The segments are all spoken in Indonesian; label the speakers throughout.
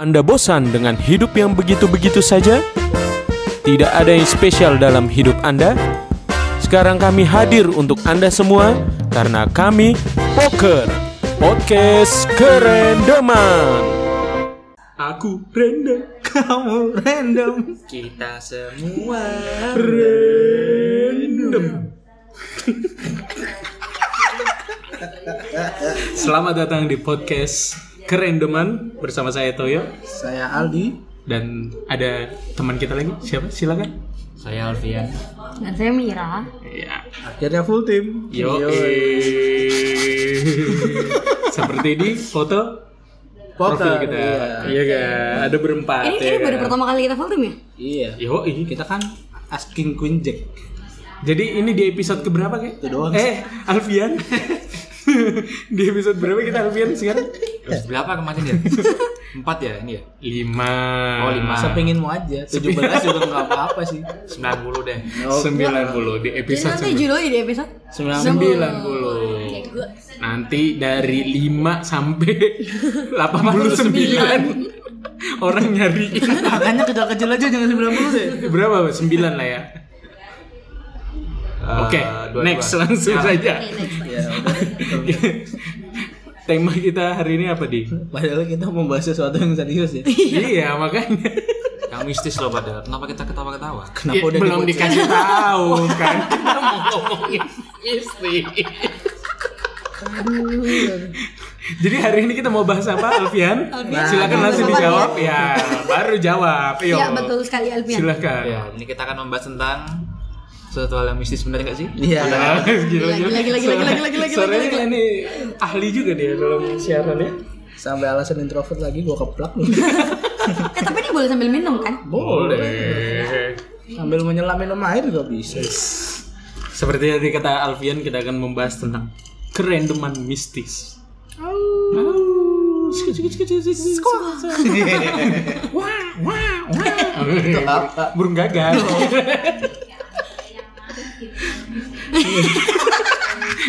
Speaker 1: Anda bosan dengan hidup yang begitu-begitu saja? Tidak ada yang spesial dalam hidup Anda? Sekarang kami hadir untuk Anda semua karena kami Poker Podcast Kerendeman.
Speaker 2: Aku random, kamu random,
Speaker 3: Kita semua
Speaker 2: random. Selamat datang di podcast Kerendoman bersama saya Toyo
Speaker 3: Saya Aldi
Speaker 2: dan ada teman kita lagi. Siapa? Silakan.
Speaker 3: Saya Alfian
Speaker 4: Dan saya Mira.
Speaker 2: Ya.
Speaker 3: Akhirnya full tim
Speaker 2: Yo. eh, Seperti di foto profil kita. Iya kan? Ada berempat
Speaker 4: ini
Speaker 2: ya
Speaker 4: ini baru
Speaker 2: kan?
Speaker 4: pertama kali kita full team ya?
Speaker 3: Iya
Speaker 2: Yoi.
Speaker 3: Kita kan asking queen jack
Speaker 2: Jadi ini di episode keberapa kayak?
Speaker 3: Itu doang.
Speaker 2: Eh, Alfian. di episode berapa kita Alfian sekarang?
Speaker 5: Terus berapa kemarin ya? Empat ya ini ya?
Speaker 2: Lima.
Speaker 5: Oh, lima.
Speaker 3: Nah, Sepinginmu aja 17 juga nggak apa-apa sih
Speaker 5: Sembilan puluh deh.
Speaker 2: Sembilan puluh di
Speaker 4: Jadi
Speaker 2: episode
Speaker 4: nanti judulnya di episode
Speaker 2: sembilan puluh.
Speaker 4: Kayak gue.
Speaker 2: Nanti dari lima sampai delapan puluh sembilan orang nyari
Speaker 3: Makanya kecil-kecil aja jangan 90 deh
Speaker 2: berapa? Sembilan lah ya. Oke,
Speaker 5: dua-dua.
Speaker 2: next langsung saja.
Speaker 3: Ya udah
Speaker 2: Tema kita hari ini apa di?
Speaker 3: Padahal kita membahas sesuatu yang serius ya
Speaker 2: iya makanya.
Speaker 5: Yang mistis loh padahal. Kenapa kita ketawa-ketawa?
Speaker 3: Kenapa
Speaker 2: Ya,
Speaker 3: udah
Speaker 2: belum
Speaker 3: dibocor?
Speaker 2: dikasih tahu kan kita mau ngomongin istri jadi hari ini kita mau bahas apa Alfian
Speaker 4: Alfian.
Speaker 2: silakan
Speaker 4: Nah,
Speaker 2: langsung
Speaker 4: apa
Speaker 2: dijawab ya baru jawab Ayo.
Speaker 4: Ya betul sekali Alfian.
Speaker 2: silakan
Speaker 5: Ya, ini kita akan membahas tentang sesuatu hal yang mistis benar nggak sih?
Speaker 3: Iya
Speaker 2: Ah, gila, gila.
Speaker 4: Gila, gila, gila, gila, gila, gila, gila,
Speaker 2: Suaranya
Speaker 4: gila.
Speaker 2: ini ahli juga dia dalam siaran ya
Speaker 3: Sampai alasan introvert lagi gua keplak nih
Speaker 4: Eh tapi ini boleh sambil minum kan?
Speaker 2: boleh
Speaker 3: Sambil menyelam minum air juga bisa
Speaker 2: Iya. seperti yang kata Alfian kita akan membahas tentang kerendeman mistis
Speaker 3: Itu apa?
Speaker 2: burung gagal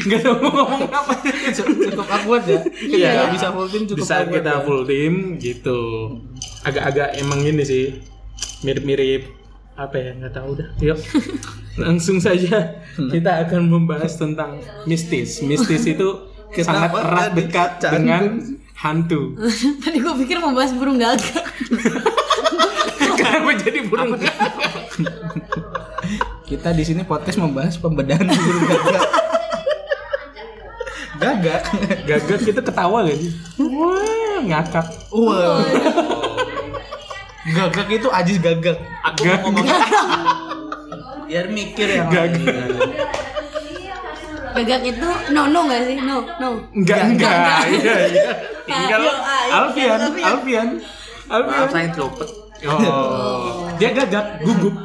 Speaker 2: nggak tahu mau ngomong apa
Speaker 3: Cukup akuat ya Kita
Speaker 2: Iya.
Speaker 3: nggak bisa full tim
Speaker 2: di
Speaker 3: cukup
Speaker 2: saat
Speaker 3: awkward
Speaker 2: kita
Speaker 3: ya.
Speaker 2: full team gitu agak-agak emang ini sih mirip-mirip apa ya nggak tahu dah yuk langsung saja kita akan membahas tentang mistis mistis itu sangat
Speaker 3: Kenapa
Speaker 2: erat
Speaker 3: tadi
Speaker 2: dekat
Speaker 3: candu?
Speaker 2: dengan hantu
Speaker 4: Tadi gue pikir mau bahas burung gagak.
Speaker 2: kenapa jadi burung gagal
Speaker 3: Kita di sini podcast membahas pembedahan guru gagak. gagak.
Speaker 2: gagak kita ketawa gak sih wah ngakak
Speaker 3: Wow. gagak itu ajis gagak.
Speaker 5: Aku mau ngomong
Speaker 3: Biar mikir ya.
Speaker 2: Gagak.
Speaker 4: Gagak itu no no nggak sih? No no.
Speaker 2: Enggak, enggak. Iya, iya. Tinggal
Speaker 4: Ayo, ayo,
Speaker 2: Alfian,
Speaker 4: Alfian.
Speaker 2: Alfian. Alfian.
Speaker 5: maaf saya terlupet.
Speaker 2: Oh. Dia gagap, gugup.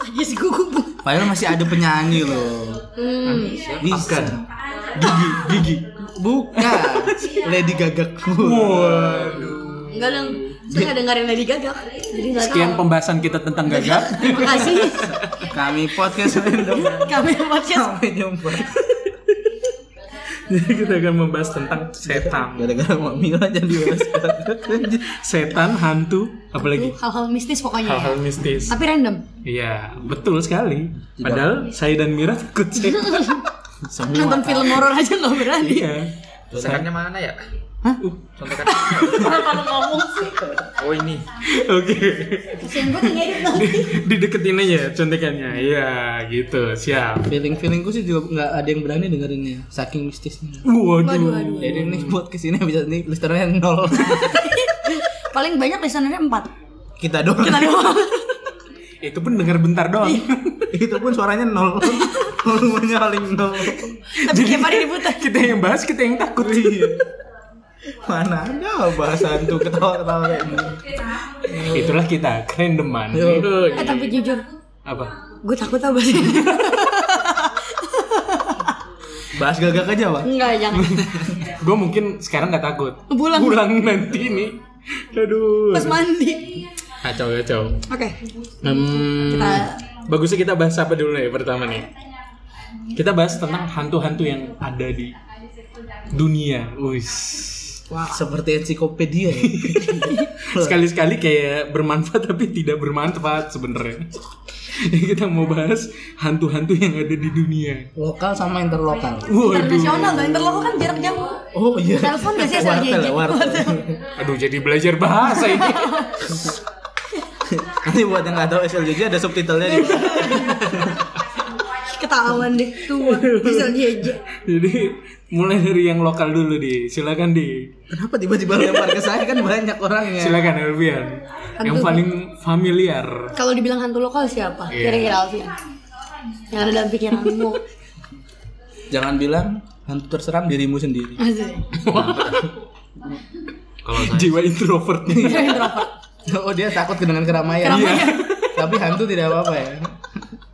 Speaker 4: Aja sih gugup.
Speaker 3: Padahal masih ada penyanyi loh.
Speaker 4: Hmm.
Speaker 3: Bisa.
Speaker 2: Gigi, gigi.
Speaker 3: Bukan. Lady gagak.
Speaker 2: Waduh.
Speaker 4: Enggak dong. Saya nggak dengerin Lady Gagak. Jadi nggak
Speaker 2: Sekian
Speaker 4: tahu.
Speaker 2: pembahasan kita tentang gagap.
Speaker 4: Terima kasih.
Speaker 3: Kami podcast random.
Speaker 4: Kami podcast.
Speaker 3: Sampai jumpa.
Speaker 2: Jadi kita akan membahas tentang setan.
Speaker 3: Gara-gara Mamila jadi bahas gagak anjir.
Speaker 2: Setan, hantu, apalagi
Speaker 4: Hal-hal mistis pokoknya. ya.
Speaker 2: hal-hal mistis.
Speaker 4: Tapi random.
Speaker 2: Iya, betul sekali. Padahal saya dan Mira takut setan.
Speaker 3: Semua.
Speaker 4: Nonton film horor aja nggak berani.
Speaker 2: Iya. Uh,
Speaker 5: Contekannya mana ya?
Speaker 4: Hah?
Speaker 5: Contekannya. Oh ini.
Speaker 2: Oke.
Speaker 4: Kasian gue kayaknya edit lagi.
Speaker 2: Dideketin aja contekannya. Iya, gitu. Siap.
Speaker 3: Feeling-feelingku sih juga nggak ada yang berani dengerinnya. Saking mistisnya.
Speaker 4: Waduh,
Speaker 2: Waduh.
Speaker 4: waduh.
Speaker 3: Jadi ini buat kesini bisa nih listernya nol.
Speaker 4: Paling banyak listenernya 4
Speaker 3: Kita doang.
Speaker 4: Kita doang
Speaker 2: Itu pun dengar bentar doang.
Speaker 4: Iya.
Speaker 3: Itu pun suaranya nol. Volumenya paling nol.
Speaker 4: Tapi tiap hari diputar
Speaker 2: kita yang bahas, kita yang takut.
Speaker 3: Mana ada bahasan tuh ketawa-ketawa kayak gini.
Speaker 2: Itulah kita, keren deman. Gitu.
Speaker 3: Yo.
Speaker 4: Eh tapi jujur
Speaker 2: Apa?
Speaker 4: Gue takut tau bahasa ini.
Speaker 3: Bahas gagak aja, Pak.
Speaker 4: Enggak jangan
Speaker 2: Gue mungkin sekarang nggak takut.
Speaker 4: Pulang.
Speaker 2: nanti nih. Aduh.
Speaker 4: Pas mandi
Speaker 2: Kacau, kacau.
Speaker 4: Oke
Speaker 2: Hmm,
Speaker 4: Kita-
Speaker 2: Bagusnya kita bahas apa dulu nih pertama nih. Kita bahas tentang hantu-hantu yang ada di dunia. Wis.
Speaker 3: Seperti ensiklopedia ya.
Speaker 2: Sekali-sekali kayak bermanfaat tapi tidak bermanfaat sebenarnya. Jadi kita mau bahas hantu-hantu yang ada di dunia.
Speaker 3: Lokal sama interlokal.
Speaker 4: Internasional nggak interlokal kan jarak jauh.
Speaker 3: Oh iya.
Speaker 4: Telepon nggak sih sama
Speaker 3: Wartel ya,
Speaker 4: JJ?
Speaker 3: wartel.
Speaker 2: Aduh, jadi belajar bahasa ini.
Speaker 3: Nanti buat yang nggak tahu SLJJ ada subtitlenya di
Speaker 4: Ketahuan deh tuh. Bisa JJ.
Speaker 2: jadi mulai dari yang lokal dulu di. Silakan di.
Speaker 3: Kenapa tiba-tiba lempar ke saya kan banyak orangnya.
Speaker 2: Iya. Silakan Alfian. Yang paling familiar.
Speaker 4: Kalau dibilang hantu lokal siapa?
Speaker 2: Iya.
Speaker 4: Kira-kira Alvin. Yang ada dalam pikiranmu.
Speaker 3: Jangan bilang hantu terseram dirimu sendiri.
Speaker 4: Asik.
Speaker 5: Kalau saya
Speaker 2: Jiwa introvertnya.
Speaker 4: Itu introvert.
Speaker 3: Oh dia takut dengan keramaian.
Speaker 4: Keramaian.
Speaker 3: Iya. Tapi hantu tidak apa-apa ya.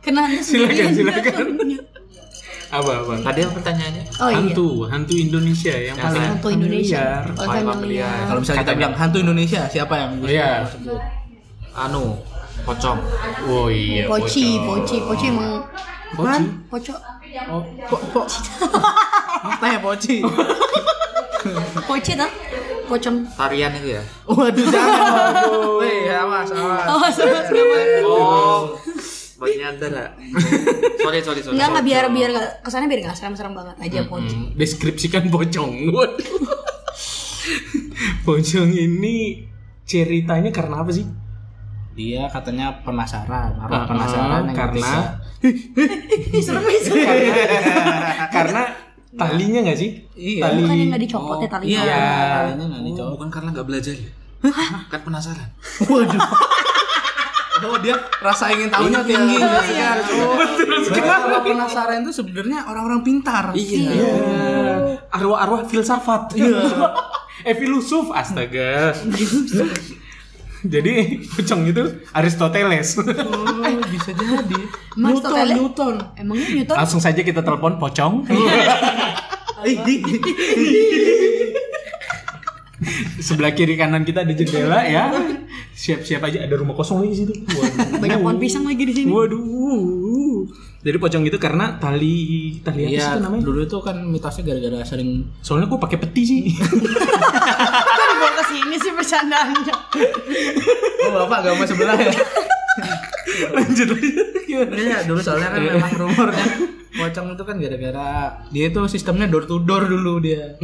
Speaker 4: Kena hantu
Speaker 2: Silakan,
Speaker 4: sendirian.
Speaker 2: silakan. Apa apa?
Speaker 5: tadi apa pertanyaannya?
Speaker 4: Oh iya.
Speaker 2: hantu, hantu Indonesia ya, yang paling
Speaker 4: Hantu Indonesia.
Speaker 2: familiar.
Speaker 4: Oh,
Speaker 5: Paling
Speaker 4: familiar.
Speaker 5: familiar.
Speaker 3: Nah, Kalau misalnya kita bilang hantu Indonesia, siapa yang
Speaker 2: Oh iya.
Speaker 5: Anu, pocong.
Speaker 2: Oh iya.
Speaker 4: Poci,
Speaker 2: pocong.
Speaker 4: poci, poci emang
Speaker 2: Poci.
Speaker 4: pocok.
Speaker 2: Oh,
Speaker 3: Kok kok Apa ya poci?
Speaker 4: Poci tah? ah? Pocong.
Speaker 5: Tarian itu ya?
Speaker 3: Waduh jangan waduh. Weh, awas awas.
Speaker 4: Oh, sama sama.
Speaker 5: Oh, buat nyadar ya? Sorry, sorry, sorry.
Speaker 4: Enggak enggak biar biar nggak- kesannya biar enggak serem-serem banget aja poci.
Speaker 2: Hmm, deskripsikan pocong. Waduh. pocong ini ceritanya karena apa sih?
Speaker 3: Dia katanya penasaran,
Speaker 2: Ah,
Speaker 3: apa penasaran yang
Speaker 2: karena
Speaker 3: ketika-
Speaker 4: Ih, serem ih, serem.
Speaker 2: karena talinya nggak sih?
Speaker 3: Iya.
Speaker 2: Tali.
Speaker 4: Bukannya enggak dicopot ya talinya.
Speaker 3: Iya,
Speaker 2: Iya.
Speaker 3: kayaknya nggak
Speaker 5: Oh,
Speaker 3: dijawab.
Speaker 5: bukan karena nggak belajar ya? Kan penasaran.
Speaker 3: Waduh. Oh dia rasa ingin tahunya tinggi ya kan. Oh, berarti Kalau penasaran itu sebenarnya orang-orang pintar.
Speaker 5: Iya.
Speaker 2: Arwah-arwah filsafat. eh filosof astaga. Jadi pocong itu Aristoteles.
Speaker 3: Oh, bisa jadi.
Speaker 4: Mas,
Speaker 3: Newton,
Speaker 4: totalnya-
Speaker 3: Newton.
Speaker 4: Emangnya Newton
Speaker 2: Langsung saja kita telepon pocong.
Speaker 4: Iya.
Speaker 2: Sebelah kiri kanan kita ada jendela ya. Siap-siap aja ada rumah kosong lagi di situ. Waduh.
Speaker 4: banyak pohon pisang lagi di sini.
Speaker 2: Waduh. Jadi pocong itu karena tali tali apa sih
Speaker 3: Iya,
Speaker 2: itu namanya?
Speaker 3: dulu itu kan mitosnya gara-gara sering
Speaker 2: Soalnya gue pakai peti sih.
Speaker 4: Kan dibawa ke sini sih bercandaannya.
Speaker 3: Oh bapak agama sebelah ya?
Speaker 2: Lanjut lanjut.
Speaker 3: Iya dulu soalnya kan memang rumornya Pocong itu kan gara-gara Dia itu sistemnya door to door dulu dia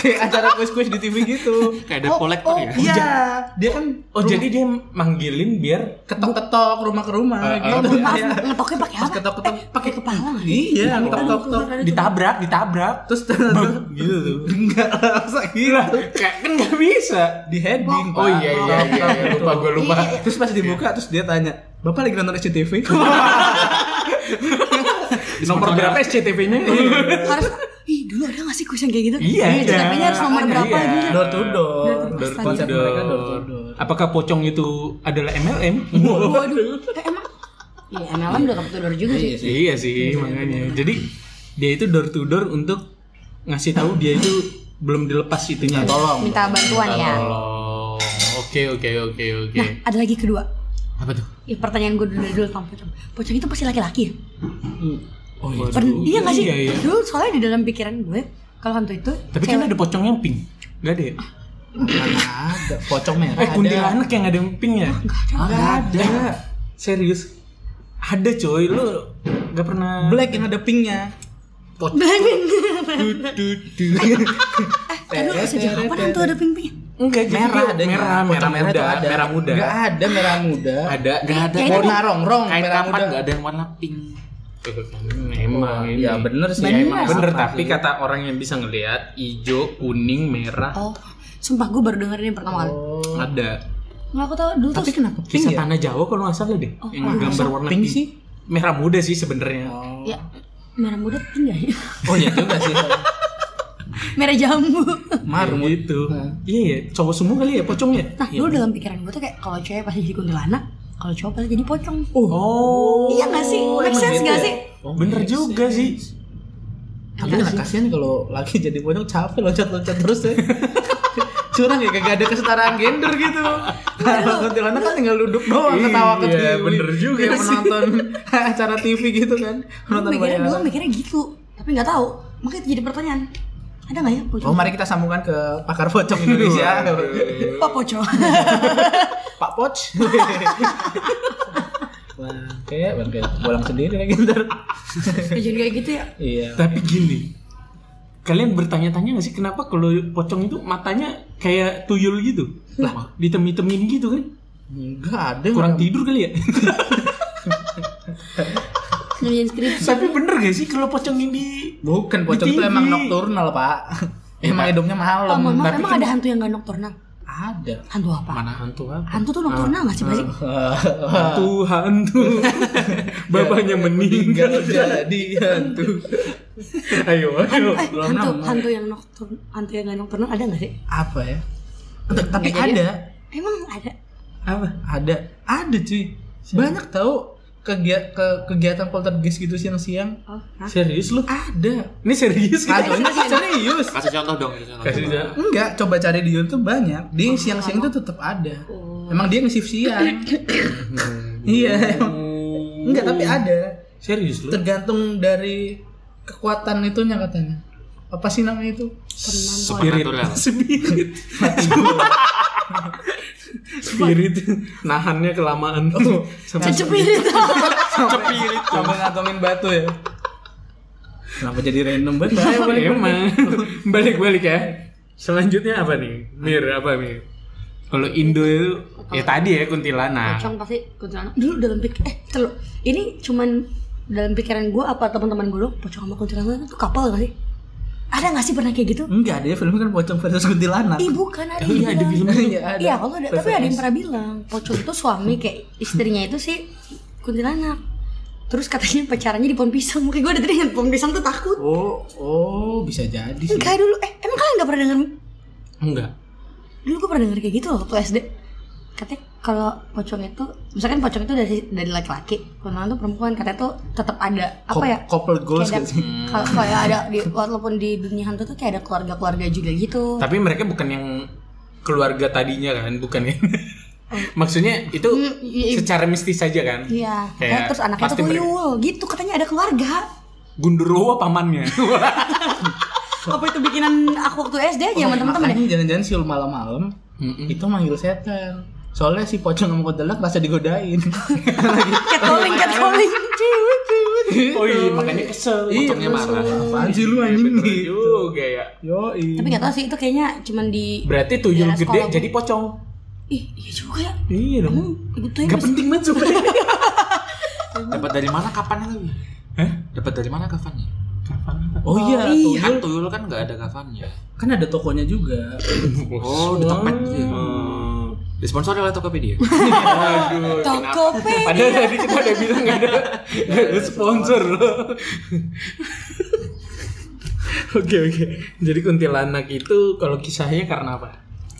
Speaker 3: Kayak acara kuis-kuis di TV gitu
Speaker 5: Kayak ada
Speaker 4: Oh,
Speaker 5: kolektor ya?
Speaker 3: Iya Dia kan
Speaker 2: Oh jadi dia manggilin biar
Speaker 3: ketok-ketok rumah ke rumah gitu
Speaker 4: Maaf,
Speaker 3: Kayak-
Speaker 4: ngetoknya pakai
Speaker 3: Pas
Speaker 4: apa?
Speaker 3: ketok-ketok
Speaker 4: Pakai kepala. nggak sih?
Speaker 3: Iya ketok-ketok
Speaker 2: ditabrak, ditabrak.
Speaker 3: Terus gitu Enggak langsung gitu
Speaker 2: Kayak kan nggak bisa.
Speaker 3: Di heading
Speaker 2: Oh iya iya iya, iya. lupa gue lupa.
Speaker 3: Terus pas dibuka terus dia tanya Bapak lagi nonton SCTV?
Speaker 2: Nomor berapa SCTV-nya?
Speaker 3: Iya.
Speaker 4: Harus Ih, dulu ada nggak sih kuis yang kayak gitu?
Speaker 2: Iya, iya.
Speaker 4: tapi harus nomor
Speaker 2: Makanya,
Speaker 4: berapa
Speaker 2: iya.
Speaker 4: gitu.
Speaker 3: door to door
Speaker 2: Door to
Speaker 3: konsep mereka door to
Speaker 2: door.
Speaker 3: door
Speaker 2: Apakah pocong itu adalah MLM?
Speaker 4: Waduh. Eh, emang Iya, MLM udah kebetulan juga sih.
Speaker 2: Iya sih makanya. Jadi dia itu door to door untuk ngasih tahu dia itu belum dilepas itunya.
Speaker 3: tolong
Speaker 4: Minta bantuan ya.
Speaker 2: Tolong. Oke oke oke oke.
Speaker 4: Nah, ada lagi kedua.
Speaker 2: Apa tuh?
Speaker 4: Ya, pertanyaan gue dulu dari dulu Tom Pocong. Pocong itu pasti laki-laki ya?
Speaker 2: Oh iya.
Speaker 4: Pern- iya nggak sih?
Speaker 2: Iya iya.
Speaker 4: Dulu soalnya di dalam pikiran gue kalau hantu itu
Speaker 2: Tapi kan ada pocong yang pink. Gak ada ya?
Speaker 3: mana ada pocong merah
Speaker 2: Eh kuntilanak yang ada yang pink ya?
Speaker 3: Nggak ada
Speaker 2: Serius? Ada coy, lu gak pernah
Speaker 3: black yang ada pinknya
Speaker 4: Bayangin.
Speaker 3: Eh,
Speaker 4: Eh, dulu sejak
Speaker 3: eh,
Speaker 4: kapan
Speaker 3: eh,
Speaker 4: hantu ada pink-pink?
Speaker 2: Enggak, jadi dia
Speaker 3: merah ada
Speaker 2: merah, merah,
Speaker 3: pocong merah
Speaker 2: muda,
Speaker 3: itu ada
Speaker 2: merah muda
Speaker 3: nggak ada merah muda
Speaker 2: Ada,
Speaker 5: Nggak ada.
Speaker 4: Kayak
Speaker 3: warna rong rong
Speaker 5: Kain
Speaker 3: merah
Speaker 5: kapan
Speaker 3: muda
Speaker 5: nggak ada yang warna pink?
Speaker 2: Emang ini
Speaker 3: ya bener sih
Speaker 4: Bener.
Speaker 3: emang
Speaker 2: Bener,
Speaker 3: Apa
Speaker 2: tapi
Speaker 3: sih?
Speaker 2: kata orang yang bisa ngelihat Ijo, kuning, merah
Speaker 4: Oh, sumpah gue baru dengerin pertama kali.
Speaker 2: Oh. Ada
Speaker 4: Nggak aku tahu dulu
Speaker 3: Oh. tapi
Speaker 4: tuh.
Speaker 3: kenapa pink
Speaker 2: Kisah
Speaker 3: ya
Speaker 2: Tanah Jawa kalau nggak salah deh
Speaker 4: Oh,
Speaker 2: Yang gambar warna
Speaker 3: pink
Speaker 2: pink,
Speaker 3: sih?
Speaker 2: Merah muda sih sebenarnya
Speaker 4: Ya, merah muda pink nggak ya?
Speaker 3: oh iya juga sih
Speaker 4: merah jambu.
Speaker 3: marmut
Speaker 2: Ya
Speaker 3: Hmm.
Speaker 2: gitu Iya ya, cowok semua kali ya pocongnya
Speaker 4: Nah, dulu dalam pikiran gue tuh kayak kalau cewek pasti jadi kuntilanak, kalau cowok pasti jadi pocong.
Speaker 2: Oh
Speaker 4: Iya nggak sih? Make
Speaker 2: emang
Speaker 4: sense
Speaker 2: gitu
Speaker 4: nggak
Speaker 2: ya?
Speaker 4: sih?
Speaker 2: Bener juga sih
Speaker 3: Iya, kasihan kalau laki jadi pocong capek loncat-loncat terus ya. Curang ya, kagak ada kesetaraan gender gitu. Kalau kuntilanak kan tinggal duduk doang ketawa ke
Speaker 2: Iya,
Speaker 3: TV.
Speaker 2: bener juga
Speaker 3: Kayak
Speaker 2: sih.
Speaker 3: menonton acara TV gitu kan.
Speaker 4: Gue
Speaker 3: Menonton
Speaker 4: mikirnya dulu
Speaker 3: bayangan.
Speaker 4: mikirnya gitu, tapi nggak tahu. Makanya jadi pertanyaan. Ada nggak ya pocong?
Speaker 3: Oh, mari kita sambungkan ke pakar pocong Indonesia.
Speaker 4: Pak pocong.
Speaker 3: Pak Poch. Bangke, bangke. Bolang sendiri lagi ntar.
Speaker 4: Eh, Jangan kayak gitu ya.
Speaker 3: iya.
Speaker 2: Tapi gini, kalian bertanya-tanya gak sih kenapa kalau pocong itu matanya kayak tuyul gitu? Lah, ditem-ditemin gitu kan?
Speaker 3: Enggak ada.
Speaker 2: Kurang tidur kali ya?
Speaker 4: Nyanyiin skripsi.
Speaker 2: Tapi bener gak sih kalau pocong ini
Speaker 3: Bukan pocong itu
Speaker 2: Di Iya, TV.
Speaker 3: emang nocturnal, Pak. Emang hidupnya
Speaker 4: Oh,
Speaker 3: malam.
Speaker 4: mohon maaf,
Speaker 2: tapi
Speaker 4: emang
Speaker 2: kan-
Speaker 4: ada hantu yang gak nokturnal?
Speaker 3: Ada.
Speaker 4: Hantu apa?
Speaker 2: mana Eh, hantu apa?
Speaker 4: Hantu tuh nokturnal nggak sih, Pak? sih?
Speaker 3: Ya,
Speaker 2: Hantu, hantu. Babanya meninggal. Iya.
Speaker 3: Enggak ya, jadi hantu.
Speaker 2: Ayo, ayo.
Speaker 4: Eh, hantu, hantu yang nokturnal, hantu yang gak nokturnal ada nggak sih?
Speaker 3: Apa ya? Tapi- Tapi
Speaker 4: Nggak ya, jadi.
Speaker 3: ada.
Speaker 4: Emang ada?
Speaker 2: Apa?
Speaker 3: Ada. Ada, cuy. Banyak tahu kegia- ke- kegiatan poltergeist gitu siang-siang.
Speaker 4: Oh, hah?
Speaker 2: Serius lu?
Speaker 3: Ada.
Speaker 2: Ini serius kan?
Speaker 3: Aduh, ini serius.
Speaker 5: Kasih contoh dong, kasih contoh.
Speaker 2: Kasih dia.
Speaker 3: Enggak, coba cari di YouTube banyak. Dia yang siang-siang tuh tetap ada. Emang dia nge-shift siang. iya, emang. Enggak, tapi ada.
Speaker 2: Serius lu?
Speaker 3: Tergantung dari kekuatan itunya katanya. Apa sih namanya itu?
Speaker 2: Spirit.
Speaker 5: Supernatural.
Speaker 2: Spirit. Spirit. Nahannya kelamaan. Sampai
Speaker 4: Cepirit.
Speaker 2: Nah.
Speaker 3: Cepirit sampai ngantongin batu ya. Kenapa jadi random banget? Ayo, balik, balik.
Speaker 2: Emang balik-balik ya. Selanjutnya apa nih? Mir apa Mir? Kalau Indo itu ya tadi ya kuntilanak.
Speaker 4: Pocong pasti kuntilanak. Dulu dalam pik eh terlalu. Ini cuman dalam pikiran gue apa teman-teman gue dong pocong sama kuntilanak itu couple nggak sih? Ada nggak sih pernah kayak gitu?
Speaker 3: Enggak, dia filmnya kan pocong versus kuntilanak.
Speaker 4: Ih bukan Oh ada yang
Speaker 2: Iya, ada
Speaker 4: bilang.
Speaker 2: film.
Speaker 3: Iya, ada.
Speaker 4: Iya kalau ada, tapi ada yang
Speaker 3: PVS.
Speaker 4: pernah bilang pocong itu suami kayak istrinya itu sih kuntilanak. Terus katanya pacarannya di pohon pisang. Mungkin gue udah tadi ingat pohon pisang tuh takut.
Speaker 3: Oh, oh, bisa jadi sih.
Speaker 4: Enggak dulu, eh emang kalian nggak pernah denger?
Speaker 2: Enggak.
Speaker 4: Dulu gue pernah denger kayak gitu loh waktu SD. Katanya kalau pocong itu, misalkan pocong itu dari dari laki-laki, kuntilanak tuh perempuan. Katanya tuh tetap ada apa
Speaker 3: Kop-
Speaker 4: ya?
Speaker 3: Couple goals
Speaker 4: Kayak
Speaker 3: gitu
Speaker 4: ada- Hmm.
Speaker 3: sih.
Speaker 4: Kalau kayak ada di, walaupun di dunia hantu tuh kayak ada keluarga-keluarga juga gitu.
Speaker 2: Tapi mereka bukan yang keluarga tadinya kan, bukan ya? Maksudnya itu
Speaker 4: Hmm, Oh. iya, iya.
Speaker 2: secara mistis saja kan?
Speaker 4: Iya,
Speaker 2: Kayak
Speaker 4: makanya terus anaknya tuh
Speaker 2: pasti mereka-
Speaker 4: tuyul gitu, katanya ada keluarga.
Speaker 2: Gundurwo pamannya.
Speaker 4: Apa itu bikinan aku waktu SD aja sama teman-teman
Speaker 3: Oh,
Speaker 4: ya?
Speaker 3: iya, Makanya jangan-jangan siul malam-malam
Speaker 2: Hmm.
Speaker 3: itu manggil setan. Soalnya si pocong sama kuntilanak rasa digodain. Lagi.
Speaker 4: Catcalling, catcalling. Ciwit, ciwit.
Speaker 2: oh iya, makanya kesel.
Speaker 3: Iya,
Speaker 5: Pocongnya marah.
Speaker 3: Apaan sih lu anjing
Speaker 2: Bener
Speaker 3: nih?
Speaker 2: juga ya.
Speaker 3: Yoi.
Speaker 4: Tapi gak tau sih itu kayaknya cuman di
Speaker 2: Berarti tuyul
Speaker 4: daerah
Speaker 2: gede
Speaker 4: Iya, sekolah gua.
Speaker 2: jadi pocong.
Speaker 4: Ih, iya juga ya.
Speaker 2: Iya
Speaker 4: Emang ibu tuyul
Speaker 2: Gak penting banget sebenarnya.
Speaker 5: Dapat dari mana kafannya tapi?
Speaker 2: Hah?
Speaker 5: Dapat dari mana kafannya?
Speaker 3: Oh iya,
Speaker 4: Oh, iya.
Speaker 3: tuyul
Speaker 5: Kan tuyul kan nggak ada kafannya.
Speaker 3: kan ada tokonya juga.
Speaker 5: Oh, di Tokped. Disponsori oleh Tokopedia.
Speaker 2: Waduh.
Speaker 4: Tokopedia.
Speaker 2: Padahal tadi kita udah bilang gak ada, gak ada sponsor loh. Oke oke. Jadi kuntilanak itu kalau kisahnya karena apa?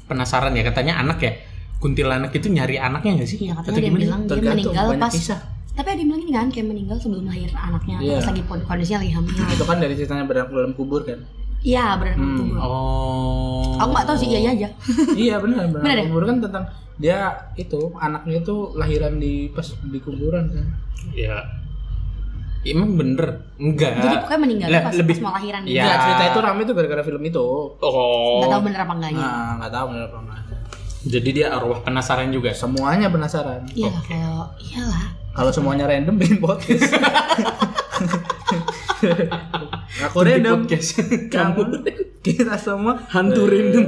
Speaker 2: Penasaran ya katanya anak ya. Kuntilanak itu nyari anaknya gak sih?
Speaker 4: Iya, katanya
Speaker 2: Atau
Speaker 4: dia
Speaker 2: gimana?
Speaker 4: bilang dia
Speaker 3: Tergantung,
Speaker 4: meninggal
Speaker 3: banyak
Speaker 4: pas
Speaker 3: kisah.
Speaker 4: Tapi ada yang bilang ini kan kayak meninggal sebelum lahir anaknya
Speaker 3: Iya.
Speaker 4: Pas lagi pon- kondisinya lagi hamil
Speaker 3: Itu kan dari ceritanya berang dalam kubur kan?
Speaker 4: Iya, benar hmm.
Speaker 2: Oh.
Speaker 4: Aku gak tau sih, iya iya aja
Speaker 3: iya benar
Speaker 4: Bener
Speaker 3: berang
Speaker 4: ya?
Speaker 3: kubur kan tentang dia itu anaknya itu lahiran di pas di kuburan kan?
Speaker 2: Ya. Emang bener? Enggak.
Speaker 4: Jadi pokoknya meninggal
Speaker 2: Le-
Speaker 4: pas,
Speaker 2: lebih-
Speaker 4: pas mau lahiran
Speaker 2: Iya.
Speaker 3: Nah, cerita itu rame tuh gara-gara film itu.
Speaker 2: Oh.
Speaker 4: Gak tau bener apa enggaknya
Speaker 3: Nah, nggak tahu benar apa enggak.
Speaker 2: Jadi dia arwah penasaran juga.
Speaker 3: Semuanya penasaran.
Speaker 4: Iya lah, kalau iyalah.
Speaker 3: Kalau semuanya random bikin podcast. Aku
Speaker 2: Di
Speaker 3: random.
Speaker 2: podcast.
Speaker 3: Kamu
Speaker 2: Kamu
Speaker 3: kita semua
Speaker 2: hantu random.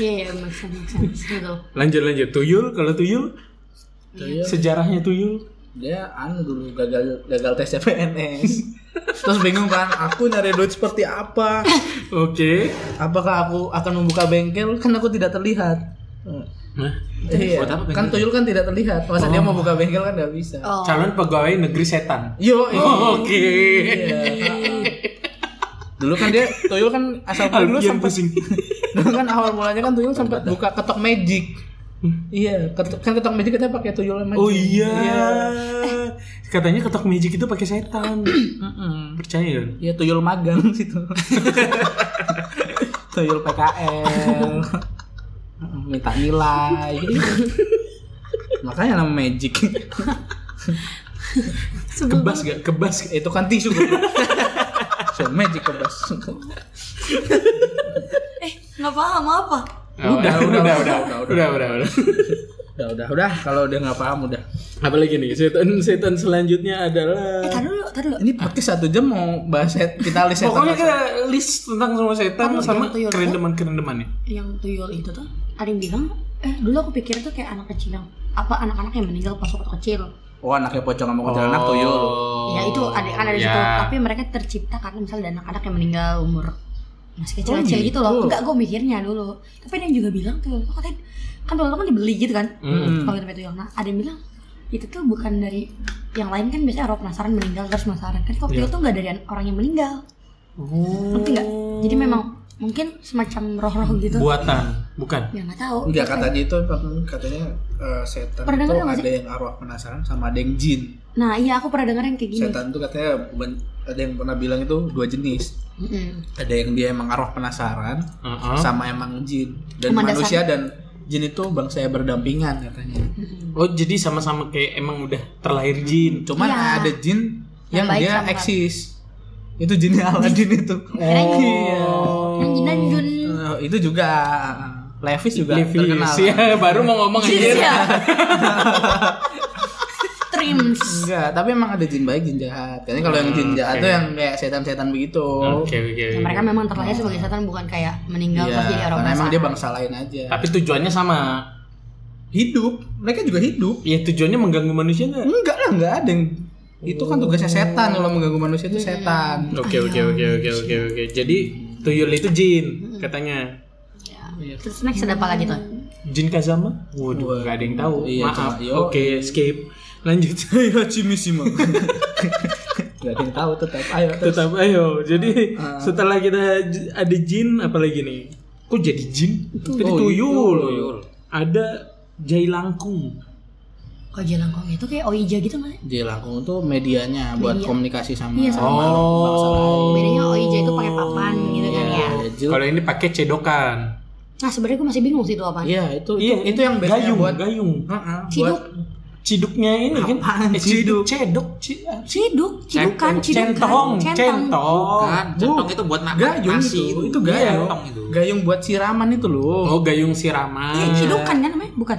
Speaker 4: Iya, iya, make sense, make sense. Gitu.
Speaker 2: Lanjut lanjut. Tuyul kalau tuyul iya.
Speaker 3: Tuyul.
Speaker 2: sejarahnya tuyul.
Speaker 3: dia anu dulu gagal gagal tes CPNS. Terus bingung kan, aku nyari duit seperti apa?
Speaker 2: Oke.
Speaker 3: Apakah aku akan membuka bengkel? Kan aku tidak terlihat. Hmm.
Speaker 2: Nah,
Speaker 3: Iya.
Speaker 5: buat apa bengkel?
Speaker 3: Kan tuyul kan tidak terlihat. Masa dia mau buka bengkel kan nggak bisa.
Speaker 4: Oh,
Speaker 2: calon pegawai negeri setan.
Speaker 3: Yo,
Speaker 2: Oke.
Speaker 3: iya. heeh. Dulu kan dia tuyul kan asal dulu
Speaker 2: Alfian
Speaker 3: sempat
Speaker 2: pusing.
Speaker 3: dulu kan awal mulanya kan tuyul sempat buka ketok magic. Iya, ketok, kan ketok magic kita pakai tuyul
Speaker 2: Hmm.
Speaker 3: magic.
Speaker 2: Oh iya. Katanya ketok magic itu pakai setan.
Speaker 3: Mm-mm.
Speaker 2: Percaya dong.
Speaker 3: Iya, tuyul magang situ. tuyul PKL. Mm, Minta nilai. Makanya nama magic.
Speaker 2: Kebas gak? Kebas.
Speaker 3: Itu kan tisu. Bro. Saya magic kebas.
Speaker 4: Eh, nggak paham apa?
Speaker 2: Oh, ya udah, udah, udah, udah, udah, udah, udah,
Speaker 3: udah udah udah kalau dia nggak paham udah.
Speaker 2: Apalagi nih, setan setan selanjutnya adalah
Speaker 4: Eh, taruh dulu, taruh dulu.
Speaker 3: Ini podcast satu jam mau bahas set- kita list setan.
Speaker 2: Pokoknya kita list tentang semua setan sama ya.
Speaker 4: Kamu jangan tuyul, ya.
Speaker 2: keren deman keren demannya.
Speaker 4: Yang tuyul itu tuh, ada yang bilang, eh dulu aku pikir itu kayak anak kecil yang apa anak-anak yang meninggal pas waktu kecil.
Speaker 3: Oh anaknya pocong sama kucil anak tuyul.
Speaker 4: ya itu ada kan ada di situ. Tapi mereka tercipta karena misalnya ada anak-anak yang meninggal umur masih kecil-kecil
Speaker 3: Oh,
Speaker 4: gitu
Speaker 3: gitu.
Speaker 4: loh. Enggak, gue mikirnya dulu. Tapi ada yang juga bilang tuyul itu katanya kan tuyul itu kan dibeli gitu kan.
Speaker 3: Hmm.
Speaker 2: Mm.
Speaker 4: Kalau kita tuyul. Nah, ada yang bilang itu tuh bukan dari yang lain kan biasanya orang penasaran meninggal terus penasaran kan kalau tuyul tuh nggak dari an- orang yang meninggal ngerti nggak jadi
Speaker 2: Hmm.
Speaker 4: memang mungkin semacam roh-roh gitu
Speaker 2: Oh. buatan, bukan.
Speaker 4: ya nggak tahu
Speaker 3: Enggak
Speaker 4: Terus
Speaker 3: katanya itu katanya eh, setan
Speaker 4: Pernah
Speaker 3: itu
Speaker 4: dengar nggak
Speaker 3: ada
Speaker 4: sih?
Speaker 3: yang arwah penasaran sama ada yang jin.
Speaker 4: kayak- nah iya aku pernah denger yang kayak gini
Speaker 3: Setan itu katanya ben- ada yang pernah bilang itu dua jenis.
Speaker 4: Mm-mm.
Speaker 3: Ada yang dia emang arwah penasaran
Speaker 2: Heeh.
Speaker 3: sama emang jin dan
Speaker 4: Cuma dasar-
Speaker 3: manusia dan jin itu bangsa yang berdampingan katanya.
Speaker 2: Oh jadi sama-sama kayak emang udah terlahir jin.
Speaker 3: Cuman
Speaker 4: Iya.
Speaker 3: ada jin yang,
Speaker 4: Yang baik
Speaker 3: dia
Speaker 4: sama baik.
Speaker 3: eksis. Itu jinnya Aladin itu.
Speaker 4: Kirain
Speaker 3: iya.
Speaker 4: yang jinan jun
Speaker 3: Eh, itu juga eh, Levis juga
Speaker 2: Levis,
Speaker 3: terkenal.
Speaker 2: ya, baru mau ngomong aja.
Speaker 4: jin ya trims
Speaker 3: Enggak, tapi emang ada jin baik, jin jahat. Kayaknya kalau yang jin jahat
Speaker 2: Ah, oke.
Speaker 3: tuh yang kayak setan-setan begitu.
Speaker 2: Oke oke.
Speaker 4: Ya, mereka memang terlahir sebagai setan bukan kayak meninggal
Speaker 3: Iya,
Speaker 4: terus jadi orang
Speaker 3: karena emang dia
Speaker 4: penasaran.
Speaker 3: bangsa lain aja.
Speaker 2: Tapi tujuannya sama.
Speaker 3: hidup, mereka juga hidup.
Speaker 2: Ya tujuannya mengganggu manusia nggak?
Speaker 3: Enggak lah, enggak ada yang itu kan tugasnya setan kalau mengganggu manusia
Speaker 4: Iya.
Speaker 3: itu setan.
Speaker 2: Oke oke oke oke oke oke. Jadi tuyul itu jin katanya.
Speaker 4: Ya. Terus next ada apa lagi tuh?
Speaker 2: Jin Kazama? Waduh, nggak ada yang tahu.
Speaker 3: Iya,
Speaker 2: Maaf.
Speaker 3: cuma- yo.
Speaker 2: Oke, skip. Lanjut.
Speaker 3: Hachimisima. Gak ada yang tahu tetap. Ayo terus. Ah,
Speaker 2: Tetap ayo. Jadi setelah kita j- ada jin apalagi nih? Kok jadi jin? Tadi
Speaker 3: Oh,
Speaker 2: tuyul.
Speaker 3: tuyul.
Speaker 2: Ada jailangkung.
Speaker 4: Kalau jelangkong itu kayak oija gitu nggak sih?
Speaker 3: Dia langkung tuh medianya buat
Speaker 4: Media.
Speaker 3: komunikasi sama Oh,
Speaker 4: Iya, sama.
Speaker 2: Oh.
Speaker 3: bangsa lain.
Speaker 4: Bedanya oija itu pakai papan gitu kan
Speaker 3: Oh.
Speaker 4: ya.
Speaker 3: Iya, jil-
Speaker 2: Kalau ini pakai cedokan.
Speaker 4: Nah sebenarnya gue masih bingung sih itu apa.
Speaker 3: Iya, itu itu, itu yang biasanya
Speaker 2: gayung,
Speaker 3: buat
Speaker 2: gayung.
Speaker 3: Heeh,
Speaker 4: Ciduk,
Speaker 3: buat
Speaker 2: Ciduknya ini kan.
Speaker 3: Apaan
Speaker 2: Eh, ciduk, cedok, ci-
Speaker 4: ciduk, kan. cidukan, cidukan,
Speaker 2: centong, centong.
Speaker 5: Bukan, Kan, centong itu buat makan
Speaker 3: gayung
Speaker 5: nasi
Speaker 3: itu.
Speaker 5: itu.
Speaker 3: Itu gayung.
Speaker 5: Centong itu.
Speaker 3: Gayung buat siraman itu loh.
Speaker 2: Oh, gayung
Speaker 4: Iya
Speaker 2: siraman.
Speaker 4: cidukan kan namanya? Bukan.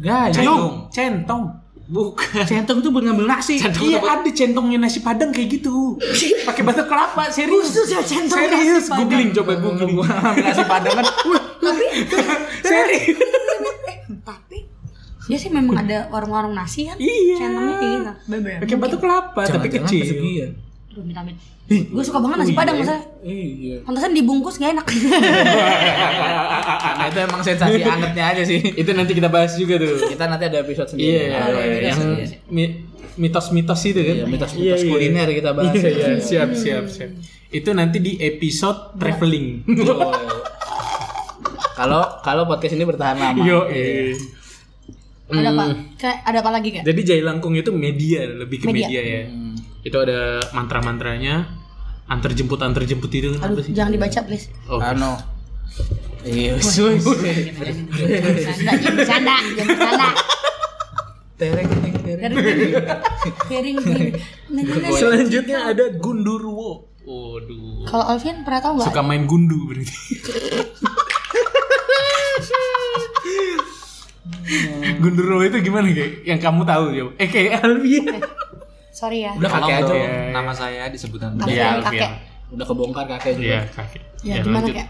Speaker 3: Gayung.
Speaker 2: Gayung, centong. Bukan.
Speaker 3: Centong itu buat ngambil nasi.
Speaker 5: Centong
Speaker 2: iya
Speaker 5: itu buat-
Speaker 2: ada centongnya nasi padang kayak gitu. Pakai batok kelapa, serius.
Speaker 4: Khusus ya centong
Speaker 2: Serius,
Speaker 4: nasi padang.
Speaker 2: googling coba googling.
Speaker 3: nasi padang kan. Wah,
Speaker 4: Tapi,
Speaker 2: serius.
Speaker 4: eh, tapi dia sih memang ada warung-warung nasi kan?
Speaker 2: Iya.
Speaker 4: Centongnya kayak gitu. Bener.
Speaker 2: Pakai batok kelapa tapi
Speaker 3: jangan-jangan
Speaker 2: kecil. Iya,
Speaker 3: pesugihan.
Speaker 4: Aduh, minta amin. Gue suka banget nasi padang masa.
Speaker 3: Iya.
Speaker 4: Pantasan dibungkus gak enak.
Speaker 3: Karena Nah, itu emang sensasi angetnya aja sih.
Speaker 2: Itu nanti kita bahas juga tuh.
Speaker 3: Kita nanti ada
Speaker 2: Iya,
Speaker 3: episode sendiri. Oh,
Speaker 2: yang mi- mitos-mitos itu kan.
Speaker 3: Iya, mitos-mitos kuliner kita bahas.
Speaker 2: Iya, iya,
Speaker 3: Iya.
Speaker 2: siap, siap, siap. Itu nanti di episode traveling.
Speaker 3: Iya. Kalau kalau podcast ini bertahan lama.
Speaker 2: Yo, eh.
Speaker 4: ada apa?
Speaker 2: Hmm.
Speaker 4: Kayak ada apa lagi gak?
Speaker 2: Jadi jailangkung itu media, lebih ke media,
Speaker 4: Media.
Speaker 2: ya.
Speaker 3: Hmm.
Speaker 2: Itu ada mantra-mantranya, antar jemput antar jemput itu kan
Speaker 4: Aduh,
Speaker 2: apa sih?
Speaker 4: jangan dibaca please.
Speaker 2: Oh,
Speaker 3: Ano. Iya, suy.
Speaker 4: Bercanda, jangan bercanda, jangan bercanda.
Speaker 3: Tereng tereng tereng.
Speaker 4: Kering,
Speaker 2: Iya.
Speaker 4: kering. Nah, nah, nah.
Speaker 2: Selanjutnya ada gundurwo. Waduh.
Speaker 4: Kalau Alvin pernah tahu nggak?
Speaker 2: Suka main gundu berarti. gundurwo itu gimana kayak yang kamu tahu ya? Eh kayak Alvia.
Speaker 4: Sorry ya.
Speaker 3: Udah
Speaker 5: Tolong
Speaker 3: kakek aja.
Speaker 5: dong,
Speaker 2: ya.
Speaker 5: Nama saya disebutan.
Speaker 4: Kakek,
Speaker 2: Iya,
Speaker 4: kakek.
Speaker 3: Udah kebongkar kakek juga.
Speaker 2: Iya, kakek.
Speaker 4: Ya, gimana
Speaker 2: lanjut.
Speaker 4: kayak?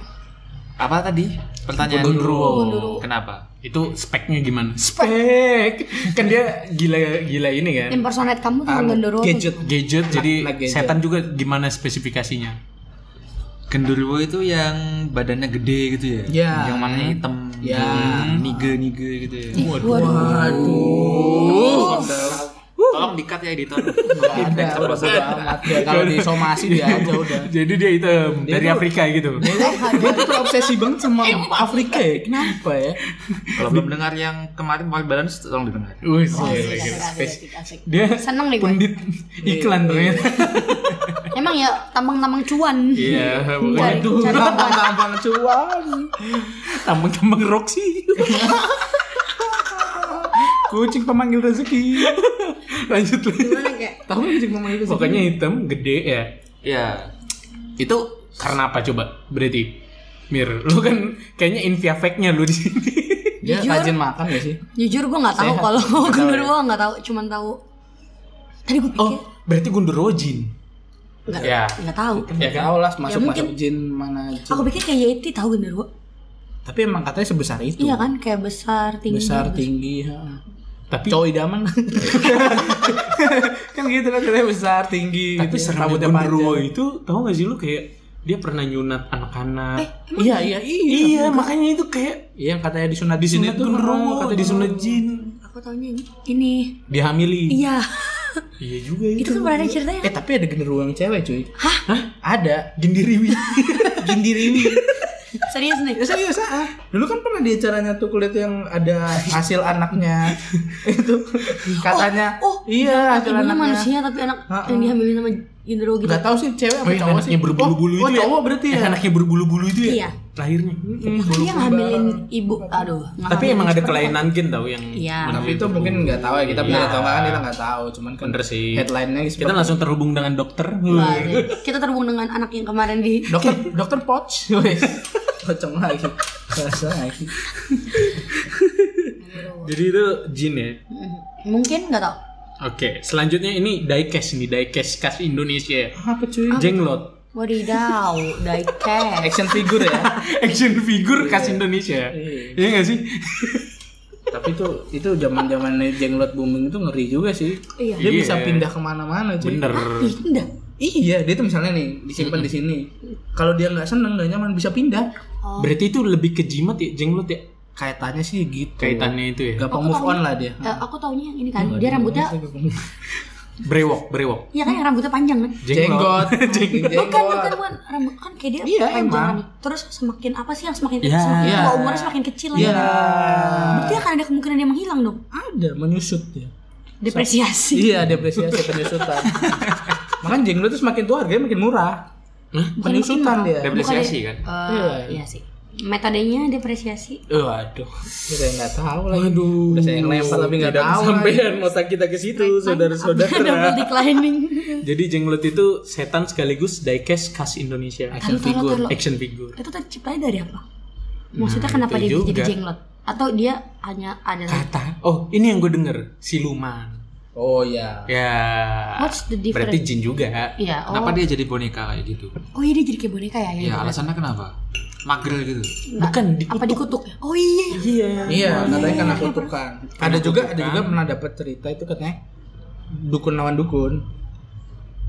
Speaker 5: Apa tadi? Pertanyaan
Speaker 2: Gundurwo.
Speaker 5: Kenapa?
Speaker 2: Itu speknya gimana? Spek. Kan dia gila gila ini kan.
Speaker 4: Impersonate kamu tuh Gondoro.
Speaker 3: Gadget.
Speaker 2: Gadget jadi
Speaker 3: Anak gadget.
Speaker 2: setan juga gimana spesifikasinya?
Speaker 5: Gendurwo itu yang badannya gede gitu ya.
Speaker 3: Ya.
Speaker 5: Yang mana hitam.
Speaker 3: Ya.
Speaker 5: Nige nige gitu ya.
Speaker 3: Waduh.
Speaker 5: Tolong dikat ya editor.
Speaker 3: Nggak ada, udah bodo amat. Ya, Kalau di somasi dia aja udah.
Speaker 2: Jadi dia hitam dari
Speaker 3: tuh-
Speaker 2: Afrika gitu.
Speaker 3: Dia tuh terobsesi banget sama Afrika ya. Kenapa ya?
Speaker 5: Kalau belum dengar yang kemarin Wild Balance tolong didengar.
Speaker 2: Wih,
Speaker 4: iya,
Speaker 2: gila, gila. Spes-
Speaker 4: Gadget.
Speaker 2: Dia
Speaker 4: Seneng nih gue.
Speaker 2: pundit iklan ternyata.
Speaker 4: Emang ya tambang-tambang cuan.
Speaker 2: Iya, pokoknya
Speaker 4: Cari-
Speaker 2: itu
Speaker 4: cari tambang.
Speaker 3: Tampang cuan.
Speaker 2: tambang-tambang Roxy.
Speaker 3: Kucing pemanggil rezeki.
Speaker 2: Lanjut lagi.
Speaker 4: Gimana kayak?
Speaker 3: Tahu kucing pemanggil rezeki?
Speaker 2: Pokoknya hitam, gede ya.
Speaker 5: Ya.
Speaker 2: Itu karena apa coba? Berarti Mir, lu kan kayaknya infiafeknya lu di sini.
Speaker 3: Dia
Speaker 4: Jujur.
Speaker 3: rajin makan gak sih?
Speaker 4: Jujur gue nggak tahu
Speaker 3: Sehat.
Speaker 4: kalau
Speaker 3: Nggak tahu ya?
Speaker 4: gundurwo nggak tahu, cuman tahu. Tadi gue pikir
Speaker 2: Oh, berarti Gundurwo jin.
Speaker 4: nggak
Speaker 2: Ya.
Speaker 4: nggak tahu.
Speaker 2: Ya
Speaker 3: Ya
Speaker 2: kan?
Speaker 3: tau lah masuk
Speaker 4: mungkin.
Speaker 3: masuk jin mana jin.
Speaker 4: Aku pikir kayak Yeti tahu gundurwo.
Speaker 3: Tapi emang katanya sebesar itu.
Speaker 4: Iya kan kayak besar tinggi. Eh,
Speaker 3: Besar tinggi. ha.
Speaker 2: Tapi
Speaker 3: Cowok idaman. kan gitu kan katanya besar tinggi.
Speaker 2: tapi
Speaker 3: gitu.
Speaker 2: serem
Speaker 3: Rambutnya
Speaker 2: Gundurwo
Speaker 3: panjang.
Speaker 2: itu tahu gak sih lu kayak dia pernah nyunat anak-anak.
Speaker 4: eh,
Speaker 3: Iya iya iya.
Speaker 2: iya, makanya itu kayak
Speaker 3: Iya yang katanya disunat di sini
Speaker 2: disunat
Speaker 3: tuh
Speaker 2: Gundurwo,
Speaker 3: katanya
Speaker 2: disunat
Speaker 3: beneran.
Speaker 2: jin,
Speaker 4: Aku taunya ini. ini.
Speaker 2: dihamili.
Speaker 4: Iya.
Speaker 2: Iya juga
Speaker 4: itu kan berada ceritanya.
Speaker 3: Eh tapi ada genderuwo yang cewek cuy.
Speaker 4: Hah?
Speaker 3: Ada.
Speaker 2: Gindiriwi.
Speaker 3: Gindiriwi.
Speaker 4: Serius nih.
Speaker 3: Ya serius ah. Dulu kan pernah di acaranya tuh kulit yang ada hasil anaknya itu katanya
Speaker 4: Oh, oh,
Speaker 3: iya hasil
Speaker 4: Ibunya
Speaker 3: anaknya.
Speaker 4: manusia tapi anak yang dihamilin sama gundurwo gitu.
Speaker 3: Gak tahu sih cewek
Speaker 2: Oh,
Speaker 3: apa
Speaker 2: yang
Speaker 3: cowok sih.
Speaker 2: anaknya berbulu-bulu gitu
Speaker 3: oh,
Speaker 2: itu
Speaker 3: oh, cowok berarti ya.
Speaker 2: Yang Iya. anaknya berbulu-bulu itu ya?
Speaker 4: Iya.
Speaker 2: Lahirnya.
Speaker 4: Makanya dia ngambilin ibu. Aduh.
Speaker 2: Tapi
Speaker 4: ngambilin
Speaker 2: emang ada
Speaker 4: sperma.
Speaker 2: kelainan gen tau yang
Speaker 4: Iya.
Speaker 3: Tapi
Speaker 2: menambil
Speaker 3: itu mungkin nggak tahu ya kita benar atau nggak kan kita nggak tahu. Cuman kan
Speaker 2: Iya. Bener sih.
Speaker 3: Headline-nya gitu.
Speaker 2: Kita
Speaker 3: seperti
Speaker 2: langsung terhubung dengan dokter.
Speaker 4: Wah, deh. Kita terhubung dengan anak yang kemarin di
Speaker 3: dokter dokter Poch, wes pocong lagi, bahasa lagi.
Speaker 2: Jadi itu jin ya.
Speaker 4: mungkin nggak tahu.
Speaker 2: Oke, selanjutnya ini diecast nih, diecast khas Indonesia. ya.
Speaker 3: Apa cuy?
Speaker 2: Jenglot.
Speaker 4: Wadidaw, diecast.
Speaker 3: Action figure ya.
Speaker 2: Action figure khas Indonesia.
Speaker 3: Iya.
Speaker 2: Iya nggak sih?
Speaker 3: Tapi itu itu zaman zaman jenglot booming itu ngeri juga sih.
Speaker 4: Iya.
Speaker 3: Dia
Speaker 2: Iya.
Speaker 3: bisa pindah kemana-mana cuy.
Speaker 2: Bener.
Speaker 4: Indah.
Speaker 3: Iya, dia tuh misalnya nih disimpan di sini. Kalau dia nggak seneng, nggak nyaman bisa pindah.
Speaker 4: Oh.
Speaker 2: Berarti itu lebih ke jimat ya, jenglot ya?
Speaker 3: Kaitannya sih gitu.
Speaker 2: Kaitannya itu ya.
Speaker 3: Gampang move on lah dia.
Speaker 4: Eh, aku taunya yang ini kan,
Speaker 3: Iya,
Speaker 4: dia rambutnya,
Speaker 2: Brewok, brewok.
Speaker 4: iya kan yang rambutnya panjang kan?
Speaker 3: Jenggot.
Speaker 4: Bukan, bukan, bukan. Rambut kan kayak dia
Speaker 3: Iya,
Speaker 4: panjang
Speaker 3: emang.
Speaker 4: kan. Terus semakin apa sih yang semakin
Speaker 2: Iya.
Speaker 4: semakin
Speaker 3: Iya.
Speaker 4: tua umurnya semakin kecil
Speaker 3: Iya.
Speaker 4: ya. Berarti akan ada kemungkinan dia menghilang dong.
Speaker 3: Ada menyusut dia.
Speaker 4: Depresiasi.
Speaker 3: Iya, depresiasi penyusutan. Makanya jenglot itu semakin tua harganya makin murah. Penyusutan dia.
Speaker 2: Dep- Depresiasi kan?
Speaker 4: Eh,
Speaker 3: Iya.
Speaker 4: Iya sih. Metodenya depresiasi.
Speaker 2: Eh, Waduh.
Speaker 3: Kita yang nggak tahu lagi.
Speaker 2: Aduh.
Speaker 3: Udah saya yang lempar tapi nggak
Speaker 2: Tidak
Speaker 3: tahu.
Speaker 2: kesampaian otak kita ke situ, saudara-saudara.
Speaker 4: Double declining.
Speaker 2: Jadi jenglot itu setan sekaligus diecast khas Indonesia.
Speaker 4: Action Taruh, taruh, figure. taruh.
Speaker 2: Action figure.
Speaker 4: Itu terciptanya dari apa? Maksudnya kenapa dia
Speaker 2: itu
Speaker 4: jadi
Speaker 2: juga.
Speaker 4: jenglot? Atau dia hanya ada
Speaker 2: Kata. Oh, ini yang gue denger. Siluman.
Speaker 3: Oh iya.
Speaker 2: Ya.
Speaker 4: What's the
Speaker 2: Berarti
Speaker 4: difference?
Speaker 2: jin juga.
Speaker 4: Iya, oh.
Speaker 5: Kenapa dia jadi boneka kayak gitu?
Speaker 4: Oh iya dia jadi kayak boneka ya?
Speaker 5: Ya alasannya kenapa? Magrel gitu.
Speaker 2: Bukan
Speaker 4: Apa
Speaker 2: dikutuk.
Speaker 4: dikutuk? Oh iya. iya.
Speaker 3: Iya, katanya karena kutukan. Ada juga ada juga pernah dapat cerita itu katanya dukun lawan dukun.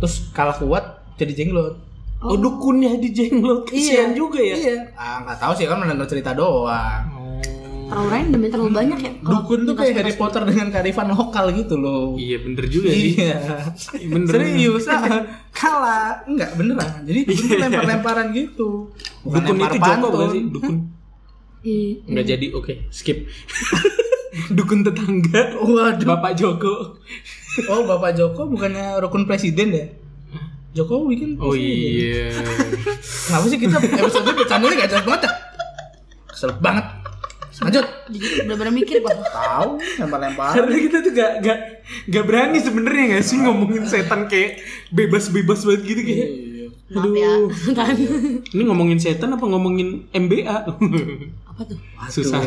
Speaker 3: Terus kalah kuat jadi jenglot.
Speaker 2: Oh, dukunnya di jenglot. Kesian juga ya.
Speaker 3: Iya. Ah, nggak tahu sih kan mendengar cerita doang.
Speaker 2: Oh.
Speaker 4: Orang-orang demi terlalu banyak ya. Kalau
Speaker 3: Dukun tuh
Speaker 4: kita
Speaker 3: kayak
Speaker 4: suka-
Speaker 3: Harry Potter dengan kearifan lokal gitu loh.
Speaker 2: Iya, bener juga sih.
Speaker 3: Iya.
Speaker 2: Bener.
Speaker 3: Serius ah. Kalah. Enggak beneran. Jadi dukun tuh lempar-lemparan gitu. Bukan
Speaker 2: Dukun
Speaker 3: lempar
Speaker 2: itu Joko
Speaker 3: pantun.
Speaker 2: bukan sih? Dukun.
Speaker 4: Iya.
Speaker 2: Nggak jadi, oke. Skip. Dukun tetangga.
Speaker 3: Waduh.
Speaker 2: Bapak Joko.
Speaker 3: Oh, Bapak Joko bukannya rukun presiden ya? Jokowi kan
Speaker 2: Oh
Speaker 3: presiden.
Speaker 2: iya.
Speaker 3: Kenapa sih kita episode bercandanya gak jelas banget ya? Kesel banget. Lanjut.
Speaker 4: Jadi bener-bener mikir bahwa
Speaker 3: Tahu lempar-lempar.
Speaker 2: Karena kita tuh gak, gak, gak berani sebenarnya gak sih ngomongin setan kayak bebas-bebas banget gitu
Speaker 3: Iya.
Speaker 2: kayak.
Speaker 4: maaf ya. Tan.
Speaker 2: Ini ngomongin setan apa ngomongin MBA?
Speaker 4: Apa tuh?
Speaker 2: Susah.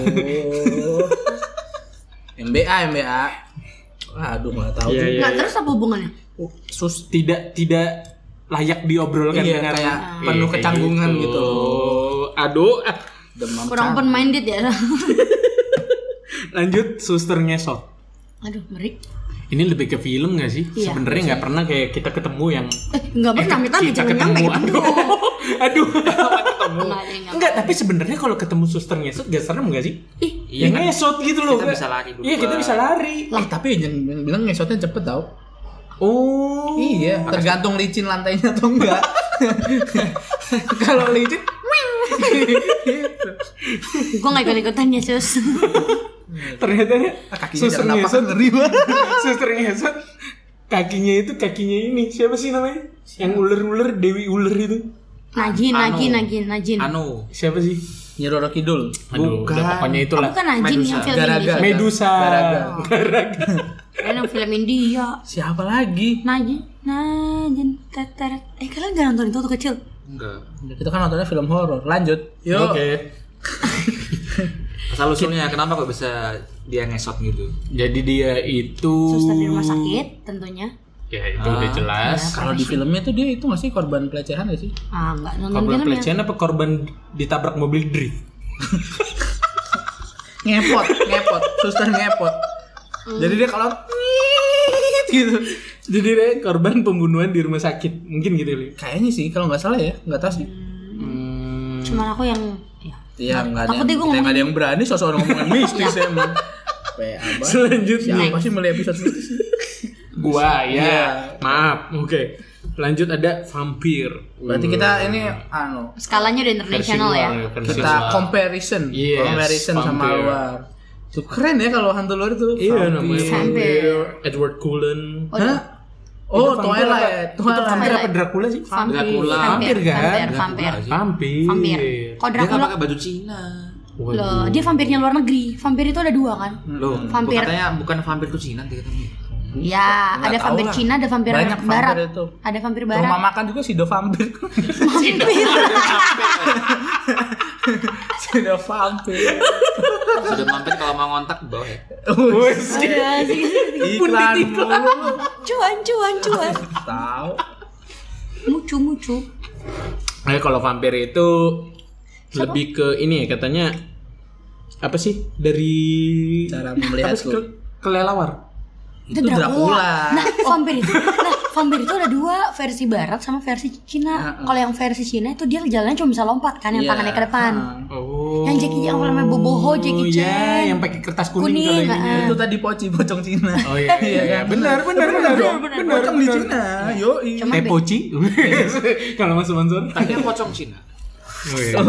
Speaker 3: MBA MBA. Aduh nggak tahu.
Speaker 2: Iya, iya.
Speaker 4: Nah, terus apa hubungannya?
Speaker 2: Sus tidak tidak layak diobrolkan
Speaker 3: Iya,
Speaker 2: dengan
Speaker 3: kayak
Speaker 2: Iya,
Speaker 3: penuh
Speaker 2: kayak
Speaker 3: kecanggungan gitu loh.
Speaker 2: Aduh, ah.
Speaker 3: Demam
Speaker 4: Kurang open minded ya.
Speaker 2: lanjut suster ngesot.
Speaker 4: Aduh, merik.
Speaker 2: Ini lebih ke film gak sih?
Speaker 4: Iya.
Speaker 2: Sebenarnya nggak pernah kayak kita ketemu yang
Speaker 4: Eh, enggak pernah kita
Speaker 2: kita
Speaker 4: bicara
Speaker 2: ketemu.
Speaker 4: nyampe
Speaker 2: Aduh. Aduh. ketemu.
Speaker 4: Enggak ada yang nyampe.
Speaker 2: Enggak, tapi sebenarnya kalau ketemu suster ngesot gak serem gak sih?
Speaker 4: Ih,
Speaker 2: Iya, ngesot gitu loh.
Speaker 5: Kita bisa lari
Speaker 2: Iya, kita
Speaker 5: berdua.
Speaker 2: bisa lari.
Speaker 3: Eh, tapi yang yang bilang ngesotnya cepet tau.
Speaker 2: Oh.
Speaker 3: Iya, tergantung licin lantainya atau enggak. Kalau licin, wing. Gitu.
Speaker 4: gua enggak ikut-ikutan ya, Sus.
Speaker 2: Ternyata
Speaker 3: Kakinya
Speaker 2: suster
Speaker 3: jangan napas,
Speaker 2: ngesot
Speaker 3: ngeri banget.
Speaker 2: Suster ngesot kakinya itu kakinya ini siapa sih namanya? Yang ular-ular Dewi ular itu.
Speaker 4: Najin,
Speaker 5: Anu.
Speaker 4: najin, najin, najin.
Speaker 5: Anu.
Speaker 2: Siapa sih?
Speaker 3: Nyeroro Kidul.
Speaker 2: Aduh,
Speaker 3: Bukan.
Speaker 2: udah pokoknya
Speaker 4: Ah,
Speaker 2: itulah.
Speaker 4: bukan najin yang film
Speaker 3: Garaga.
Speaker 4: Indonesia.
Speaker 2: Medusa.
Speaker 3: Garaga.
Speaker 2: Garaga.
Speaker 4: Kalian yang film India.
Speaker 3: Siapa lagi?
Speaker 4: Najin, najin, teter. Eh, kalian enggak nonton itu waktu kecil?
Speaker 5: Enggak.
Speaker 3: Kita kan nontonnya film horor. Lanjut. Yuk.
Speaker 2: Oke.
Speaker 5: Asal usulnya kenapa kok bisa dia ngesot gitu?
Speaker 2: Jadi dia itu
Speaker 4: Suster di rumah sakit tentunya.
Speaker 2: Ya itu udah jelas.
Speaker 3: Kalau di filmnya tuh dia itu nggak sih korban pelecehan nggak sih?
Speaker 4: Ah, enggak nonton
Speaker 2: Korban
Speaker 4: film ya.
Speaker 2: pelecehan apa korban ditabrak mobil drift?
Speaker 3: Ngepot, ngepot, suster ngepot. Jadi dia kalau "Niit" gitu.
Speaker 2: Jadi dia korban pembunuhan di rumah sakit. Mungkin gitu Li.
Speaker 3: Kayaknya sih kalau nggak salah ya, nggak tahu sih.
Speaker 4: Cuman aku yang ya.
Speaker 3: Iya, nggak ada.
Speaker 4: Takut
Speaker 3: yang-
Speaker 4: deh gua
Speaker 3: kita
Speaker 4: ngomongin.
Speaker 3: nggak ada yang berani sosok ngomongin mistis emang. Kayak apa?
Speaker 2: Selanjutnya
Speaker 3: Siapa sih melihat episode mistis?
Speaker 2: gua ya.
Speaker 3: Iya.
Speaker 2: Maaf. Oke. Lanjut ada vampir.
Speaker 3: Berarti kita
Speaker 2: Hmm.
Speaker 3: ini anu
Speaker 4: Skalanya udah internasional ya.
Speaker 3: kita comparison,
Speaker 2: Yes,
Speaker 3: comparison sama
Speaker 2: vampir.
Speaker 3: luar. Tuh keren ya kalau hantu luar itu.
Speaker 2: Iya
Speaker 3: vampir.
Speaker 2: namanya
Speaker 4: Vampir.
Speaker 2: Edward Cullen.
Speaker 4: Waduh,
Speaker 3: Hah? Oh, Twilight,
Speaker 2: Vampir
Speaker 3: Twilight.
Speaker 2: apa Dracula sih?
Speaker 4: vampir,
Speaker 5: Dracula.
Speaker 2: Vampir
Speaker 4: vampir,
Speaker 2: kan?
Speaker 4: vampir,
Speaker 5: Dracula
Speaker 4: vampir.
Speaker 5: aja.
Speaker 2: Vampir.
Speaker 3: Iya.
Speaker 4: Vampir. Kalau
Speaker 5: Dia nggak
Speaker 4: Dracula
Speaker 5: pakai baju Cina.
Speaker 2: Waduh.
Speaker 4: loh, dia vampirnya luar negeri. Vampir itu ada dua kan?
Speaker 3: Hmm.
Speaker 5: Loh,
Speaker 4: Vampir.
Speaker 5: katanya bukan vampir tuh Cina dia katanya.
Speaker 4: Ya,
Speaker 3: Nggak
Speaker 4: ada
Speaker 3: tahu
Speaker 4: vampir
Speaker 3: lah.
Speaker 4: Cina, ada vampir
Speaker 3: Banyak vampir
Speaker 4: barat.
Speaker 3: itu.
Speaker 4: Ada vampir
Speaker 3: Ke rumah
Speaker 4: barat.
Speaker 3: makan juga si Dovampir. si Dovampir.
Speaker 5: Sudah mampir kalau mau ngontak di bawah ya.
Speaker 3: Oh, Iklan mulu.
Speaker 4: Iya, Cuan, cuan, cuan.
Speaker 3: Tahu.
Speaker 4: Mucu, mucu.
Speaker 2: Eh kalau vampir itu lebih ke ini ya katanya apa sih dari
Speaker 3: Cara
Speaker 2: apa sih,
Speaker 3: melihatku.
Speaker 2: ke- kelelawar.
Speaker 3: Itu Dracula.
Speaker 4: Nah, vampir itu. Nah, vampir itu ada dua versi barat sama versi Cina.
Speaker 3: Heeh.
Speaker 4: Kalau yang versi Cina itu dia jalannya cuma bisa lompat kan yang
Speaker 3: Iya.
Speaker 4: tangannya ke depan.
Speaker 2: Oh.
Speaker 4: Yang Jackie Chan, apa namanya, Boboho, Jackie
Speaker 2: Iya,
Speaker 4: Chan.
Speaker 2: yang pakai kertas kuning,
Speaker 4: Kuning,
Speaker 2: kalau ini.
Speaker 4: ah.
Speaker 3: Itu tadi poci pocong Cina.
Speaker 2: Oh iya, iya, iya. benar, benar, benar,
Speaker 3: dong.
Speaker 2: benar,
Speaker 3: Pocong di Cina. Yo,
Speaker 4: Cuma be-
Speaker 2: Tepoci, kalau mas sponsor.
Speaker 5: Tapi yang pocong Cina.
Speaker 2: Oh, iya.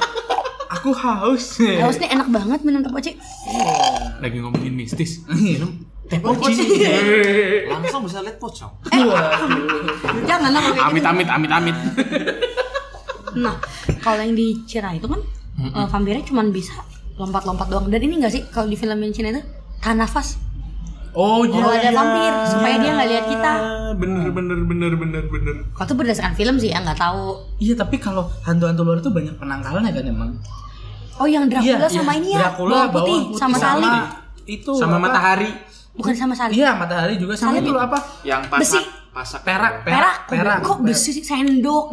Speaker 3: aku haus.
Speaker 4: Haus nih enak banget minum teh poci.
Speaker 2: Lagi ngomongin mistis.
Speaker 3: Iya. Poci.
Speaker 5: Langsung bisa lihat pocong.
Speaker 4: Eh, Jangan lah kalau kayak
Speaker 2: Amit, amit, amit, amit.
Speaker 4: gitu. Nah, kalau yang di Cina itu kan eh, vampirnya cuma bisa lompat-lompat doang. Dan ini enggak sih kalau di film yang Cina itu tahan nafas.
Speaker 3: Oh,
Speaker 4: Kalau ada vampir supaya dia nggak lihat kita.
Speaker 2: Bener, bener, bener, bener, bener.
Speaker 4: Kalau itu berdasarkan film sih ya nggak tahu.
Speaker 3: Iya, tapi kalau hantu-hantu luar itu banyak penangkalnya kan emang.
Speaker 4: Oh yang Dracula
Speaker 3: Iya,
Speaker 4: sama ini ya,
Speaker 3: Dracula
Speaker 4: bawang putih, sama salib.
Speaker 3: Itu
Speaker 2: Sama
Speaker 3: apa?
Speaker 2: matahari.
Speaker 4: Bukan sama salib.
Speaker 3: Iya, matahari juga sama
Speaker 4: Salib.
Speaker 3: itu loh apa?
Speaker 5: Yang
Speaker 4: Besi.
Speaker 5: pasak pasak
Speaker 3: Perak,
Speaker 5: juga.
Speaker 4: perak,
Speaker 3: perak, perak.
Speaker 4: kok besi sih sendok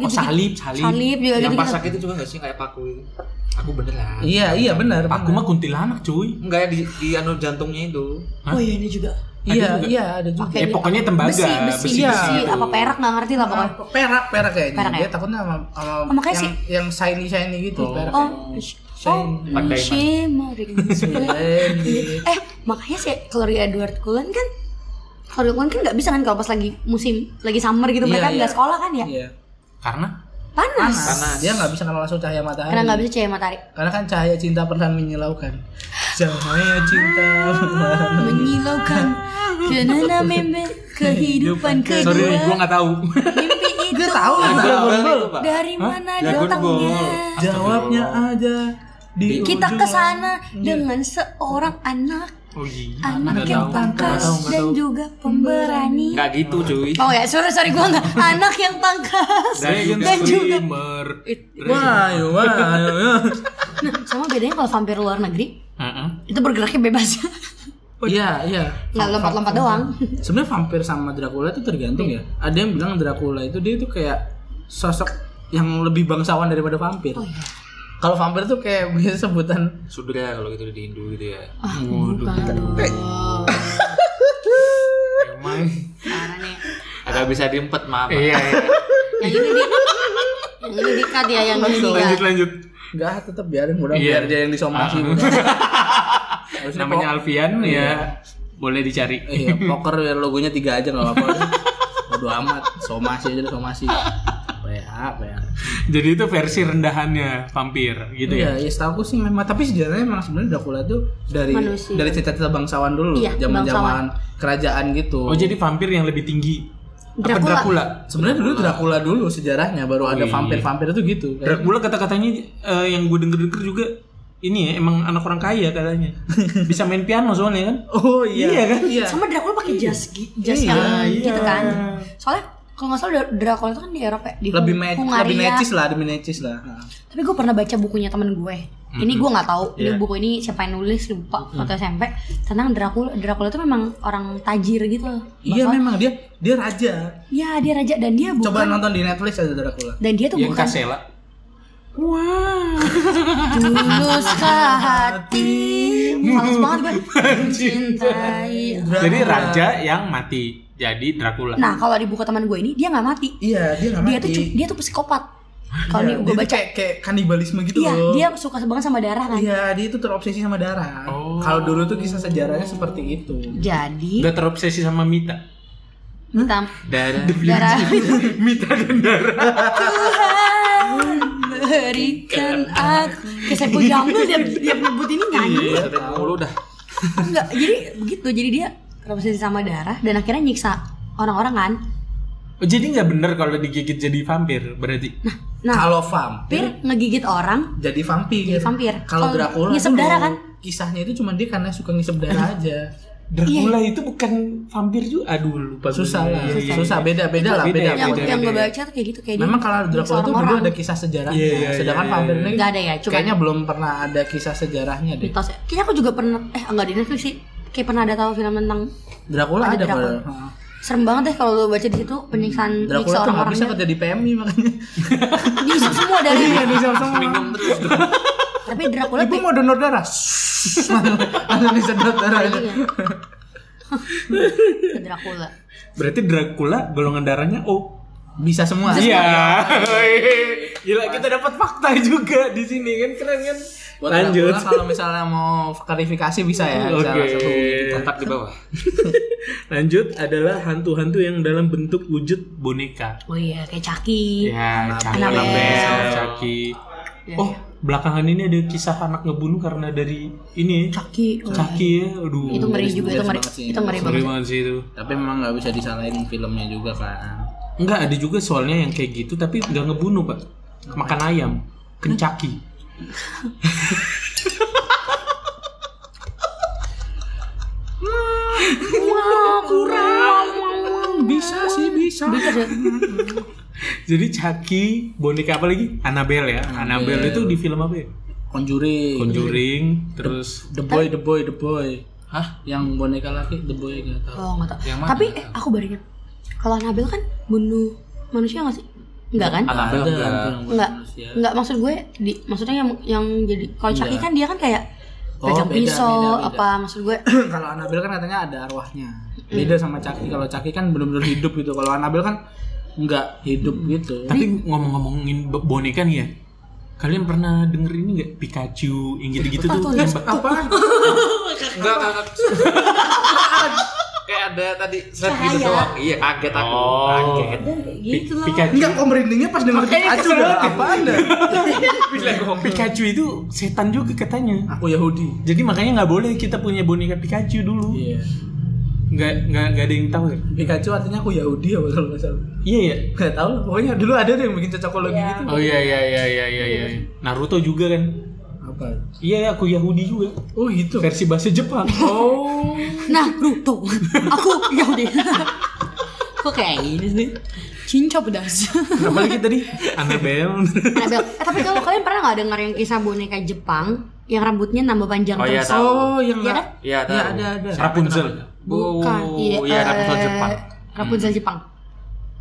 Speaker 2: Oh,
Speaker 4: gitu
Speaker 2: salib, salib.
Speaker 4: salib juga
Speaker 5: Yang
Speaker 4: gitu
Speaker 5: pasak itu juga nggak sih kayak paku itu. Aku bener lah.
Speaker 3: Iya, iya benar.
Speaker 2: Aku mah kuntilanak, cuy.
Speaker 5: Enggak ya di, di anu jantungnya itu.
Speaker 2: Hah?
Speaker 4: oh iya ini juga
Speaker 3: Iya,
Speaker 2: juga.
Speaker 3: iya ada juga.
Speaker 4: Kayak
Speaker 2: Eh,
Speaker 4: gitu.
Speaker 2: pokoknya tembaga,
Speaker 4: besi besi
Speaker 2: besi,
Speaker 4: besi,
Speaker 3: gitu.
Speaker 4: apa perak nggak ngerti lah pokoknya
Speaker 3: Ah, perak perak kayaknya
Speaker 4: Perak ya?
Speaker 3: dia takutnya sama, sama
Speaker 4: Oh, makanya
Speaker 3: yang,
Speaker 4: sih.
Speaker 3: yang shiny shiny gitu perak
Speaker 4: oh oh
Speaker 5: Pak Daiman.
Speaker 4: shimmering
Speaker 3: Iya,
Speaker 2: Iya.
Speaker 3: Shiny.
Speaker 4: eh makanya sih keluarga Edward Cullen kan Edward Cullen kan nggak bisa kan kalau pas lagi musim lagi summer gitu
Speaker 3: Iya,
Speaker 4: mereka
Speaker 3: iya.
Speaker 4: nggak sekolah kan ya
Speaker 3: Iya.
Speaker 2: Karena
Speaker 4: panas
Speaker 3: Panas. Dia nggak bisa kalau langsung cahaya matahari.
Speaker 4: karena nggak bisa cahaya matahari
Speaker 3: Karena kan cahaya cinta perlahan menyilaukan. Cahaya cinta perlahan.
Speaker 4: menyilaukan kenana meme kehidupan kedua
Speaker 2: sorry, gue nggak tahu.
Speaker 4: mimpi itu
Speaker 3: Gue tahu lah.
Speaker 5: Ada
Speaker 3: Dragon Ball.
Speaker 5: itu, Pak.
Speaker 4: dari mana
Speaker 2: Ya,
Speaker 5: Dragon
Speaker 4: datangnya
Speaker 5: Ball.
Speaker 3: Jawabnya aja di
Speaker 4: kita
Speaker 3: ujung
Speaker 4: ke sana dengan seorang anak
Speaker 2: Oh iya. nggak
Speaker 4: anak yang
Speaker 2: tahu.
Speaker 4: tangkas
Speaker 2: Nggak tahu, nggak
Speaker 4: dan
Speaker 2: tahu.
Speaker 4: juga pemberani
Speaker 5: Enggak gitu cuy.
Speaker 4: oh ya sorry sorry gue nggak anak yang tangkas
Speaker 2: Dragon
Speaker 4: dan juga
Speaker 2: Streamer.
Speaker 3: Wah, ayo, wah, ayo, ayo.
Speaker 4: nah sama bedanya kalau vampir luar negeri
Speaker 2: Heeh.
Speaker 4: itu bergeraknya bebas Oh,
Speaker 3: Iya, iya.
Speaker 4: nggak lompat-lompat doang
Speaker 3: Sebenarnya vampir sama Dracula itu tergantung
Speaker 4: Iya.
Speaker 3: ya. Ada yang bilang Dracula itu dia itu kayak sosok yang lebih bangsawan daripada vampir.
Speaker 4: oh iya
Speaker 3: Kalau vampir tuh kayak biasa sebutan
Speaker 5: Sudra kalau gitu di Indo gitu ya.
Speaker 4: ah bukan dong
Speaker 2: Emang.
Speaker 4: Parah nih
Speaker 5: Agak bisa diempet maaf.
Speaker 2: Iya, iya.
Speaker 4: yang ini di yang ini di cut ya yang ini di cut.
Speaker 2: Lanjut, lanjut.
Speaker 3: enggak tetap biarin udah
Speaker 2: Iya.
Speaker 3: biar dia yang disomasi.
Speaker 2: Ah.
Speaker 3: udah. Harusnya
Speaker 2: Namanya
Speaker 3: pok-
Speaker 2: Alfian
Speaker 4: Iya.
Speaker 2: ya. Boleh dicari.
Speaker 3: Iya, poker ya logonya tiga aja nggak apa-apa. Bodo amat, somasi aja somasi. PH, PH.
Speaker 2: Jadi itu versi rendahannya vampir gitu ya.
Speaker 3: Iya, ya setahu aku sih memang tapi sejarahnya memang sebenarnya Dracula tuh dari
Speaker 4: Manusia.
Speaker 3: dari cerita-cerita bangsawan dulu,
Speaker 4: Iya,
Speaker 3: zaman-zaman kerajaan gitu.
Speaker 2: Oh jadi vampir yang lebih tinggi. Apa
Speaker 4: Dracula. Iya.
Speaker 2: Dracula?
Speaker 3: sebenarnya dulu Dracula dulu sejarahnya baru ada
Speaker 2: Oh. Wih.
Speaker 3: vampir-vampir itu gitu. Kayak-
Speaker 2: Dracula kata-katanya eh, yang gue denger-denger juga ini ya emang anak orang kaya katanya. Bisa main piano soalnya kan.
Speaker 3: Oh iya.
Speaker 2: Iya kan?
Speaker 3: Iya.
Speaker 4: sama Dracula pakai jas gi- jas
Speaker 3: Iya,
Speaker 4: yang gitu kan soalnya kalau nggak salah dra- drakor itu kan di Eropa ya, di
Speaker 3: lebih
Speaker 4: Hung-
Speaker 3: me-
Speaker 4: Hungaria.
Speaker 3: lebih necis lah, lebih necis lah. Nah.
Speaker 4: tapi gue pernah baca bukunya temen gue ini gue nggak tahu ini
Speaker 2: Iya.
Speaker 4: buku ini siapa yang nulis lupa atau SMP tentang Dracula Dracula itu memang orang tajir gitu loh
Speaker 3: Iya
Speaker 4: Bahwa-
Speaker 3: memang dia dia raja.
Speaker 4: ya dia raja dan dia bukan
Speaker 3: Coba nonton di Netflix ada Dracula.
Speaker 4: dan dia tuh
Speaker 2: yang
Speaker 4: bukan
Speaker 2: kasela
Speaker 4: tuluskah hati Males banget gue mencintai
Speaker 2: jadi raja yang mati jadi Dracula
Speaker 4: nah kalau di buku teman gue ini dia nggak mati
Speaker 3: Iya, dia nggak mati.
Speaker 4: dia tuh cu- dia tuh psikopat kalau
Speaker 3: Iya,
Speaker 4: ini gue
Speaker 3: dia tuh
Speaker 4: baca
Speaker 3: kayak, kayak kanibalisme gitu
Speaker 4: iya
Speaker 3: loh.
Speaker 4: dia suka banget sama darah kan
Speaker 3: Iya, dia tuh terobsesi sama darah.
Speaker 2: Oh.
Speaker 3: Kalau dulu tuh kisah sejarahnya seperti itu.
Speaker 4: jadi
Speaker 2: udah terobsesi sama Mita
Speaker 4: hitam
Speaker 5: darah
Speaker 4: darah
Speaker 2: Mita dan darah
Speaker 4: Tuhan berikan aku kayak gue jambel dia dia nyebut ini nyanyi
Speaker 2: iya mulu dah
Speaker 4: enggak jadi begitu jadi dia terobsesi sama darah dan akhirnya nyiksa orang-orang kan
Speaker 2: oh, jadi nggak bener kalau digigit jadi vampir berarti
Speaker 4: nah
Speaker 3: Kalau vampir
Speaker 4: vampir ngegigit orang
Speaker 3: jadi vampir.
Speaker 4: Jadi vampir.
Speaker 3: Kalau
Speaker 4: Kalau
Speaker 3: Dracula
Speaker 4: ngisep
Speaker 3: dulu,
Speaker 4: darah kan?
Speaker 3: Kisahnya itu cuma dia karena suka ngisep darah aja.
Speaker 2: Dracula
Speaker 4: iya.
Speaker 2: itu bukan vampir juga aduh lupa gue.
Speaker 3: Susah lah,
Speaker 2: Iya, iya,
Speaker 3: susah
Speaker 2: iya.
Speaker 3: beda beda
Speaker 2: Itu
Speaker 3: lah, beda.
Speaker 2: beda,
Speaker 4: yang
Speaker 3: beda.
Speaker 4: yang gue baca tuh kayak gitu kayak dia
Speaker 3: Memang kan kalau Dracula
Speaker 4: nyiksa
Speaker 3: tuh dulu
Speaker 4: orang-orang.
Speaker 3: ada kisah sejarahnya,
Speaker 2: Iya, iya,
Speaker 3: sedangkan
Speaker 2: iya,
Speaker 3: vampir
Speaker 2: iya.
Speaker 3: ini
Speaker 4: Nggak ada ya, cuma-
Speaker 3: kayaknya belum pernah ada kisah sejarahnya deh.
Speaker 4: mitos ya. Kayaknya aku juga pernah eh enggak di Netflix sih. Kayak pernah ada tahu film tentang
Speaker 3: Dracula
Speaker 4: Ada
Speaker 3: ada,
Speaker 4: Dracula. Hmm.
Speaker 3: padahal. Heeh.
Speaker 4: serem banget deh kalau lo baca di situ penyiksaan
Speaker 3: Dracula
Speaker 4: nyiksa
Speaker 3: tuh nggak
Speaker 4: orang-orang.
Speaker 3: bisa kerja di PMI makanya.
Speaker 4: Nyiksa semua dari
Speaker 3: Iya, bisa semua.
Speaker 4: tapi Dracula
Speaker 3: Ibu
Speaker 4: tuh
Speaker 3: mau donor darah? Langsung disedot darahnya.
Speaker 4: Iya. Ke Dracula.
Speaker 2: berarti Dracula golongan darahnya O
Speaker 3: Bisa semua.
Speaker 2: Iya. Gila kita dapat fakta juga di sini kan keren kan.
Speaker 3: Buat
Speaker 2: Lanjut.
Speaker 3: Dracula kalau misalnya mau klarifikasi bisa ya. bisa
Speaker 2: Oke.
Speaker 3: langsung hubungi kita.
Speaker 5: kontak di bawah
Speaker 2: Lanjut adalah hantu-hantu yang dalam bentuk wujud boneka.
Speaker 4: Oh iya, kayak Chucky.
Speaker 2: Ya, Chucky,
Speaker 4: Annabelle.
Speaker 2: Annabelle, Chucky.
Speaker 4: Iya,
Speaker 2: Oh,
Speaker 4: iya.
Speaker 2: belakangan ini ada kisah anak ngebunuh karena dari ini ya,
Speaker 4: Chucky. oh.
Speaker 2: Chucky ya. Aduh.
Speaker 4: Itu ngeri juga, itu ngeri.
Speaker 3: banget Iya, sih.
Speaker 4: Itu ngeri
Speaker 2: Ngeri
Speaker 4: banget.
Speaker 2: banget sih itu.
Speaker 3: Tapi memang nggak bisa disalahin filmnya juga kan.
Speaker 2: Enggak ada juga soalnya yang kayak gitu tapi nggak ngebunuh, Pak. Makan ayam, kencaki.
Speaker 4: Wow, kurang.
Speaker 3: Hmm, Bisa sih bisa.
Speaker 2: Jadi Chucky, boneka apa lagi? Annabelle ya. Annabelle itu di film apa ya?
Speaker 3: Conjuring.
Speaker 2: Conjuring, terus
Speaker 3: The boy, the boy, the boy.
Speaker 5: hah
Speaker 3: Yang boneka laki, the boy nggak tahu.
Speaker 4: Oh, enggak tahu.
Speaker 5: Yang mana?
Speaker 4: Tapi eh aku baru ingat. Kalau Annabelle kan bunuh manusia enggak sih? Enggak kan?
Speaker 5: Annabelle
Speaker 3: Ada
Speaker 5: enggak.
Speaker 3: hantu yang buat
Speaker 4: Enggak.
Speaker 3: manusia.
Speaker 4: Enggak maksud gue di maksudnya yang yang jadi kalau Chucky
Speaker 3: Enggak.
Speaker 4: kan dia kan kayak
Speaker 3: Oh,
Speaker 4: tajam
Speaker 3: beda,
Speaker 4: pisau
Speaker 3: beda, beda.
Speaker 4: apa maksud gue
Speaker 3: kalau Anabel kan katanya ada arwahnya. Beda sama Caki. Kalau Caki kan benar-benar hidup gitu. Kalau Anabel kan nggak hidup gitu.
Speaker 2: Tapi ngomong-ngomongin bo- boneka nih ya, kalian pernah denger ini nggak Pikachu yang gitu-gitu tuh?
Speaker 4: tuh,
Speaker 2: yang
Speaker 4: lihat.
Speaker 2: ba-
Speaker 3: eh, Apaan?
Speaker 5: enggak enggak kayak ada tadi set gitu
Speaker 4: Cahaya.
Speaker 5: doang iya kaget aku kaget
Speaker 2: Pi-
Speaker 4: gitu loh.
Speaker 2: Pikachu.
Speaker 3: Enggak kok merindingnya pas denger Pikachu udah
Speaker 2: ya.
Speaker 3: apaan dah?
Speaker 2: Pikachu itu setan juga katanya.
Speaker 3: Aku Yahudi.
Speaker 2: Jadi makanya nggak boleh kita punya boneka Pikachu dulu.
Speaker 3: Iya.
Speaker 2: Nggak nggak nggak ada yang tahu ya?
Speaker 3: Pikachu artinya aku Yahudi apa kalau nggak salah.
Speaker 2: Iya ya.
Speaker 3: Gak tau lah, pokoknya dulu ada deh yang bikin cocokologi gitu
Speaker 2: Oh iya iya iya iya iya. iya. Naruto juga kan?
Speaker 3: Apa?
Speaker 2: Iya aku Yahudi juga.
Speaker 3: Oh gitu
Speaker 2: Versi bahasa Jepang.
Speaker 3: Oh
Speaker 4: Nah, Ruto. Aku Yahudi. Kok kayak ini sih? Cincop pedas.
Speaker 2: Apalagi tadi Annabelle.
Speaker 4: Annabelle. Eh, tapi kalau kalian pernah nggak dengar yang kisah boneka Jepang yang rambutnya nambah panjang
Speaker 5: oh iya
Speaker 4: terus?
Speaker 5: tahu
Speaker 3: Oh yang
Speaker 4: Iya
Speaker 3: nggak
Speaker 5: iya tahu
Speaker 3: Iya, ada ada
Speaker 2: Rapunzel.
Speaker 4: Bukan.
Speaker 5: Bu, iya
Speaker 4: eh,
Speaker 5: Rapunzel Jepang
Speaker 4: Rapunzel Jepang.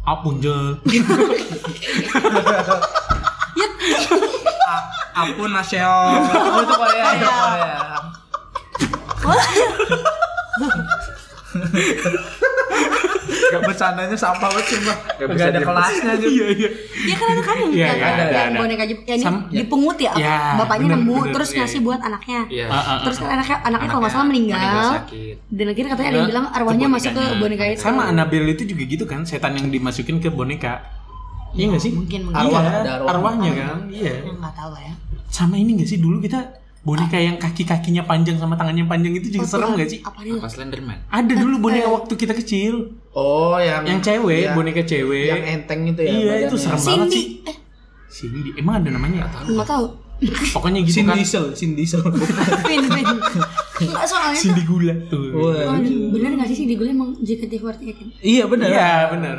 Speaker 2: Rapunzel.
Speaker 3: Apun nasional Oh itu Korea itu Korea Gak bercandanya sampah banget sumpah
Speaker 5: Nggak
Speaker 3: Gak
Speaker 5: bisa
Speaker 3: ada
Speaker 5: diem.
Speaker 3: kelasnya aja
Speaker 2: Iya iya.
Speaker 4: Iya kan ada kan yang,
Speaker 2: Iya,
Speaker 4: yang,
Speaker 2: iya,
Speaker 4: yang
Speaker 5: ada, ada.
Speaker 4: boneka Jepang yang
Speaker 2: Sam-
Speaker 4: di- dipungut ya,
Speaker 2: Ya,
Speaker 4: bapaknya
Speaker 2: bener,
Speaker 4: nemu
Speaker 2: bener,
Speaker 4: terus
Speaker 2: iya,
Speaker 4: ngasih
Speaker 2: iya.
Speaker 4: buat anaknya.
Speaker 5: iya
Speaker 2: Ah, ah,
Speaker 4: Terus kan anaknya, anaknya kalau nggak salah meninggal.
Speaker 5: meninggal sakit.
Speaker 4: Dan akhirnya katanya ada yang
Speaker 2: Nah,
Speaker 4: bilang arwahnya masuk ke boneka itu.
Speaker 2: Sama Annabelle itu juga gitu kan, setan yang dimasukin ke boneka. Iya gak sih?
Speaker 4: mungkin, mungkin.
Speaker 2: Arwah,
Speaker 3: Iya, ada arwah.
Speaker 2: arwahnya kan. Iya.
Speaker 4: Yang nggak tahu lah ya.
Speaker 2: Sama ini gak sih dulu kita boneka yang kaki-kakinya panjang sama tangannya panjang itu juga
Speaker 4: kan?
Speaker 2: serem gak sih?
Speaker 4: Apa
Speaker 5: apa Slenderman
Speaker 2: Ada dulu boneka waktu kita kecil,
Speaker 3: Oh yang
Speaker 2: yang cewek,
Speaker 3: yang-
Speaker 2: boneka cewek.
Speaker 3: Yang enteng itu ya
Speaker 2: iya, itu serem banget
Speaker 4: Cindy.
Speaker 2: sih.
Speaker 4: Eh,
Speaker 2: Cindy, emang ada namanya?
Speaker 4: nggak tahu.
Speaker 2: Pokoknya gitu
Speaker 3: Sin
Speaker 2: kan.
Speaker 3: diesel Sin diesel
Speaker 4: Pin, pin. Nggak soalnya tuh.
Speaker 2: Cindy gula tuh.
Speaker 3: Wah.
Speaker 4: Aduh, bener gak sih sih di gue emang JKT48 kan?
Speaker 3: Iya benar
Speaker 2: Iya, benar.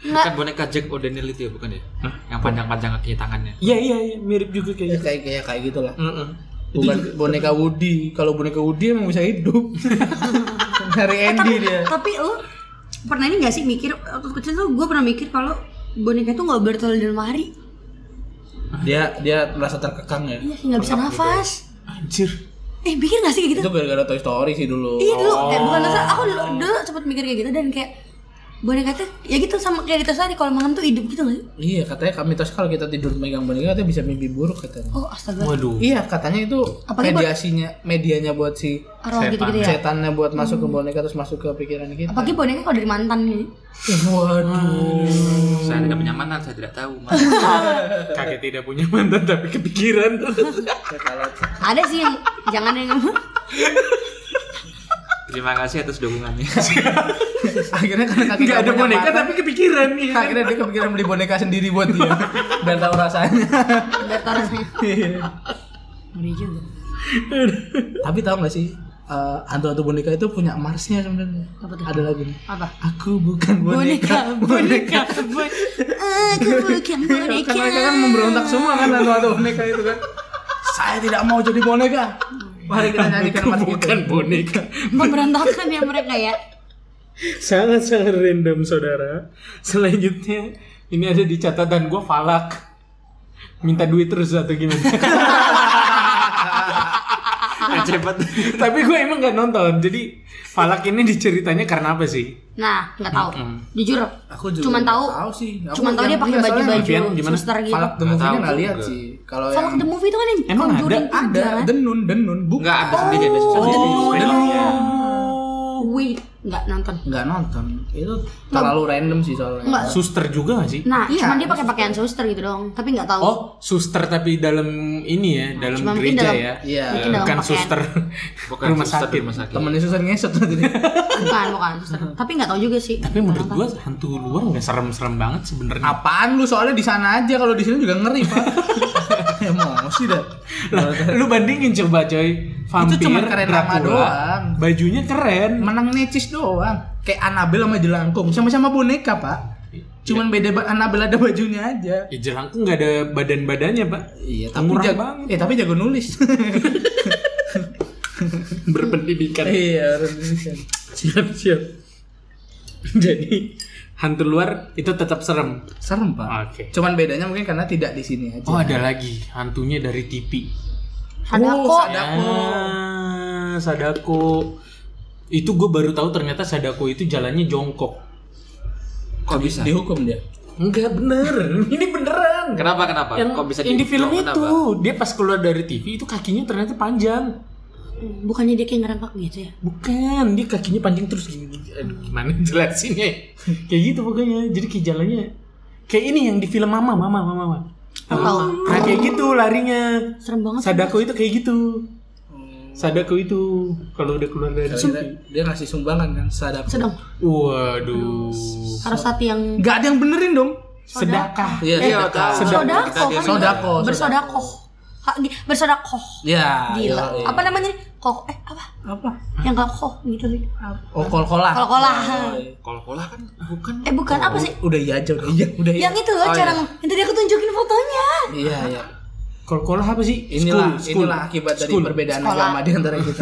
Speaker 4: Nggak.
Speaker 5: Kan boneka Jack O'Daniel itu ya bukan ya?
Speaker 2: Hah?
Speaker 5: Yang panjang-panjang kaki tangannya.
Speaker 2: Iya iya iya mirip juga
Speaker 3: Ya,
Speaker 2: kayak gitu.
Speaker 3: kayak kayak kayak gitulah.
Speaker 2: Heeh. Itu
Speaker 3: Bukan
Speaker 2: juga-
Speaker 3: boneka Woody. Kalau boneka Woody emang bisa hidup. Nyari Andy dia.
Speaker 4: eh, Tapi lu pernah ini gak sih mikir waktu kecil tuh gue pernah mikir kalau boneka itu nggak bertelur di lemari.
Speaker 3: Dia dia merasa terkekang ya.
Speaker 4: Iya sih nggak bisa nafas.
Speaker 2: anjir.
Speaker 4: Eh mikir gak sih kayak gitu?
Speaker 3: Itu gara-gara Toy Story sih dulu.
Speaker 4: Iya dulu, eh, bukan dasar. Aku dulu, dulu sempet mikir kayak gitu dan kayak boneka tuh ya gitu sama kayak kita sehari kalau makan tuh hidup gitu nggak sih?
Speaker 3: Iya katanya kami tos kalau kita tidur megang boneka katanya bisa mimpi buruk katanya.
Speaker 4: Oh astaga,
Speaker 2: Waduh.
Speaker 3: Iya katanya itu
Speaker 4: Apalagi buat-
Speaker 3: mediasinya medianya buat si
Speaker 4: arwah
Speaker 2: Setan.
Speaker 4: gitu-gitu ya.
Speaker 3: setannya buat masuk ke
Speaker 2: Hmm.
Speaker 3: boneka terus masuk ke pikiran kita.
Speaker 4: Apalagi boneka kalau dari mantan nih.
Speaker 3: Eh, Waduh.
Speaker 5: Saya tidak punya mantan, saya tidak tahu. Mas.
Speaker 2: Kakek tidak punya mantan tapi kepikiran.
Speaker 4: Ada sih yang jangan yang
Speaker 5: Terima kasih atas dukungannya.
Speaker 3: Akhirnya kan karena kakek
Speaker 2: Enggak ada
Speaker 3: punya
Speaker 2: boneka
Speaker 3: mata,
Speaker 2: tapi kepikiran nih.
Speaker 3: akhirnya dia kepikiran beli boneka sendiri buat dia biar tahu rasanya.
Speaker 4: bertelur rasanya. Ngeri juga.
Speaker 3: Tapi tahu nggak sih eh, hantu-hantu boneka itu punya marsnya sebenarnya.
Speaker 4: Apa tuh?
Speaker 3: Ada lagunya.
Speaker 4: Apa?
Speaker 3: Aku bukan boneka.
Speaker 4: boneka, boneka. Aku bukan boneka.
Speaker 3: Kan mereka kan memberontak semua kan hantu-hantu boneka itu kan. Saya tidak mau jadi boneka. Mari kita nyanyikan mars itu.
Speaker 2: Bukan boneka.
Speaker 4: Pemberontakan ya mereka ya.
Speaker 2: Sangat-sangat random saudara. Selanjutnya ini ada di catatan gue falak. Minta duit terus atau gimana?
Speaker 5: Cepet.
Speaker 2: tapi gue emang gak nonton. Jadi falak ini diceritanya karena apa sih?
Speaker 4: Nah, nggak tahu. Jujur.
Speaker 3: Aku juga
Speaker 4: cuman
Speaker 3: nggak
Speaker 4: tahu.
Speaker 3: tahu sih. Aku
Speaker 4: Cuman tahu
Speaker 3: yang
Speaker 4: dia pakai
Speaker 3: lihat soalnya
Speaker 4: baju-baju
Speaker 2: Alfian, gimana?
Speaker 4: suster gitu.
Speaker 3: Falak the
Speaker 5: Nggak
Speaker 3: movie-nya
Speaker 5: tahu
Speaker 3: nggak lihat
Speaker 5: juga.
Speaker 3: sih. Kalau
Speaker 4: Falak
Speaker 3: yang
Speaker 4: the movie itu kan yang
Speaker 2: Emang
Speaker 4: Conjuring
Speaker 2: ada?
Speaker 4: tiga,
Speaker 3: ada
Speaker 4: kan?
Speaker 3: denun denun bukan
Speaker 5: Enggak ada sendiri ada
Speaker 4: Oh,
Speaker 5: sesuatu.
Speaker 2: Oh.
Speaker 4: Wait, nggak nonton.
Speaker 3: nggak nonton itu terlalu random sih soalnya
Speaker 4: Nggak.
Speaker 2: Suster juga gak sih?
Speaker 4: Nah,
Speaker 3: Iya,
Speaker 4: cuman dia pakai pakaian suster gitu dong, tapi nggak tahu.
Speaker 2: Oh, suster tapi dalam ini ya, dalam
Speaker 4: cuma
Speaker 2: gereja
Speaker 4: mungkin dalam-
Speaker 2: ya.
Speaker 3: iya
Speaker 4: Mungkin dalam
Speaker 2: Bukan
Speaker 4: pakaian.
Speaker 2: suster
Speaker 5: Bukan
Speaker 2: rumah
Speaker 5: suster di
Speaker 2: sakit.
Speaker 5: rumah sakit.
Speaker 3: temennya susah ngesot nanti dia.
Speaker 4: Bukan, bukan suster. tapi nggak tahu juga sih.
Speaker 2: Tapi menurut gua hantu luar nggak serem-serem banget sebenarnya.
Speaker 3: apaan lu soalnya di sana aja kalau di sini juga ngeri pak emosi dah
Speaker 2: Lah, lu bandingin coba coy. Vampir,
Speaker 3: Itu cuma keren nama
Speaker 2: Dracula,
Speaker 3: doang.
Speaker 2: Bajunya keren.
Speaker 3: menang necis doang kayak Anabel sama jelangkung sama-sama boneka pak cuman beda ba- Anabel ada bajunya aja
Speaker 2: Ya jelangkung nggak ada badan-badannya, Pak.
Speaker 3: iya tapi
Speaker 2: Murah
Speaker 3: jago
Speaker 2: banget.
Speaker 3: eh tapi jago nulis
Speaker 2: Berpendidikan.
Speaker 3: iya harus nulisan.
Speaker 2: Siap-siap. Jadi hantu luar itu tetap serem.
Speaker 3: serem pak
Speaker 2: Oke.
Speaker 3: cuman bedanya mungkin karena tidak di sini aja
Speaker 2: Ah. Oh, ada lagi hantunya dari TV.
Speaker 4: Sadako.
Speaker 3: Oh, Sadako.
Speaker 2: Ah, Sadako. Itu gue baru tahu ternyata Sadako itu jalannya jongkok.
Speaker 5: Kok bisa?
Speaker 3: dihukum dia
Speaker 2: Enggak bener, ini beneran.
Speaker 5: Kenapa kenapa?
Speaker 2: Yang,
Speaker 5: Kok bisa
Speaker 2: yang di film
Speaker 5: dibilang
Speaker 2: itu
Speaker 5: kenapa?
Speaker 2: dia pas keluar dari TV itu kakinya ternyata panjang.
Speaker 4: Bukannya dia kayak ngerangkak gitu ya?
Speaker 2: Bukan, dia kakinya panjang terus gini. Aduh, gimana jelasinnya? ya? kayak gitu pokoknya. Jadi kayak jalannya kayak ini yang di film Mama, Mama, Mama. Mama.
Speaker 4: Tahu.
Speaker 2: Nah, kayak gitu larinya.
Speaker 4: Serem banget.
Speaker 2: Sadako itu kayak gitu. Sadako itu kalau udah keluar dari
Speaker 3: Kira-kira
Speaker 2: TV.
Speaker 3: dia ngasih sumbangan kan sadar
Speaker 4: Sedang.
Speaker 2: Waduh.
Speaker 4: Harus hati yang
Speaker 3: nggak ada yang benerin dong
Speaker 2: Sedekah.
Speaker 3: iya
Speaker 4: Eh,
Speaker 5: Iya, tahu.
Speaker 2: sedang-
Speaker 4: sodako
Speaker 5: Kita dia-
Speaker 4: kan?
Speaker 3: Sodako,
Speaker 4: Bersodako. Ha, di- Bersodako.
Speaker 3: Ya,
Speaker 4: Gila.
Speaker 3: iya.
Speaker 4: Apa namanya nih? Kok eh apa?
Speaker 3: Apa?
Speaker 4: Yang gak kok gitu sih.
Speaker 3: Oh, kol-kolah.
Speaker 4: Kol-kolah.
Speaker 5: Kalau kolah kan bukan.
Speaker 4: Eh bukan apa sih?
Speaker 3: Udah iya aja, udah iya, udah iya.
Speaker 4: Yang itu loh
Speaker 5: Oh,
Speaker 4: cara
Speaker 5: iya.
Speaker 4: nge- yang tadi aku tunjukin fotonya.
Speaker 3: Iya, iya.
Speaker 2: Kol-kolah apa sih? School,
Speaker 3: Inilah,
Speaker 2: school.
Speaker 3: inilah akibat dari
Speaker 2: School.
Speaker 3: perbedaan
Speaker 4: Sekolah.
Speaker 3: agama di antara kita.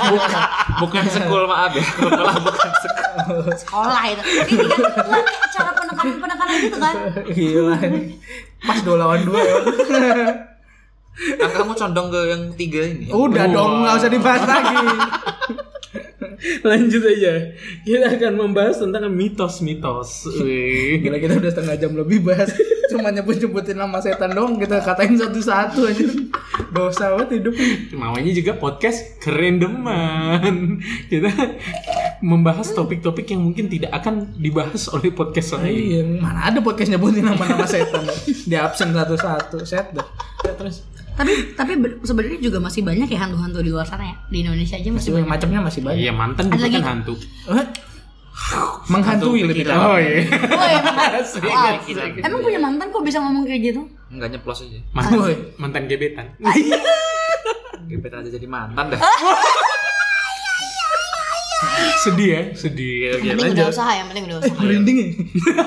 Speaker 5: Oh, Bukan sekul maaf ya. Kalau kolah bukan sekul.
Speaker 4: Sekolah itu. Ini kan lah, cara penekanan penekanan gitu kan.
Speaker 3: Gila ini. Pas dua lawan dua ya.
Speaker 5: Nah, kamu condong ke yang tiga ini. ya?
Speaker 3: Udah dong, nggak usah dibahas lagi.
Speaker 2: Lanjut aja. Kita akan membahas tentang mitos-mitos. Wih.
Speaker 3: Gila kita udah setengah jam lebih bahas cuma nyebut-nyebutin nama setan dong kita katain satu-satu aja. Dosa banget hidup.
Speaker 2: Namanya juga podcast kerendeman. Kita membahas topik-topik yang mungkin tidak akan dibahas oleh podcast lain.
Speaker 3: Iya, mana ada podcast nyebutin nama-nama setan. Di absen satu-satu, set dah. Ya, terus
Speaker 4: Tapi tapi ber- sebenarnya juga masih banyak ya hantu-hantu di luar sana ya. Di Indonesia aja masih
Speaker 3: Masih
Speaker 4: banyak.
Speaker 3: macamnya masih banyak.
Speaker 2: Iya, mantan
Speaker 4: Ada
Speaker 2: juga
Speaker 4: lagi.
Speaker 2: kan hantu.
Speaker 3: Eh? Menghantui lebih
Speaker 5: pikiran.
Speaker 3: tepat.
Speaker 2: iya.
Speaker 6: Oh,
Speaker 4: Woi,
Speaker 5: Iya, gila, gila.
Speaker 4: Emang punya mantan kok bisa ngomong kayak gitu?
Speaker 5: Enggak nyeplos aja.
Speaker 2: Mantan,
Speaker 3: Woi.
Speaker 2: mantan gebetan.
Speaker 5: Gebetan aja jadi mantan dah.
Speaker 2: sedih ya
Speaker 6: Yang
Speaker 2: sedih oke
Speaker 6: penting udah
Speaker 2: lanjut
Speaker 6: usaha, yang penting udah usaha.
Speaker 3: Merinding ya?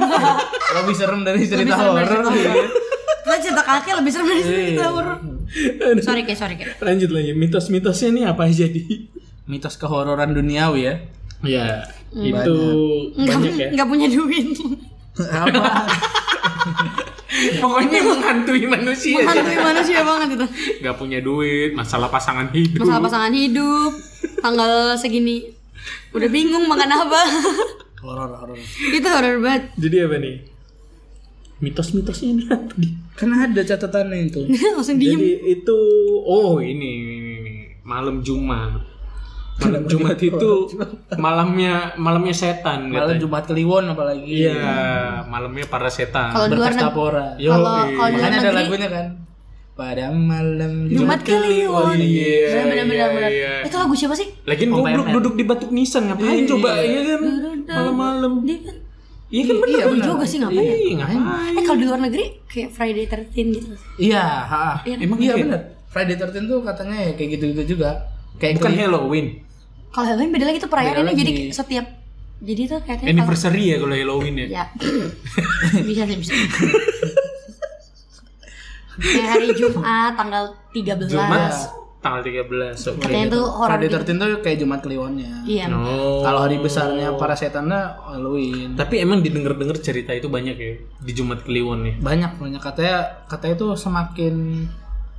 Speaker 3: Lebih serem dari cerita
Speaker 4: serem dari
Speaker 3: horor.
Speaker 4: cerita Lo cerita kaki lebih serem
Speaker 2: Iya.
Speaker 4: dari cerita horor. Sorry kayak sorry kayak.
Speaker 2: lanjut lanjut mitos-mitosnya nih apa aja di
Speaker 3: Mitos kehororan duniawi ya.
Speaker 2: ya itu
Speaker 4: Enggak
Speaker 2: banyak ya
Speaker 4: enggak punya duit.
Speaker 3: Apa?
Speaker 2: pokoknya menghantui manusia
Speaker 6: Menghantui manusia banget itu.
Speaker 2: nggak punya duit masalah pasangan hidup
Speaker 6: Masalah pasangan hidup, tanggal segini. Udah bingung makan apa.
Speaker 3: horor horor.
Speaker 6: itu horor banget.
Speaker 2: jadi apa nih mitos-mitosnya ini apa, Di?
Speaker 3: Karena Kan ada catatannya itu.
Speaker 6: Langsung diem.
Speaker 2: Jadi itu oh ini, ini, ini. malam Jumat. Malam Jumat itu malamnya malamnya setan
Speaker 3: Malam
Speaker 2: katanya.
Speaker 3: Jumat Kliwon apalagi.
Speaker 2: Iya, malamnya para
Speaker 6: Kalau
Speaker 2: setan.
Speaker 6: di luar
Speaker 3: Berkas
Speaker 6: negeri,
Speaker 3: Tapora.
Speaker 2: Yo,
Speaker 6: kalau kalau di luar
Speaker 3: Makanya ada
Speaker 6: negeri
Speaker 3: lagunya kan. Pada malam
Speaker 4: Jumat Kliwon.
Speaker 2: Iya,
Speaker 4: Benar benar benar benar.
Speaker 2: iya.
Speaker 4: Itu lagu siapa sih?
Speaker 2: Lagian gue kan duduk, duduk di Batuk Nisan
Speaker 3: Iya.
Speaker 2: ngapain coba ya kan malam-malam. Iya kan bener.
Speaker 4: Iya juga sih ngapain ya?
Speaker 2: Iya, ngapain?
Speaker 4: Eh kalau di luar negeri kayak Friday 13 gitu.
Speaker 3: Iya, ha.
Speaker 2: Emang
Speaker 3: iya
Speaker 2: iya?
Speaker 3: benar. Friday 13 tuh katanya ya kayak gitu-gitu juga. Kayak
Speaker 2: Bukan
Speaker 3: Kliwon.
Speaker 2: Halloween.
Speaker 4: Kalau Halloween beda lagi tuh perayaannya
Speaker 3: Beda
Speaker 4: jadi
Speaker 3: lagi.
Speaker 4: setiap jadi tuh kayaknya kalau-
Speaker 2: Anniversary ya kalau Halloween
Speaker 3: Iya.
Speaker 2: ya.
Speaker 4: ya bisa sih bisa. Kayak hari Jumat tanggal 13
Speaker 2: Jumat tanggal 13. Oke.
Speaker 4: Katanya tuh horor
Speaker 3: Friday 13
Speaker 4: gitu.
Speaker 3: tuh kayak Jumat Kliwonnya.
Speaker 4: Iya.
Speaker 2: Oh.
Speaker 3: Kalau hari besarnya para setannya Halloween.
Speaker 2: Tapi emang didengar-dengar cerita itu banyak ya di Jumat Kliwon ya. nih.
Speaker 3: Banyak banyak katanya katanya itu semakin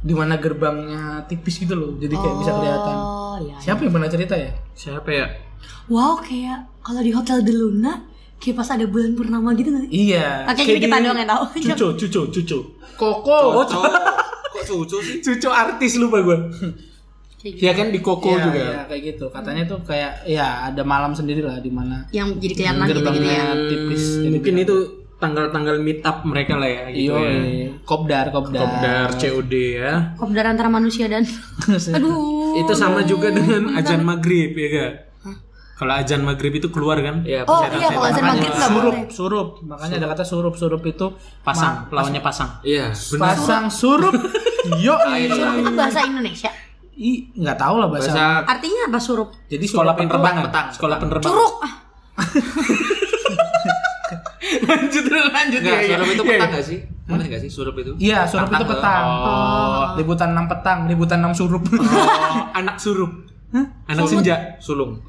Speaker 3: di mana gerbangnya tipis gitu loh. Jadi kayak bisa kelihatan.
Speaker 4: Oh iya.
Speaker 3: Siapa yang pernah cerita ya?
Speaker 2: Siapa ya?
Speaker 4: Wow kayak kalau di Hotel De Luna kayak pas ada bulan purnama gitu nggak sih?
Speaker 3: Iya.
Speaker 4: Oke jadi kita doang yang tahu.
Speaker 2: Cucu, cucu, cucu.
Speaker 3: Koko.
Speaker 5: Oh, Kok cucu sih?
Speaker 2: Cucu artis lupa gue.
Speaker 4: gitu.
Speaker 2: ya kan di Koko
Speaker 3: Iya,
Speaker 2: juga.
Speaker 3: iya, kayak gitu. Katanya tuh kayak ya ada malam sendiri lah di mana
Speaker 6: yang jadi kelihatan gitu gitu ya.
Speaker 3: gerbangnya tipis.
Speaker 2: Hmm,
Speaker 3: Jadi
Speaker 2: mungkin itu tanggal-tanggal meet up mereka lah ya gitu
Speaker 3: Iya,
Speaker 2: ya.
Speaker 3: kopdar, kopdar.
Speaker 2: Kopdar COD ya.
Speaker 6: Kopdar antara manusia dan
Speaker 4: Oh.
Speaker 6: aduh.
Speaker 2: Itu sama juga dengan ajan maghrib ya kan? Kalau ajan maghrib itu keluar kan?
Speaker 5: Iya,
Speaker 4: Oh
Speaker 5: setan-
Speaker 4: iya kalau azan
Speaker 5: setan.
Speaker 4: maghrib nggak
Speaker 3: Surup,
Speaker 4: boleh.
Speaker 3: surup. Makanya ada kata surup, surup itu
Speaker 2: Pasang, lawannya pasang.
Speaker 5: Iya, benar.
Speaker 3: pasang surup. Yo,
Speaker 4: Surup itu bahasa Indonesia.
Speaker 3: i nggak tahu lah bahasa.
Speaker 5: Bahasa
Speaker 4: Artinya apa surup?
Speaker 3: Jadi
Speaker 2: Sekolah
Speaker 3: surup itu-
Speaker 2: penerbangan.
Speaker 5: petang.
Speaker 2: Sekolah penerbangan.
Speaker 4: Curug. Ah,
Speaker 3: lanjut dulu, lanjut
Speaker 5: Enggak,
Speaker 3: ya.
Speaker 5: surup itu petang nggak sih? Boleh nggak sih surup itu?
Speaker 3: Iya, surup itu petang. Oh. Liputan 6 petang, liputan 6 surup.
Speaker 2: Oh, anak surup. Anak senja.
Speaker 5: Sulung.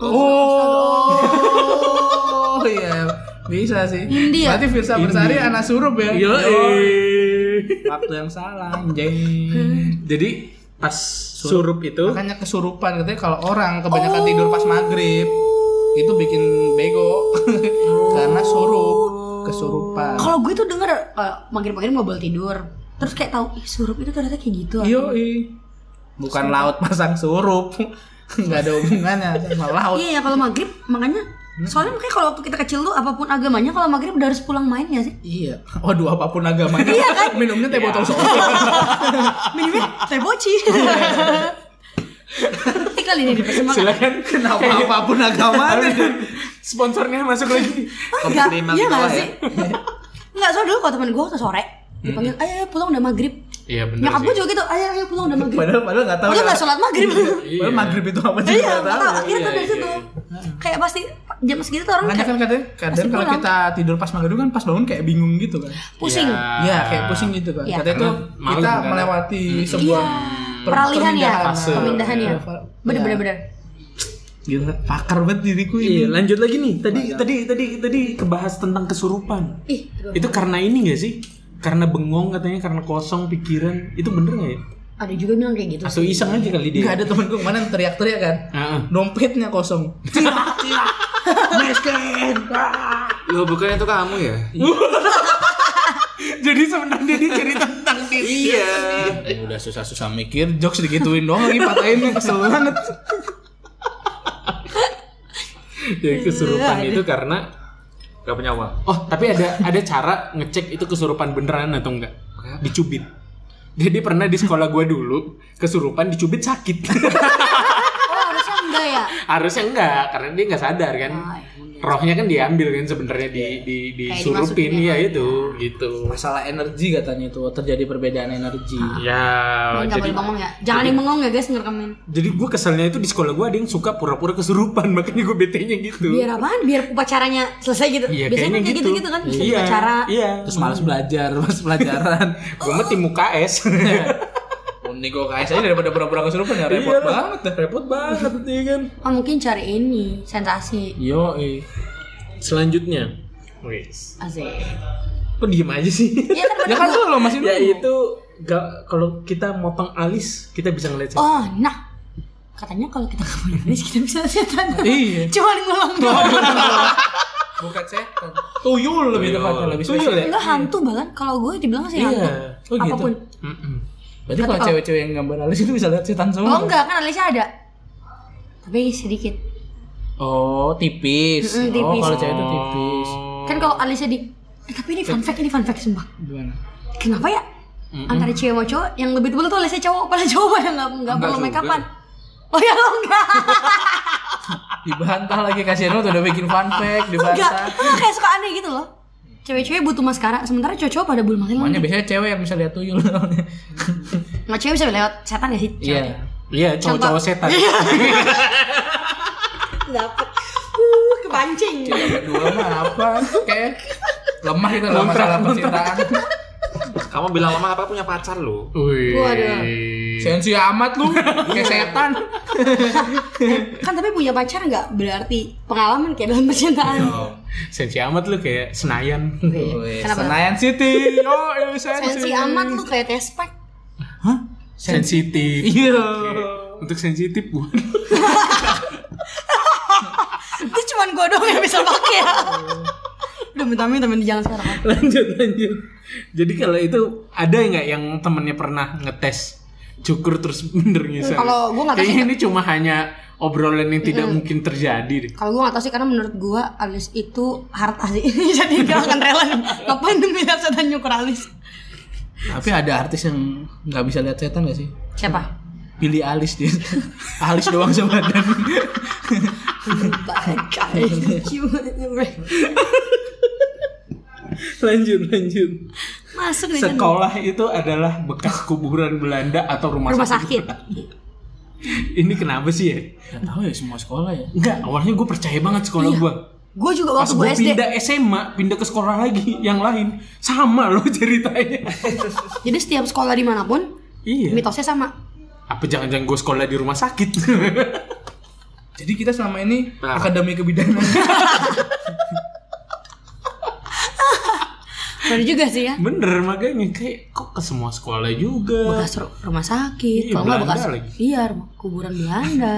Speaker 3: Oh, iya. Bisa sih.
Speaker 6: India.
Speaker 3: Berarti Firsa Bersari anak surup ya.
Speaker 2: Yo.
Speaker 3: Waktu yang salah, anjing.
Speaker 2: Jadi pas surup itu
Speaker 3: Makanya kesurupan katanya kalau orang kebanyakan tidur pas maghrib itu bikin bego karena surup kesurupan.
Speaker 4: Kalau gue tuh denger eh, magrib-magrib nggak boleh tidur. Terus kayak tahu ih surup itu ternyata kayak gitu.
Speaker 3: Iya.
Speaker 4: ah.
Speaker 3: Yoi. Bukan laut pasang surup. nggak ada hubungannya sama laut.
Speaker 4: Iya ya kalau maghrib makanya soalnya makanya kalau waktu kita kecil tuh apapun agamanya kalau maghrib udah harus pulang main ya sih.
Speaker 3: Iya. Waduh apapun agamanya.
Speaker 4: Iya kan?
Speaker 3: Minumnya teh botol soda.
Speaker 4: Minumnya teh boci. Eh, Kali ini dipersembahkan.
Speaker 2: silakan
Speaker 3: Kenapa
Speaker 4: iya?
Speaker 3: apapun agamanya.
Speaker 2: sponsornya masuk lagi.
Speaker 4: Oh, enggak,
Speaker 5: Komplimen
Speaker 3: gitu
Speaker 4: iya nggak
Speaker 5: bawah ya.
Speaker 4: sih? Enggak, soalnya dulu kalau temen gue waktu sore
Speaker 3: Hmm.
Speaker 4: dipanggil, ayo, ayo pulang udah maghrib.
Speaker 2: Iya benar
Speaker 4: Nyokap gue juga gitu, ayo, ayo pulang udah maghrib.
Speaker 3: Padahal padahal enggak tahu. ya.
Speaker 4: Padahal nggak sholat maghrib.
Speaker 3: Padahal maghrib itu apa juga
Speaker 4: Iya,
Speaker 3: nggak tahu. ya.
Speaker 4: nggak
Speaker 3: Iya,
Speaker 4: tahu. Akhirnya tuh dari situ. Kayak pasti jam segitu tuh orang
Speaker 3: Makanya
Speaker 4: kayak
Speaker 3: kan kadang, kadang
Speaker 4: Pasti
Speaker 3: kalau
Speaker 4: pulang.
Speaker 3: kita tidur pas maghrib kan pas bangun kayak bingung gitu kan.
Speaker 4: pusing.
Speaker 3: Iya, kayak pusing gitu kan.
Speaker 4: Iya.
Speaker 3: Katanya tuh
Speaker 2: Karena malam
Speaker 3: kita
Speaker 2: kan.
Speaker 3: melewati sebuah per-
Speaker 4: Peralihan ya,
Speaker 2: Fase.
Speaker 4: pemindahan ya.
Speaker 3: Iya.
Speaker 4: Bener-bener. bener.
Speaker 3: Gila, pakar banget diriku
Speaker 2: Iya,
Speaker 3: ini.
Speaker 2: lanjut lagi nih. Tadi tadi tadi tadi kebahas tentang kesurupan.
Speaker 4: Ih,
Speaker 2: Itu karena ini gak sih? Karena bengong katanya karena kosong pikiran. Itu bener gak ya?
Speaker 4: ada juga yang bilang kayak gitu.
Speaker 2: Atau iseng aja kali dia.
Speaker 3: Enggak ada temen gue kemarin teriak-teriak kan.
Speaker 2: Heeh.
Speaker 3: Dompetnya kosong. Tidak, tidak. Miskin. Ah.
Speaker 5: Loh, bukannya itu kamu ya?
Speaker 2: Jadi sebenarnya dia cerita tentang diri.
Speaker 5: Iya.
Speaker 3: Eh, udah susah-susah mikir jokes digituin doang lagi patahinnya kesel banget.
Speaker 2: Jadi kesurupan itu karena
Speaker 5: Gak punya uang.
Speaker 2: Oh, tapi ada ada cara ngecek itu kesurupan beneran atau enggak? Dicubit. Jadi pernah di sekolah gua dulu kesurupan dicubit sakit.
Speaker 4: Oh, harusnya enggak ya?
Speaker 2: harusnya enggak karena dia nggak sadar kan
Speaker 4: Ah, ya udah.
Speaker 2: rohnya kan diambil kan sebenarnya di di disurupin
Speaker 4: dimasukin
Speaker 2: ya
Speaker 4: ya.
Speaker 2: itu gitu
Speaker 3: Masalah energi katanya itu terjadi perbedaan energi.
Speaker 2: ya
Speaker 4: Enggak
Speaker 2: jadi
Speaker 4: boleh bengong ya. Jangan yang bengong ya guys ngerekamin.
Speaker 3: Gitu.
Speaker 2: jadi gue keselnya itu di sekolah gue ada yang suka pura-pura kesurupan makanya gue bete nya gitu
Speaker 4: Biar apaan? Biar upacaranya selesai gitu.
Speaker 2: Iya,
Speaker 4: Iya. Biasanya
Speaker 2: kayaknya
Speaker 4: kan kayak
Speaker 2: gitu.
Speaker 4: gitu-gitu kan. Selesai
Speaker 2: iya
Speaker 4: upacara.
Speaker 2: iya
Speaker 3: Terus malas belajar, malas pelajaran.
Speaker 2: gue mah tim UKS
Speaker 3: Unik kok KS aja daripada pura-pura kesurupan ya repot
Speaker 2: Iya lah,
Speaker 3: banget dah.
Speaker 2: repot banget ya kan
Speaker 4: Oh mungkin cari ini sensasi.
Speaker 3: Yo,
Speaker 2: selanjutnya
Speaker 4: Asik.
Speaker 2: kok diem aja sih
Speaker 4: Iya kan
Speaker 3: Ya kan lu lo masih
Speaker 2: ya
Speaker 3: nunggu.
Speaker 2: itu ga- kalau kita motong alis kita bisa ngeliat setan.
Speaker 4: Oh, nah. Katanya kalau kita nggak punya garis, kita bisa setan.
Speaker 3: Iya.
Speaker 4: Cuman ngulang doang.
Speaker 3: Bukan setan. Tuyul lebih tepatnya lebih
Speaker 2: Tuyul
Speaker 3: spesifik.
Speaker 2: ya?
Speaker 4: Lo hantu bahkan kalau gue dibilang sih
Speaker 2: Iya.
Speaker 4: hantu.
Speaker 3: Oh, gitu.
Speaker 4: Apapun.
Speaker 2: Mm-mm.
Speaker 3: Berarti kalau
Speaker 4: Tapi-
Speaker 3: cewek-cewek yang gambar alis itu bisa lihat setan semua.
Speaker 4: Oh enggak, kan alisnya ada. Tapi sedikit.
Speaker 3: Oh, tipis. Oh,
Speaker 4: Mm-mm, tipis.
Speaker 3: kalau cewek itu tipis.
Speaker 5: Oh.
Speaker 4: Kan kalau alisnya di Eh, tapi ini fun fact, ini fun fact sumpah.
Speaker 3: Gimana?
Speaker 4: Kenapa ya? Antara cewek sama cowok yang lebih tebal tuh alisnya cowok, kepala cowok yang nggak nggak perlu make upan. Oh ya lo enggak.
Speaker 3: Dibantah lagi kasihan lu tuh udah bikin fun fact,
Speaker 4: Enggak.
Speaker 3: dibantah.
Speaker 4: Ah, kayak suka aneh gitu loh. Cewek-cewek butuh maskara, sementara cowok-cowok pada bulu mata.
Speaker 3: Makanya biasanya cewek yang bisa lihat tuyul.
Speaker 4: Nah, cewek bisa lewat setan ya sih?
Speaker 3: Iya.
Speaker 2: Iya, cowok-cowok setan.
Speaker 4: Dapat. Uh, kepancing.
Speaker 3: Iya, Berdua mah apa? Kayak lemah itu dalam masalah percintaan.
Speaker 5: Kamu bilang lama apa punya pacar lo?
Speaker 2: Wih.
Speaker 4: Waduh.
Speaker 3: Sensi amat lu, kayak setan.
Speaker 4: kan tapi punya pacar nggak berarti pengalaman kayak dalam percintaan.
Speaker 2: Sensi amat lu kayak Senayan.
Speaker 3: Wih,
Speaker 4: Kenapa?
Speaker 3: Senayan City. Oh, eh, Sensi.
Speaker 4: Sensi amat lu kayak tespek.
Speaker 3: Hah?
Speaker 2: Sensitif.
Speaker 3: Iya.
Speaker 2: Untuk sensitif buat.
Speaker 4: Itu cuman gue doang yang bisa pakai ya. Udah minta-minta minta jangan sekarang.
Speaker 2: lanjut, lanjut. Jadi kalau itu ada nggak yang temennya pernah ngetes cukur terus bener ngisar?
Speaker 4: Kalau gua nggak tahu
Speaker 2: Kayaknya ini cuma hanya obrolan yang tidak mungkin terjadi deh.
Speaker 4: Kalau gue gak tau sih karena menurut gue alis itu harta sih Jadi gak akan rela Ngapain demi lihat setan nyukur alis
Speaker 3: Tapi ada artis yang nggak bisa lihat setan gak sih?
Speaker 4: Siapa?
Speaker 3: Pilih alis dia. alis doang sama badan.
Speaker 4: Bagai
Speaker 2: Lanjut, lanjut.
Speaker 4: Masuk nih kan Chan.
Speaker 2: Sekolah itu adalah bekas kuburan Belanda atau rumah,
Speaker 4: Rumah sakit
Speaker 2: Ini kenapa sih ya?
Speaker 3: Gak tahu ya semua sekolah ya.
Speaker 2: Enggak, awalnya gue percaya banget sekolah gua
Speaker 4: Gue juga
Speaker 2: Pas
Speaker 4: Iya. waktu gue
Speaker 2: gue
Speaker 4: SD
Speaker 2: pindah SMA, pindah ke sekolah lagi yang lain, sama loh ceritanya.
Speaker 4: Jadi setiap sekolah dimanapun
Speaker 2: iya.
Speaker 4: Mitosnya sama
Speaker 2: Apa jangan-jangan gue sekolah di rumah sakit?
Speaker 3: Jadi kita selama ini
Speaker 5: Nah.
Speaker 3: akademi kebidanan.
Speaker 4: Baru juga sih ya
Speaker 2: Bener makanya kayak kok ke semua sekolah juga.
Speaker 4: Bekas ru- rumah sakit
Speaker 2: Iya,
Speaker 4: Kalau nggak
Speaker 2: Belanda
Speaker 4: bekas
Speaker 2: lagi.
Speaker 4: Iya rumah kuburan Belanda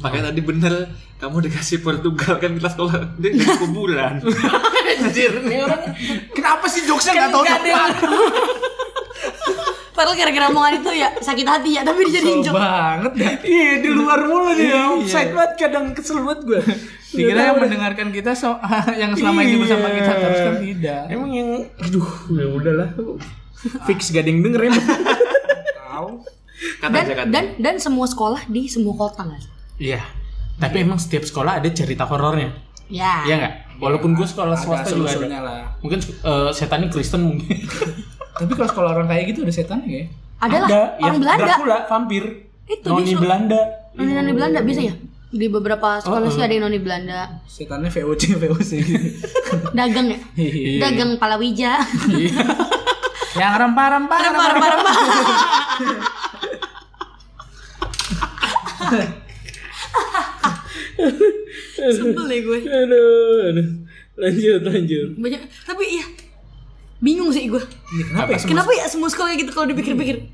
Speaker 5: Makanya tadi bener kamu dikasih Portugal kan kita sekolah di di kuburan.
Speaker 2: Anjir, nih orang
Speaker 3: Kenapa sih jokesnya gak tahu tepat?
Speaker 4: Padahal gara-gara omongan itu ya sakit hati ya Tapi dijadiin
Speaker 3: Kesel
Speaker 4: jok
Speaker 3: banget ya. dah.
Speaker 2: iya di luar mulu dia. Offside banget kadang kesel banget gue.
Speaker 3: Dikira yang mendengarkan kita so- yang selama
Speaker 2: Iya.
Speaker 3: ini bersama kita terus kan tidak.
Speaker 2: Emang yang aduh, ya udahlah. Fix gak ada yang denger emang.
Speaker 5: Kata
Speaker 4: dan,
Speaker 5: aja kata.
Speaker 4: dan dan semua sekolah di semua kota nggak sih?
Speaker 2: Iya. Tapi emang setiap sekolah ada cerita horornya.
Speaker 4: Ya.
Speaker 2: Iya nggak? Walaupun gue sekolah swasta juga
Speaker 3: solusinya
Speaker 2: ada.
Speaker 3: lah.
Speaker 2: Mungkin eh, setannya Kristen mungkin.
Speaker 3: Tapi kalau sekolah orang kayak gitu ada setan ya?
Speaker 4: Adalah
Speaker 2: Ada,
Speaker 4: orang
Speaker 2: ya,
Speaker 4: Belanda.
Speaker 2: Dracula, vampir.
Speaker 4: Itu
Speaker 2: noni
Speaker 4: bisa.
Speaker 2: Belanda.
Speaker 4: Noni noni Belanda bisa ya? Di beberapa sekolah
Speaker 2: Oh,
Speaker 4: sih ada yang noni Belanda.
Speaker 3: Setannya VOC VOC gitu.
Speaker 4: Dagang ya?
Speaker 3: Iya.
Speaker 4: Dagang palawija.
Speaker 3: yang rempah-rempah.
Speaker 4: Rempah-rempah. rempah. Sebel deh gue.
Speaker 2: Aduh, aduh. Lanjut, lanjut.
Speaker 4: Banyak, tapi iya bingung sih gue.
Speaker 3: Kenapa ya?
Speaker 4: Kenapa ya semua sekolah gitu kalau dipikir-pikir?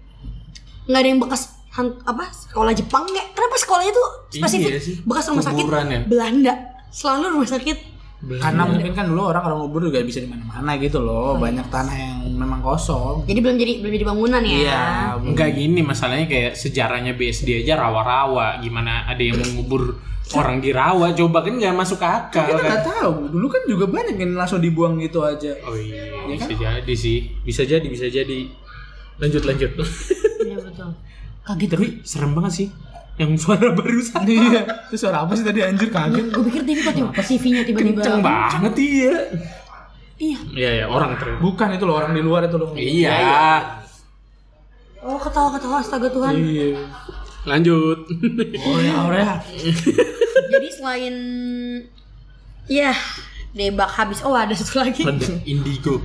Speaker 4: Nggak ada yang bekas han- apa sekolah Jepang nggak? Kenapa sekolahnya tuh spesifik
Speaker 2: Iya sih,
Speaker 4: bekas rumah sakit
Speaker 2: kuburan ya.
Speaker 4: Belanda? Selalu rumah sakit.
Speaker 3: Karena mungkin kan dulu orang kalau ngubur juga bisa di mana-mana gitu
Speaker 2: Oh, iya
Speaker 3: loh. Banyak tanah yang memang kosong. Iya,
Speaker 4: Jadi belum jadi belum jadi bangunan ya.
Speaker 2: Iya. Enggak gini masalahnya kayak sejarahnya BSD aja rawa-rawa. Gimana ada yang mengubur orang di rawa? Coba kan nggak masuk akal
Speaker 3: Kita
Speaker 2: kan.
Speaker 3: nggak tahu. Dulu kan juga banyak yang langsung dibuang gitu aja.
Speaker 2: Oh iya, bisa jadi sih. Bisa jadi, bisa jadi. Lanjut, lanjut.
Speaker 4: Iya betul. Kaget
Speaker 2: Tapi serem banget sih. yang suara barusan
Speaker 3: Iya, itu suara apa sih tadi anjir kaget.
Speaker 4: Gue pikir Devi kok tiba CV-nya tiba-tiba.
Speaker 2: kenceng banget iya
Speaker 4: Iya.
Speaker 2: iya iya orang ternyata
Speaker 3: Bukan itu loh orang di luar itu loh.
Speaker 7: Iya.
Speaker 4: Oh ketawa-ketawa astaga Tuhan.
Speaker 2: iya lanjut
Speaker 3: Oh ya, oh ya.
Speaker 4: Jadi selain ya debak habis oh ada satu lagi
Speaker 2: Ada indigo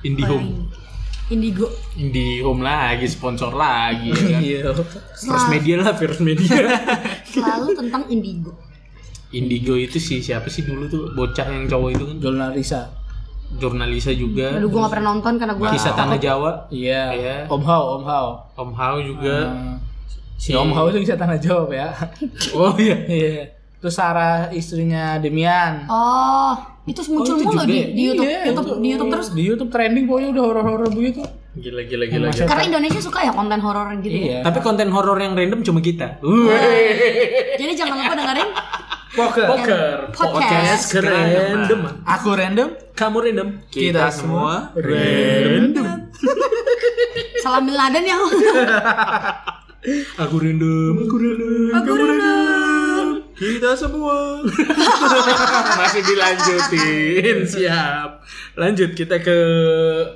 Speaker 2: indihome
Speaker 4: indigo
Speaker 2: indihome lagi sponsor lagi ya kan?
Speaker 3: Iya.
Speaker 2: first media lah first media
Speaker 4: selalu tentang indigo
Speaker 2: indigo itu si siapa sih dulu tuh bocah yang cowok itu kan
Speaker 3: Jolna Risa.
Speaker 2: jurnalisa juga
Speaker 4: aduh gue gak pernah nonton karena gue
Speaker 2: Eh, kisah tanah Jawa Iya. Eh.
Speaker 3: Iya. Om Hao, Om Hao.
Speaker 2: Om Hao juga
Speaker 3: Hmm.
Speaker 2: si
Speaker 3: Si Om Hao itu bisa tanah jawab ya.
Speaker 2: oh iya
Speaker 3: Iya. Terus Sarah istrinya Demian.
Speaker 4: oh itu muncul mulu
Speaker 2: ya?
Speaker 4: di, di YouTube
Speaker 3: Iya,
Speaker 4: YouTube di YouTube terus
Speaker 3: Di YouTube trending pokoknya udah horor-horor begitu.
Speaker 2: gila gila gila, gila.
Speaker 4: karena Indonesia suka ya konten horor gitu
Speaker 3: Iya.
Speaker 2: tapi konten horor yang random cuma kita Uh, eh, Weh.
Speaker 4: jadi jangan lupa dengerin
Speaker 3: Poker.
Speaker 2: poker
Speaker 4: podcast
Speaker 2: keren random
Speaker 3: Aku random.
Speaker 2: kamu random
Speaker 7: Kita semua
Speaker 2: random
Speaker 4: salam bin Laden ya
Speaker 2: aku random aku random
Speaker 4: aku random
Speaker 7: kita semua
Speaker 2: masih dilanjutin siap lanjut kita ke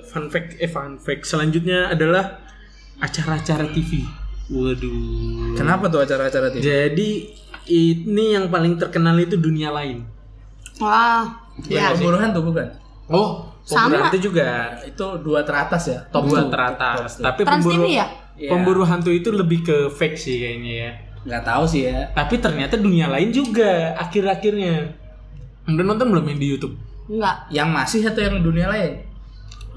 Speaker 2: fun fact eh fun fact selanjutnya adalah acara-acara TV waduh
Speaker 3: Kenapa tuh
Speaker 2: Ya,
Speaker 3: acara-acara TV?
Speaker 2: jadi ini yang paling terkenal itu dunia lain
Speaker 4: wah
Speaker 3: Ya, pembunuhan tuh bukan. Nah,
Speaker 2: oh
Speaker 4: Sama.
Speaker 2: itu juga
Speaker 3: Itu dua teratas ya, top
Speaker 2: dua
Speaker 3: two.
Speaker 2: teratas tapi
Speaker 4: Trans
Speaker 2: pemburu
Speaker 4: TV ya?
Speaker 3: Iya.
Speaker 2: pemburu hantu itu lebih ke fake sih kayaknya ya
Speaker 3: Nggak tahu sih ya.
Speaker 2: tapi ternyata dunia lain juga akhir-akhirnya udah nonton belum yang di YouTube
Speaker 4: enggak
Speaker 3: Yang masih atau yang dunia lain?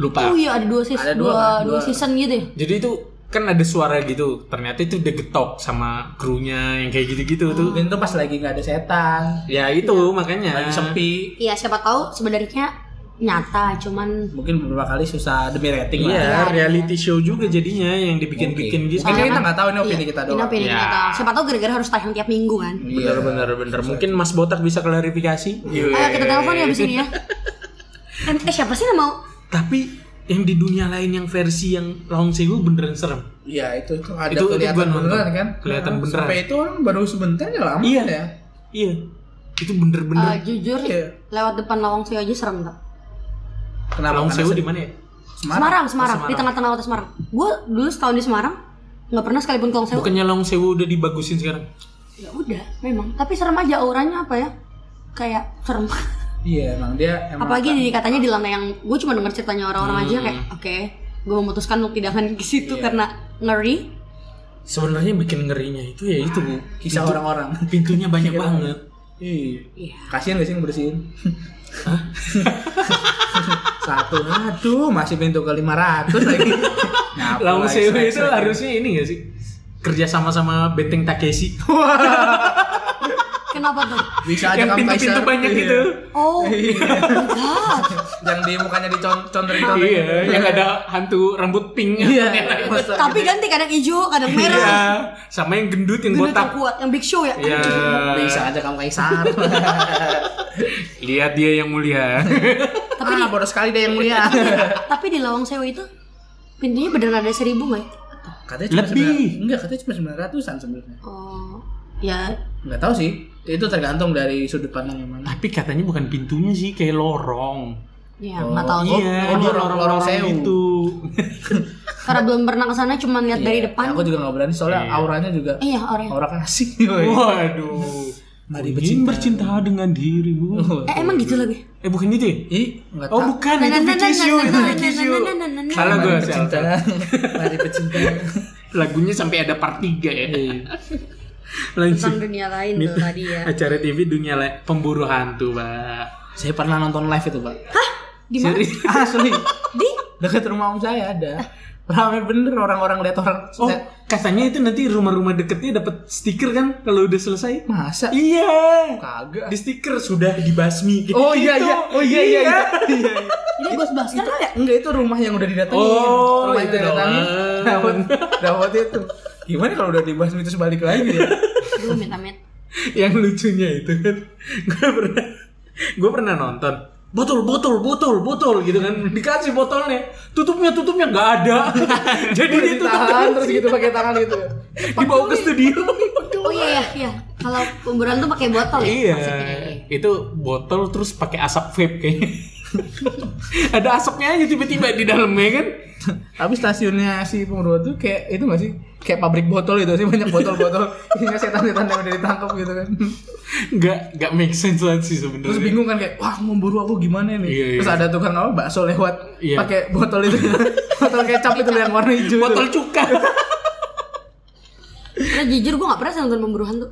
Speaker 2: lupa
Speaker 4: oh iya ada dua season
Speaker 3: Ada dua,
Speaker 4: dua,
Speaker 3: dua.
Speaker 4: dua season gitu ya
Speaker 2: Jadi itu kan ada suara gitu, ternyata itu udah getok sama krunya yang kayak gitu-gitu tuh.
Speaker 3: Dan itu pas lagi nggak ada setan,
Speaker 2: Ya itu makanya.
Speaker 3: lagi sepi.
Speaker 4: iya siapa tahu sebenarnya nyata cuman
Speaker 3: Mungkin beberapa kali susah demi rating lah. ya.
Speaker 2: Iya, reality show juga jadinya yang dibikin-bikin gitu.
Speaker 3: Mungkin kita nggak tahu ini opini kita
Speaker 4: Iya, ini
Speaker 3: doang. Iya.
Speaker 4: opini
Speaker 2: Ya.
Speaker 4: kita. Siapa tahu gara-gara harus tayang tiap minggu kan.
Speaker 2: Bener-bener bener. Ah, Mungkin Mas Botak bisa klarifikasi.
Speaker 4: Ayo
Speaker 3: iya,
Speaker 4: kita telepon ya abis ini ya. Kan, eh siapa sih yang mau?
Speaker 2: Tapi yang di dunia lain yang versi yang Lawang Sewu beneran serem.
Speaker 3: Iya itu itu ada
Speaker 2: Itu- itu gua
Speaker 3: kelihatan
Speaker 2: nonton.
Speaker 3: beneran kan?
Speaker 2: Kelihatan
Speaker 3: Nah,
Speaker 2: beneran.
Speaker 3: Sampai itu kan baru sebentar ya lama
Speaker 2: Iya.
Speaker 3: ya.
Speaker 2: Iya. Itu
Speaker 4: Eh,
Speaker 2: bener-bener
Speaker 4: jujur
Speaker 3: Iya.
Speaker 4: lewat depan lawang sewu aja serem tak?
Speaker 3: Kenapa?
Speaker 2: Lawang
Speaker 3: Karena
Speaker 2: Sewu
Speaker 3: se-
Speaker 2: di mana ya?
Speaker 4: Semarang, Semarang, di tengah-tengah kota Semarang. Gue dulu setahun di Semarang nggak pernah sekalipun ke lawang sewu.
Speaker 2: Bukannya Lawang Sewu udah dibagusin sekarang?
Speaker 4: Ya udah, memang. Tapi serem aja auranya apa ya? Kayak serem.
Speaker 3: Iya emang dia emang
Speaker 4: Apalagi di, katanya di lantai yang gue cuma denger ceritanya orang-orang aja kayak oke, gue memutuskan untuk tidak akan ke situ karena ngeri.
Speaker 2: Sebenarnya bikin ngerinya itu ya itu. Bu.
Speaker 3: kisah
Speaker 2: Pintu-
Speaker 3: orang-orang.
Speaker 2: Ah, Pintunya banyak banget.
Speaker 3: Iya.
Speaker 4: Iya.
Speaker 3: Kasihan gak sih yang bersihin? Satu, aduh masih pintu ke 500 lagi. Ngapa
Speaker 2: Lawang
Speaker 3: lagi,
Speaker 2: Sewu
Speaker 3: snack,
Speaker 2: itu
Speaker 3: snack.
Speaker 2: harusnya ini gak sih? Kerja sama sama Beteng Takeshi.
Speaker 4: Kenapa tuh?
Speaker 3: bisa aja
Speaker 2: yang
Speaker 3: kamu
Speaker 2: pintu-pintu
Speaker 3: Kaisar.
Speaker 2: banyak
Speaker 3: Iya.
Speaker 2: itu.
Speaker 4: Oh, God.
Speaker 3: yang di mukanya dicontorin
Speaker 2: Iya, yang ada hantu rambut pink.
Speaker 3: Iya. Masa
Speaker 4: Tapi ganti kadang hijau, kadang merah.
Speaker 2: Iya. Sama yang gendut yang
Speaker 4: Gendut
Speaker 2: botak.
Speaker 4: yang kuat, yang big show ya.
Speaker 2: Iya.
Speaker 3: gitu. bisa aja kamu kaisar.
Speaker 2: Lihat dia yang mulia.
Speaker 4: Tapi
Speaker 3: ah, bodoh sekali deh yang mulia.
Speaker 4: Tapi di Lawang Sewu itu pintunya beneran ada seribu nggak ya?
Speaker 3: katanya cuma
Speaker 2: Lebih.
Speaker 3: sembilan- enggak, katanya cuma 900-an sebenarnya.
Speaker 4: Oh, ya
Speaker 3: Enggak tahu sih. Itu tergantung dari sudut pandang yang mana.
Speaker 2: Tapi katanya bukan pintunya sih, kayak lorong.
Speaker 4: ya nggak tahu sih.
Speaker 2: iya,
Speaker 3: oh,
Speaker 2: dia
Speaker 3: lorong- lorong
Speaker 2: lorong-lorong
Speaker 3: sewu.
Speaker 2: gitu.
Speaker 4: Karena belum pernah ke sana, cuma lihat dari
Speaker 3: Iya.
Speaker 4: depan.
Speaker 3: Aku juga enggak berani soalnya auranya juga
Speaker 4: Iya, orang.
Speaker 3: aura kan Iya. kasih.
Speaker 2: Oh, iya. Waduh.
Speaker 3: Mari
Speaker 2: Ingin bercinta dengan dirimu.
Speaker 4: Eh, emang gitu lagi.
Speaker 2: Eh bukan itu ya?
Speaker 3: Ih, enggak
Speaker 2: Oh bukan, itu Vicky Shu, itu Vicky Shu. Salah gue,
Speaker 3: pecinta. Mari pecinta.
Speaker 2: Lagunya sampai ada part 3 ya.
Speaker 3: Iya.
Speaker 2: Lanjut.
Speaker 4: Tentang dunia lain tuh tadi ya.
Speaker 2: Acara TV dunia Le- pemburu hantu, Pak.
Speaker 3: Saya pernah nonton live itu, Pak.
Speaker 4: Di mana?
Speaker 2: Serius?
Speaker 3: Asli.
Speaker 4: Di?
Speaker 3: Dekat rumah om saya ada. Rame bener orang-orang lihat orang.
Speaker 2: Oh,
Speaker 3: Saya-
Speaker 2: katanya itu nanti rumah-rumah deketnya dapat stiker kan kalau udah selesai?
Speaker 3: masa?
Speaker 2: Iya.
Speaker 3: Kagak.
Speaker 2: Di stiker sudah dibasmi.
Speaker 3: Oh iya
Speaker 2: Gitu.
Speaker 3: iya. Oh iya iya iya. Iya, iya.
Speaker 4: Ini Ghostbuster ya?
Speaker 3: Enggak itu rumah yang udah didatengin.
Speaker 2: Oh,
Speaker 3: rumah yang
Speaker 2: itu
Speaker 3: didatengin.
Speaker 2: doang.
Speaker 3: Dawet, dawet itu. Gimana kalau udah dibahas itu balik lagi ya?
Speaker 4: Gue minta met.
Speaker 2: Yang lucunya itu kan gue pernah gue pernah nonton botol botol botol botol gitu kan dikasih botolnya tutupnya tutupnya nggak ada jadi dia tutup
Speaker 3: Ditahan terus gitu pakai tangan gitu.
Speaker 2: dibawa ke studio
Speaker 4: iya iya. Kalau kuburan tuh pakai botol ya.
Speaker 2: Iya,
Speaker 4: maksudnya.
Speaker 2: itu botol terus pakai asap vape kayaknya. Ada asapnya aja tiba-tiba di dalamnya kan.
Speaker 3: Tapi stasiunnya si pemurwa tuh kayak itu gak sih? Kayak pabrik botol itu sih banyak botol-botol isinya setan-setan yang udah ditangkap gitu kan.
Speaker 2: Nggak nggak make sense banget sih sebenarnya.
Speaker 3: Terus bingung kan kayak wah mau buru aku gimana nih?
Speaker 2: Iya, iya.
Speaker 3: Terus ada tukang apa bakso lewat
Speaker 2: Iya.
Speaker 3: pakai botol itu. botol kecap itu yang warna hijau.
Speaker 2: botol
Speaker 3: itu.
Speaker 2: cuka.
Speaker 4: Karena jujur gue gak pernah sih nonton pemburuan tuh.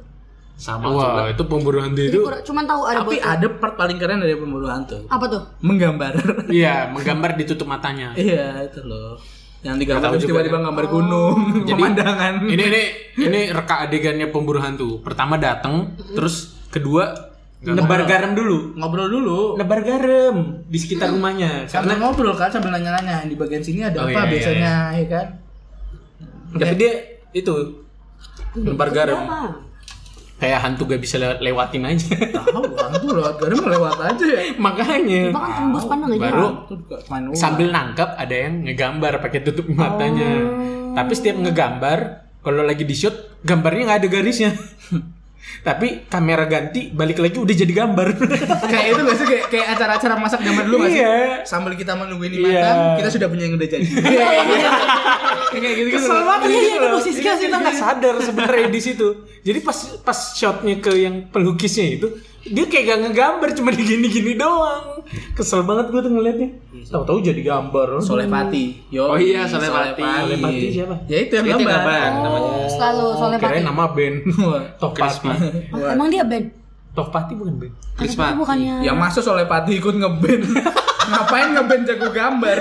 Speaker 5: Sama
Speaker 2: Wah, itu pemburu hantu itu.
Speaker 4: Kurang- Cuman tahu ada
Speaker 3: Tapi
Speaker 4: botol.
Speaker 3: ada part paling keren dari pemburu hantu.
Speaker 4: Apa tuh?
Speaker 3: Menggambar.
Speaker 2: Iya, menggambar ditutup matanya.
Speaker 3: iya, itu loh. Yang digambar ya. Oh. terus tiba-tiba gambar gunung, pemandangan.
Speaker 2: Ini ini ini reka adegannya pemburu hantu. Pertama datang, terus kedua nebar garam dulu.
Speaker 3: Ngobrol dulu.
Speaker 2: Nebar garam di sekitar rumahnya.
Speaker 3: Karena ngobrol kan sambil nanya-nanya di bagian sini
Speaker 2: Oh,
Speaker 3: ada apa
Speaker 2: iya, iya,
Speaker 3: biasanya ya kan?
Speaker 2: Tapi dia itu nebar garam. Kayak hantu gak bisa le- lewatin aja.
Speaker 3: Tahu orang tuh lewat garam lewat aja ya.
Speaker 2: Makanya.
Speaker 4: Bahkan tembus pandang aja.
Speaker 2: Baru
Speaker 3: Tuh buka main ular.
Speaker 2: sambil nangkap ada yang ngegambar pakai tutup matanya. Tapi setiap ngegambar kalau lagi di shoot gambarnya nggak ada garisnya. Tapi kamera ganti balik lagi udah jadi gambar.
Speaker 3: kayak itu gak sih kayak, kayak acara-acara masak zaman dulu gak sih?
Speaker 2: Iya.
Speaker 3: Sambil kita menunggu ini
Speaker 2: Iya.
Speaker 3: matang, kita sudah punya yang udah jadi.
Speaker 4: Iya,
Speaker 3: Iya, kayak gitu gitu.
Speaker 2: Iya iya posisinya kita nggak sadar sebenarnya di situ. Jadi pas pas shotnya ke yang pelukisnya itu dia kayak gak ngegambar cuma digini-gini doang. Kesel banget gue tuh ngeliatnya. Tahu-tahu jadi gambar.
Speaker 3: Soleh Pati. Yo.
Speaker 5: Oh iya, Soleh Pati.
Speaker 2: Soleh Pati siapa?
Speaker 3: Ya itu yang
Speaker 5: Itu
Speaker 3: gambar.
Speaker 5: gambar namanya.
Speaker 4: Oh, selalu soalnya
Speaker 2: Kirain
Speaker 4: pakai.
Speaker 2: nama band. Tokpati.
Speaker 4: Oh, emang dia band?
Speaker 2: Tokpati bukan band.
Speaker 5: Krisma.
Speaker 4: Bukannya
Speaker 3: Ya masa Soleh Pati ikut ngeband. Ngapain ngeband jago gambar?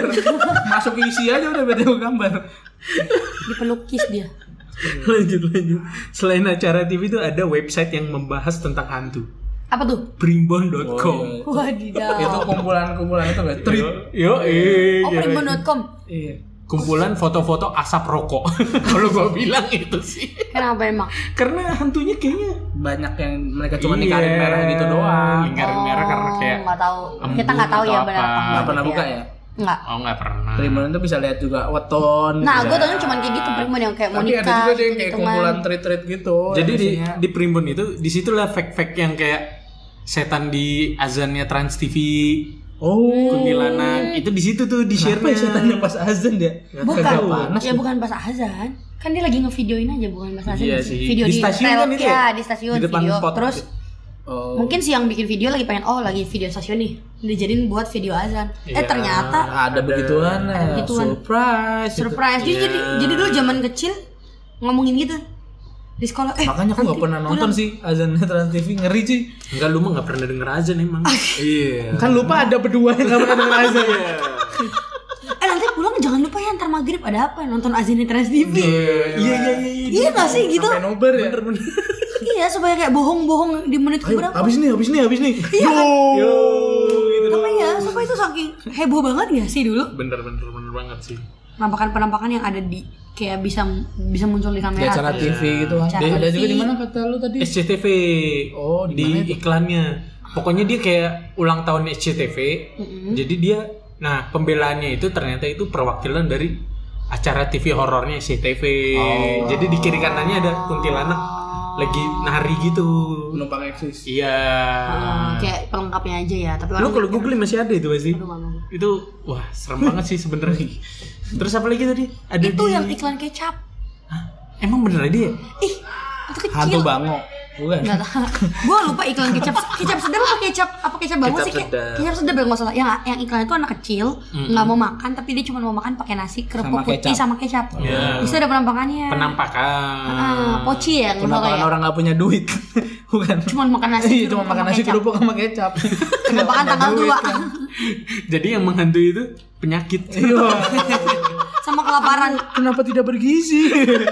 Speaker 3: Masuk isi aja udah jago gambar.
Speaker 4: di pelukis dia.
Speaker 2: lanjut lanjut. Selain acara TV itu ada website yang membahas tentang hantu.
Speaker 4: Apa tuh?
Speaker 2: Primbon.com.
Speaker 3: Itu
Speaker 4: Wadidaw.
Speaker 3: kumpulan-kumpulan itu gak? Treat.
Speaker 2: Yo, eh,
Speaker 4: Oh, primbon.com.
Speaker 3: Iya.
Speaker 2: kumpulan foto-foto asap rokok. Kalau gua bilang itu sih.
Speaker 4: Kenapa emang?
Speaker 2: Karena hantunya kayaknya
Speaker 3: Banyak yang mereka cuma nikahin
Speaker 2: Iya.
Speaker 3: merah gitu doang.
Speaker 2: Lingkaran merah karena kayak
Speaker 4: Oh, nggak tahu.
Speaker 2: embun
Speaker 4: Kita nggak tahu
Speaker 2: atau
Speaker 4: ya benar apa.
Speaker 2: apa.
Speaker 4: nggak
Speaker 3: Gak
Speaker 4: gitu
Speaker 3: pernah buka ya?
Speaker 4: Nggak.
Speaker 2: oh nggak pernah.
Speaker 3: Primbon itu bisa lihat juga weton.
Speaker 4: Nah,
Speaker 3: bisa.
Speaker 4: gue taunya cuma kayak gitu primbon yang kayak mau
Speaker 3: Tapi ada
Speaker 4: nikah, kan.
Speaker 3: juga deh yang kayak
Speaker 4: hitungan.
Speaker 3: kumpulan treat-treat gitu.
Speaker 2: Jadi di
Speaker 3: Biasanya.
Speaker 2: di Primbon itu disitulah fake-fake yang kayak setan di azannya Trans TV
Speaker 4: Hmm.
Speaker 3: oh,
Speaker 2: kuntilanak itu di situ tuh di share
Speaker 3: siapa ya setannya pas azan dia?
Speaker 4: Bukan.
Speaker 3: Kagak panas.
Speaker 4: Ya bukan pas azan. Kan dia lagi ngevideoin aja bukan pas azan.
Speaker 3: Iya sih.
Speaker 4: Video
Speaker 2: Di stasiun kan
Speaker 4: rel-
Speaker 2: itu ya?
Speaker 4: Iya, di stasiun
Speaker 3: Di depan
Speaker 4: video.
Speaker 3: pot.
Speaker 4: Terus
Speaker 3: Oh.
Speaker 4: mungkin siang bikin video lagi pengen oh lagi video stasiun nih. Dijadiin buat video azan. Eh
Speaker 2: Iya.
Speaker 4: ternyata
Speaker 3: ada begituan,
Speaker 4: Ada
Speaker 3: ya.
Speaker 4: begituan.
Speaker 3: surprise. gitu.
Speaker 4: surprise. Jadi jadi, jadi dulu zaman kecil ngomongin gitu di sekolah eh
Speaker 3: Makanya aku nggak
Speaker 4: nanti
Speaker 3: pernah nonton
Speaker 4: pulang.
Speaker 3: sih azannya Trans TV ngeri sih.
Speaker 2: Enggak lu mah nggak pernah denger azan emang.
Speaker 3: Ah,
Speaker 5: Iya.
Speaker 3: Kan lupa ada berdua yang nggak pernah denger azan.
Speaker 4: Eh nanti pulang jangan lupa ya ntar maghrib ada apa nonton azan di Trans TV.
Speaker 2: Iya iya iya.
Speaker 4: Iya nggak sih gitu?
Speaker 3: Sampai nobar ya.
Speaker 4: Iya supaya kayak bohong-bohong di menit
Speaker 3: Ayo,
Speaker 4: keberapa?
Speaker 3: habis nih, habis nih, habis nih.
Speaker 4: Iya kan?
Speaker 3: Yo.
Speaker 4: Tapi ya supaya itu saking heboh banget nggak sih dulu?
Speaker 2: Bener bener bener banget sih.
Speaker 4: Penampakan-penampakan yang ada di kayak bisa bisa muncul di
Speaker 3: Di
Speaker 4: kamera.
Speaker 3: acara
Speaker 4: kayak-
Speaker 3: TV gitu kan.
Speaker 4: Iya. Acara
Speaker 3: Ada juga
Speaker 4: TV.
Speaker 3: di mana kata lu tadi?
Speaker 2: SCTV.
Speaker 3: Oh, di mana
Speaker 2: di
Speaker 3: itu?
Speaker 2: iklannya. Pokoknya dia kayak ulang tahun SCTV. Jadi dia nah pembelaannya itu ternyata itu perwakilan dari acara TV horornya SCTV.
Speaker 3: Oh.
Speaker 2: Jadi di kiri kanannya ada kuntilanak lagi nari gitu.
Speaker 3: Penumpang eksis.
Speaker 2: Iya.
Speaker 4: Eh, kayak pelengkapnya aja ya. Tapi
Speaker 2: Lu
Speaker 4: orang
Speaker 2: kalau googling masih ada itu pasti.
Speaker 4: Aduh, nggak mau.
Speaker 2: Itu wah serem banget sih sebenarnya. Terus apa lagi tadi? Ada
Speaker 4: itu
Speaker 2: di-
Speaker 4: yang iklan kecap.
Speaker 2: Emang bener ya? dia?
Speaker 4: Ih, itu
Speaker 3: Hantu
Speaker 4: kecil.
Speaker 3: bango. Bukan.
Speaker 4: Gak tau. Gue lupa iklan kecap. Kecap sedap apa kecap apa kecap bangun
Speaker 5: Kecap
Speaker 4: sih? Kayak-
Speaker 5: sedap.
Speaker 4: Kecap sedap ya nggak salah. Yang yang iklan itu anak kecil nggak mau makan tapi dia cuma mau makan pakai nasi
Speaker 3: Sama
Speaker 4: kerupuk putih
Speaker 3: kecap. Oh,
Speaker 4: sama kecap.
Speaker 2: Iya.
Speaker 4: Bisa ada penampakannya. Ah,
Speaker 2: Penampakan.
Speaker 4: poci ya nggak salah
Speaker 3: Penampakan
Speaker 4: ya.
Speaker 3: orang nggak punya duit. Bukan.
Speaker 4: Cuma makan nasi.
Speaker 3: Iya,
Speaker 4: kerupuk
Speaker 3: cuma makan
Speaker 4: sama
Speaker 3: nasi
Speaker 4: kecap.
Speaker 3: kerupuk sama kecap.
Speaker 4: Penampakan tanggal tua
Speaker 2: Jadi yang menghantui itu penyakit.
Speaker 3: Iya.
Speaker 4: sama kelaparan.
Speaker 3: Kenapa tidak bergizi?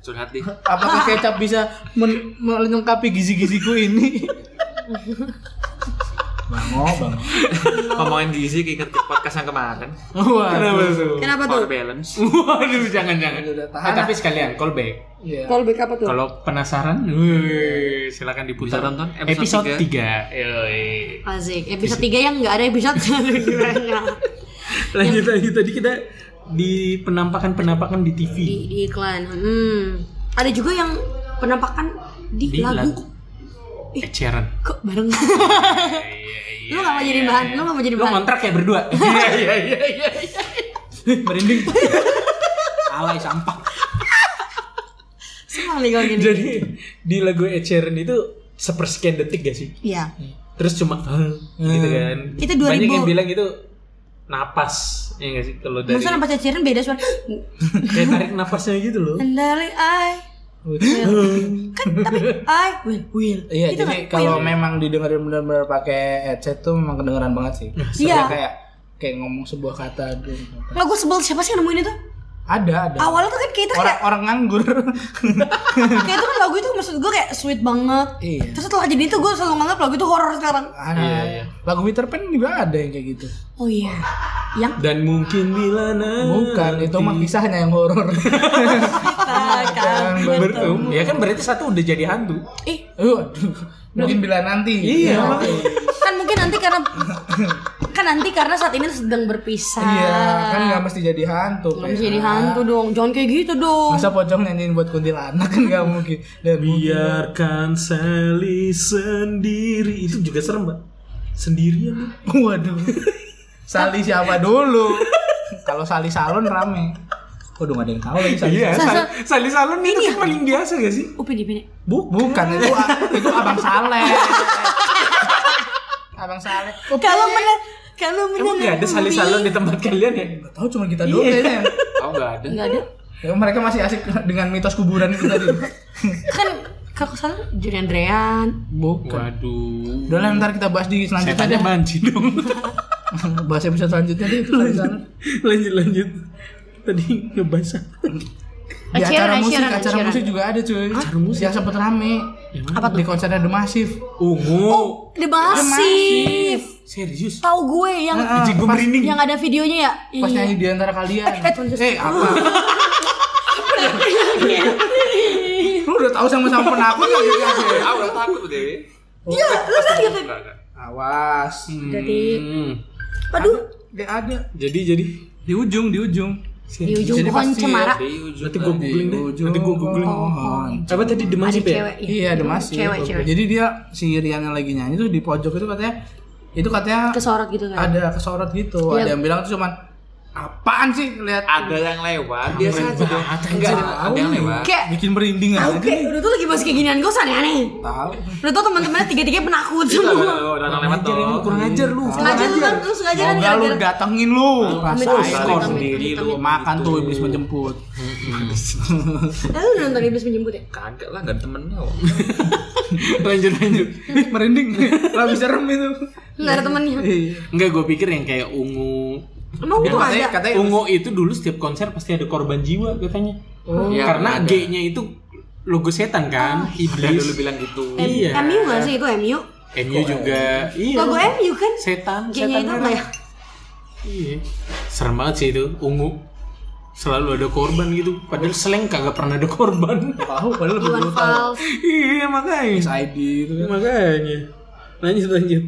Speaker 5: Curhat nih.
Speaker 3: Apakah kecap bisa men- melengkapi gizi-giziku ini? Bango, bango.
Speaker 5: Ngomongin gizi keinget podcast yang kemarin.
Speaker 3: Wah,
Speaker 2: Kenapa tuh?
Speaker 4: Kenapa tuh?
Speaker 5: Power balance.
Speaker 2: Waduh, jangan-jangan.
Speaker 3: Udah tahan,
Speaker 2: Eh, tapi sekalian callback.
Speaker 3: iya.
Speaker 4: Callback apa tuh?
Speaker 2: Kalau penasaran, wuih, silakan diputar.
Speaker 5: Bisa tonton
Speaker 2: episode,
Speaker 5: episode
Speaker 2: 3. Yoi.
Speaker 4: Asik. Episode 3 yang nggak ada episode gimana?
Speaker 2: Lanjut lagi tadi kita di penampakan-penampakan di TV.
Speaker 4: di, di iklan. Hmm. Ada juga yang penampakan
Speaker 2: Di
Speaker 4: di, lagu
Speaker 2: lagu. Ed Sheeran.
Speaker 4: kok bareng
Speaker 3: Iya,
Speaker 4: lu gak mau jadi bahan lu gak mau jadi
Speaker 2: Lu
Speaker 4: bahan
Speaker 2: ngontrak ya berdua? Iya iya iya iya.
Speaker 3: merinding alay sampah
Speaker 4: semang nih kalau gini
Speaker 2: Jadi di lagu Ed Sheeran itu sepersekian detik gak sih?
Speaker 4: iya
Speaker 2: Terus cuma "Huh," gitu kan.
Speaker 4: Itu
Speaker 2: Banyak
Speaker 4: 2000.
Speaker 2: yang bilang itu napas ya gak sih kalau dari
Speaker 4: maksudnya nampak ceceran beda suara
Speaker 2: kayak tarik napasnya gitu loh.
Speaker 4: Andali I kan tapi I will will
Speaker 3: Iya,
Speaker 4: Gitu
Speaker 3: jadi
Speaker 4: nggak?
Speaker 3: kalau
Speaker 4: Will.
Speaker 3: memang didengerin benar-benar pakai headset tuh memang kedengeran banget sih.
Speaker 4: Iya.
Speaker 3: Kayak- Kayak kayak ngomong sebuah kata dulu.
Speaker 4: nggak gue sebel siapa sih yang nemuin itu
Speaker 3: Ada, ada.
Speaker 4: awalnya tuh kan kayak itu
Speaker 3: Orang
Speaker 4: kayak
Speaker 3: orang nganggur.
Speaker 4: kayak itu kan lagu itu maksud gue kayak sweet banget
Speaker 3: Iya.
Speaker 4: terus setelah jadi itu gue selalu nganggap lagu itu horor sekarang
Speaker 3: Ada.
Speaker 4: Ah, iya.
Speaker 3: Lagu Peter Pan juga ada yang kayak gitu.
Speaker 4: oh iya yang
Speaker 2: Dan mungkin bila nanti
Speaker 3: Bukan, itu mah kisahnya yang horor. Iya
Speaker 4: takkan
Speaker 2: bertemu. Ya kan berarti satu udah jadi hantu.
Speaker 4: ih
Speaker 3: Waduh. Mungkin bila nanti.
Speaker 2: Iya,
Speaker 3: Nanti.
Speaker 4: kan mungkin nanti karena kan nanti karena saat ini sedang berpisah
Speaker 3: Iya, kan nggak mesti jadi hantu.
Speaker 4: Nggak
Speaker 3: Pak.
Speaker 4: bisa jadi hantu dong jangan kayak gitu dong
Speaker 3: Masa pocong nyanyiin buat kuntilanak kan nggak mungkin. Dan mungkin-
Speaker 2: Iya. Biarkan Sally sendiri Itu juga serem mbak Sendirian Mbak.
Speaker 3: Waduh. Sali siapa dulu? Kalau Sali Salon rame. Waduh nggak ada yang tahu lagi Sali.
Speaker 2: Iya
Speaker 4: Sa-
Speaker 2: Sal-
Speaker 4: sa-
Speaker 2: Sally Salon itu kan paling biasa gak sih?
Speaker 4: upin di bini
Speaker 3: Bu, bukan itu itu Abang Saleh. Abang Saleh. Oh,
Speaker 4: kalau benar kalau benar
Speaker 2: Emang gak ada Sally Salon di tempat kalian ya?
Speaker 3: nggak tahu cuma kita doang kayaknya.
Speaker 5: Oh nggak ada.
Speaker 4: nggak ada
Speaker 3: Ya, mereka masih asik dengan mitos kuburan itu tadi.
Speaker 4: kan kalau salah jadi Andrean
Speaker 3: Bukan.
Speaker 5: Waduh.
Speaker 3: Udah lah ntar kita bahas di selanjutnya deh.
Speaker 2: banci dong
Speaker 3: bahas episode selanjutnya deh itu Sali Salon.
Speaker 2: Lanjut lanjut Tadi ngebahas
Speaker 3: Di
Speaker 4: Aciran,
Speaker 3: acara musik,
Speaker 4: aciran,
Speaker 3: acara
Speaker 4: aciran.
Speaker 3: musik juga ada cuy. Yang sempet rame. Apa Di konsernya The Massive. Oh.
Speaker 2: Ungu
Speaker 4: demasif
Speaker 2: Serius?
Speaker 4: Oh, tahu gue yang
Speaker 3: Ah,
Speaker 2: Iji gue merinding
Speaker 4: yang ada videonya ya
Speaker 3: Pas
Speaker 4: Iya.
Speaker 3: nyanyi di antara kalian. Eh, apa? Lu udah tahu sama-sama penakut lagi aja.
Speaker 5: Ah udah takut deh.
Speaker 4: iya lu kan gitu
Speaker 5: Nggak, nggak.
Speaker 3: Awas.
Speaker 4: jadi
Speaker 2: Hmm.
Speaker 4: aduh
Speaker 3: Gak ada.
Speaker 2: Jadi jadi
Speaker 3: Di ujung, di ujung.
Speaker 4: di ujung
Speaker 3: Jadi pasti
Speaker 4: pohon
Speaker 3: ya,
Speaker 4: cemara
Speaker 5: Di ujung
Speaker 2: Nanti gue
Speaker 5: tadi.
Speaker 2: googling deh Nanti gue googling
Speaker 3: Pohon.
Speaker 2: Apa tadi
Speaker 4: ada
Speaker 2: demasif ya?
Speaker 4: cewek
Speaker 3: Iya, ada masih.
Speaker 4: cewek cewek
Speaker 3: Jadi dia si Riana lagi nyanyi tuh di pojok itu katanya itu katanya
Speaker 4: kesorot gitu kan
Speaker 3: ada kesorot gitu. Ada yang bilang tuh cuman apaan sih lihat
Speaker 5: Ada yang lewat biasa aja dong. Enggak ada ada yang lewat.
Speaker 4: kayak
Speaker 3: bikin merinding aja.
Speaker 4: Oke, udah tuh lagi bahas kayak ginian gue usah aneh-aneh
Speaker 3: Tahu.
Speaker 4: Udah tau teman-temannya tiga-tiga penakut
Speaker 3: Iya,
Speaker 5: Ada
Speaker 4: semua.
Speaker 5: orang yang lewat dong.
Speaker 2: Kurang ajar lu
Speaker 4: Sengaja lu kan lu sengaja kan
Speaker 3: Semoga lu
Speaker 4: gara-gara
Speaker 3: datengin lu.
Speaker 4: amit,
Speaker 3: Rasain
Speaker 5: Skor
Speaker 4: amit,
Speaker 5: sendiri
Speaker 4: amit,
Speaker 5: lu.
Speaker 3: makan tuh iblis menjemput.
Speaker 4: Eh, lu udah nonton Iblis Menjemput ya?
Speaker 5: Kagak lah, gak ada temennya kok.
Speaker 2: Lanjut lanjut
Speaker 3: Ih, merinding. Lah serem itu.
Speaker 4: Enggak ada temannya.
Speaker 3: Iya.
Speaker 2: Enggak gue pikir yang kayak ungu
Speaker 4: Emang
Speaker 3: Ya,
Speaker 4: gue
Speaker 3: katanya,
Speaker 4: ada.
Speaker 3: katanya
Speaker 2: Ungu itu dulu setiap konser pasti ada korban jiwa katanya.
Speaker 5: Iya,
Speaker 2: Karena
Speaker 5: ada.
Speaker 2: G-nya itu logo setan
Speaker 4: Oh,
Speaker 2: kan,
Speaker 4: iya.
Speaker 5: Ada
Speaker 2: iblis.
Speaker 5: dulu bilang gitu.
Speaker 4: M-
Speaker 2: Iya.
Speaker 4: MU enggak sih itu MU?
Speaker 2: MU juga. Iya.
Speaker 4: Logo MU kan?
Speaker 2: Setan,
Speaker 4: Kayaknya
Speaker 2: setan
Speaker 4: itu
Speaker 2: merah.
Speaker 4: enggak ya?
Speaker 2: Iya. Serem banget sih itu, ungu. Selalu ada korban gitu. Padahal seleng kagak pernah ada korban.
Speaker 3: tahu padahal lebih
Speaker 4: Iwan
Speaker 3: dulu tahu.
Speaker 4: Fals.
Speaker 2: iya,
Speaker 3: Face
Speaker 2: makanya.
Speaker 3: ID itu kan.
Speaker 2: Makanya. Lanjut lanjut.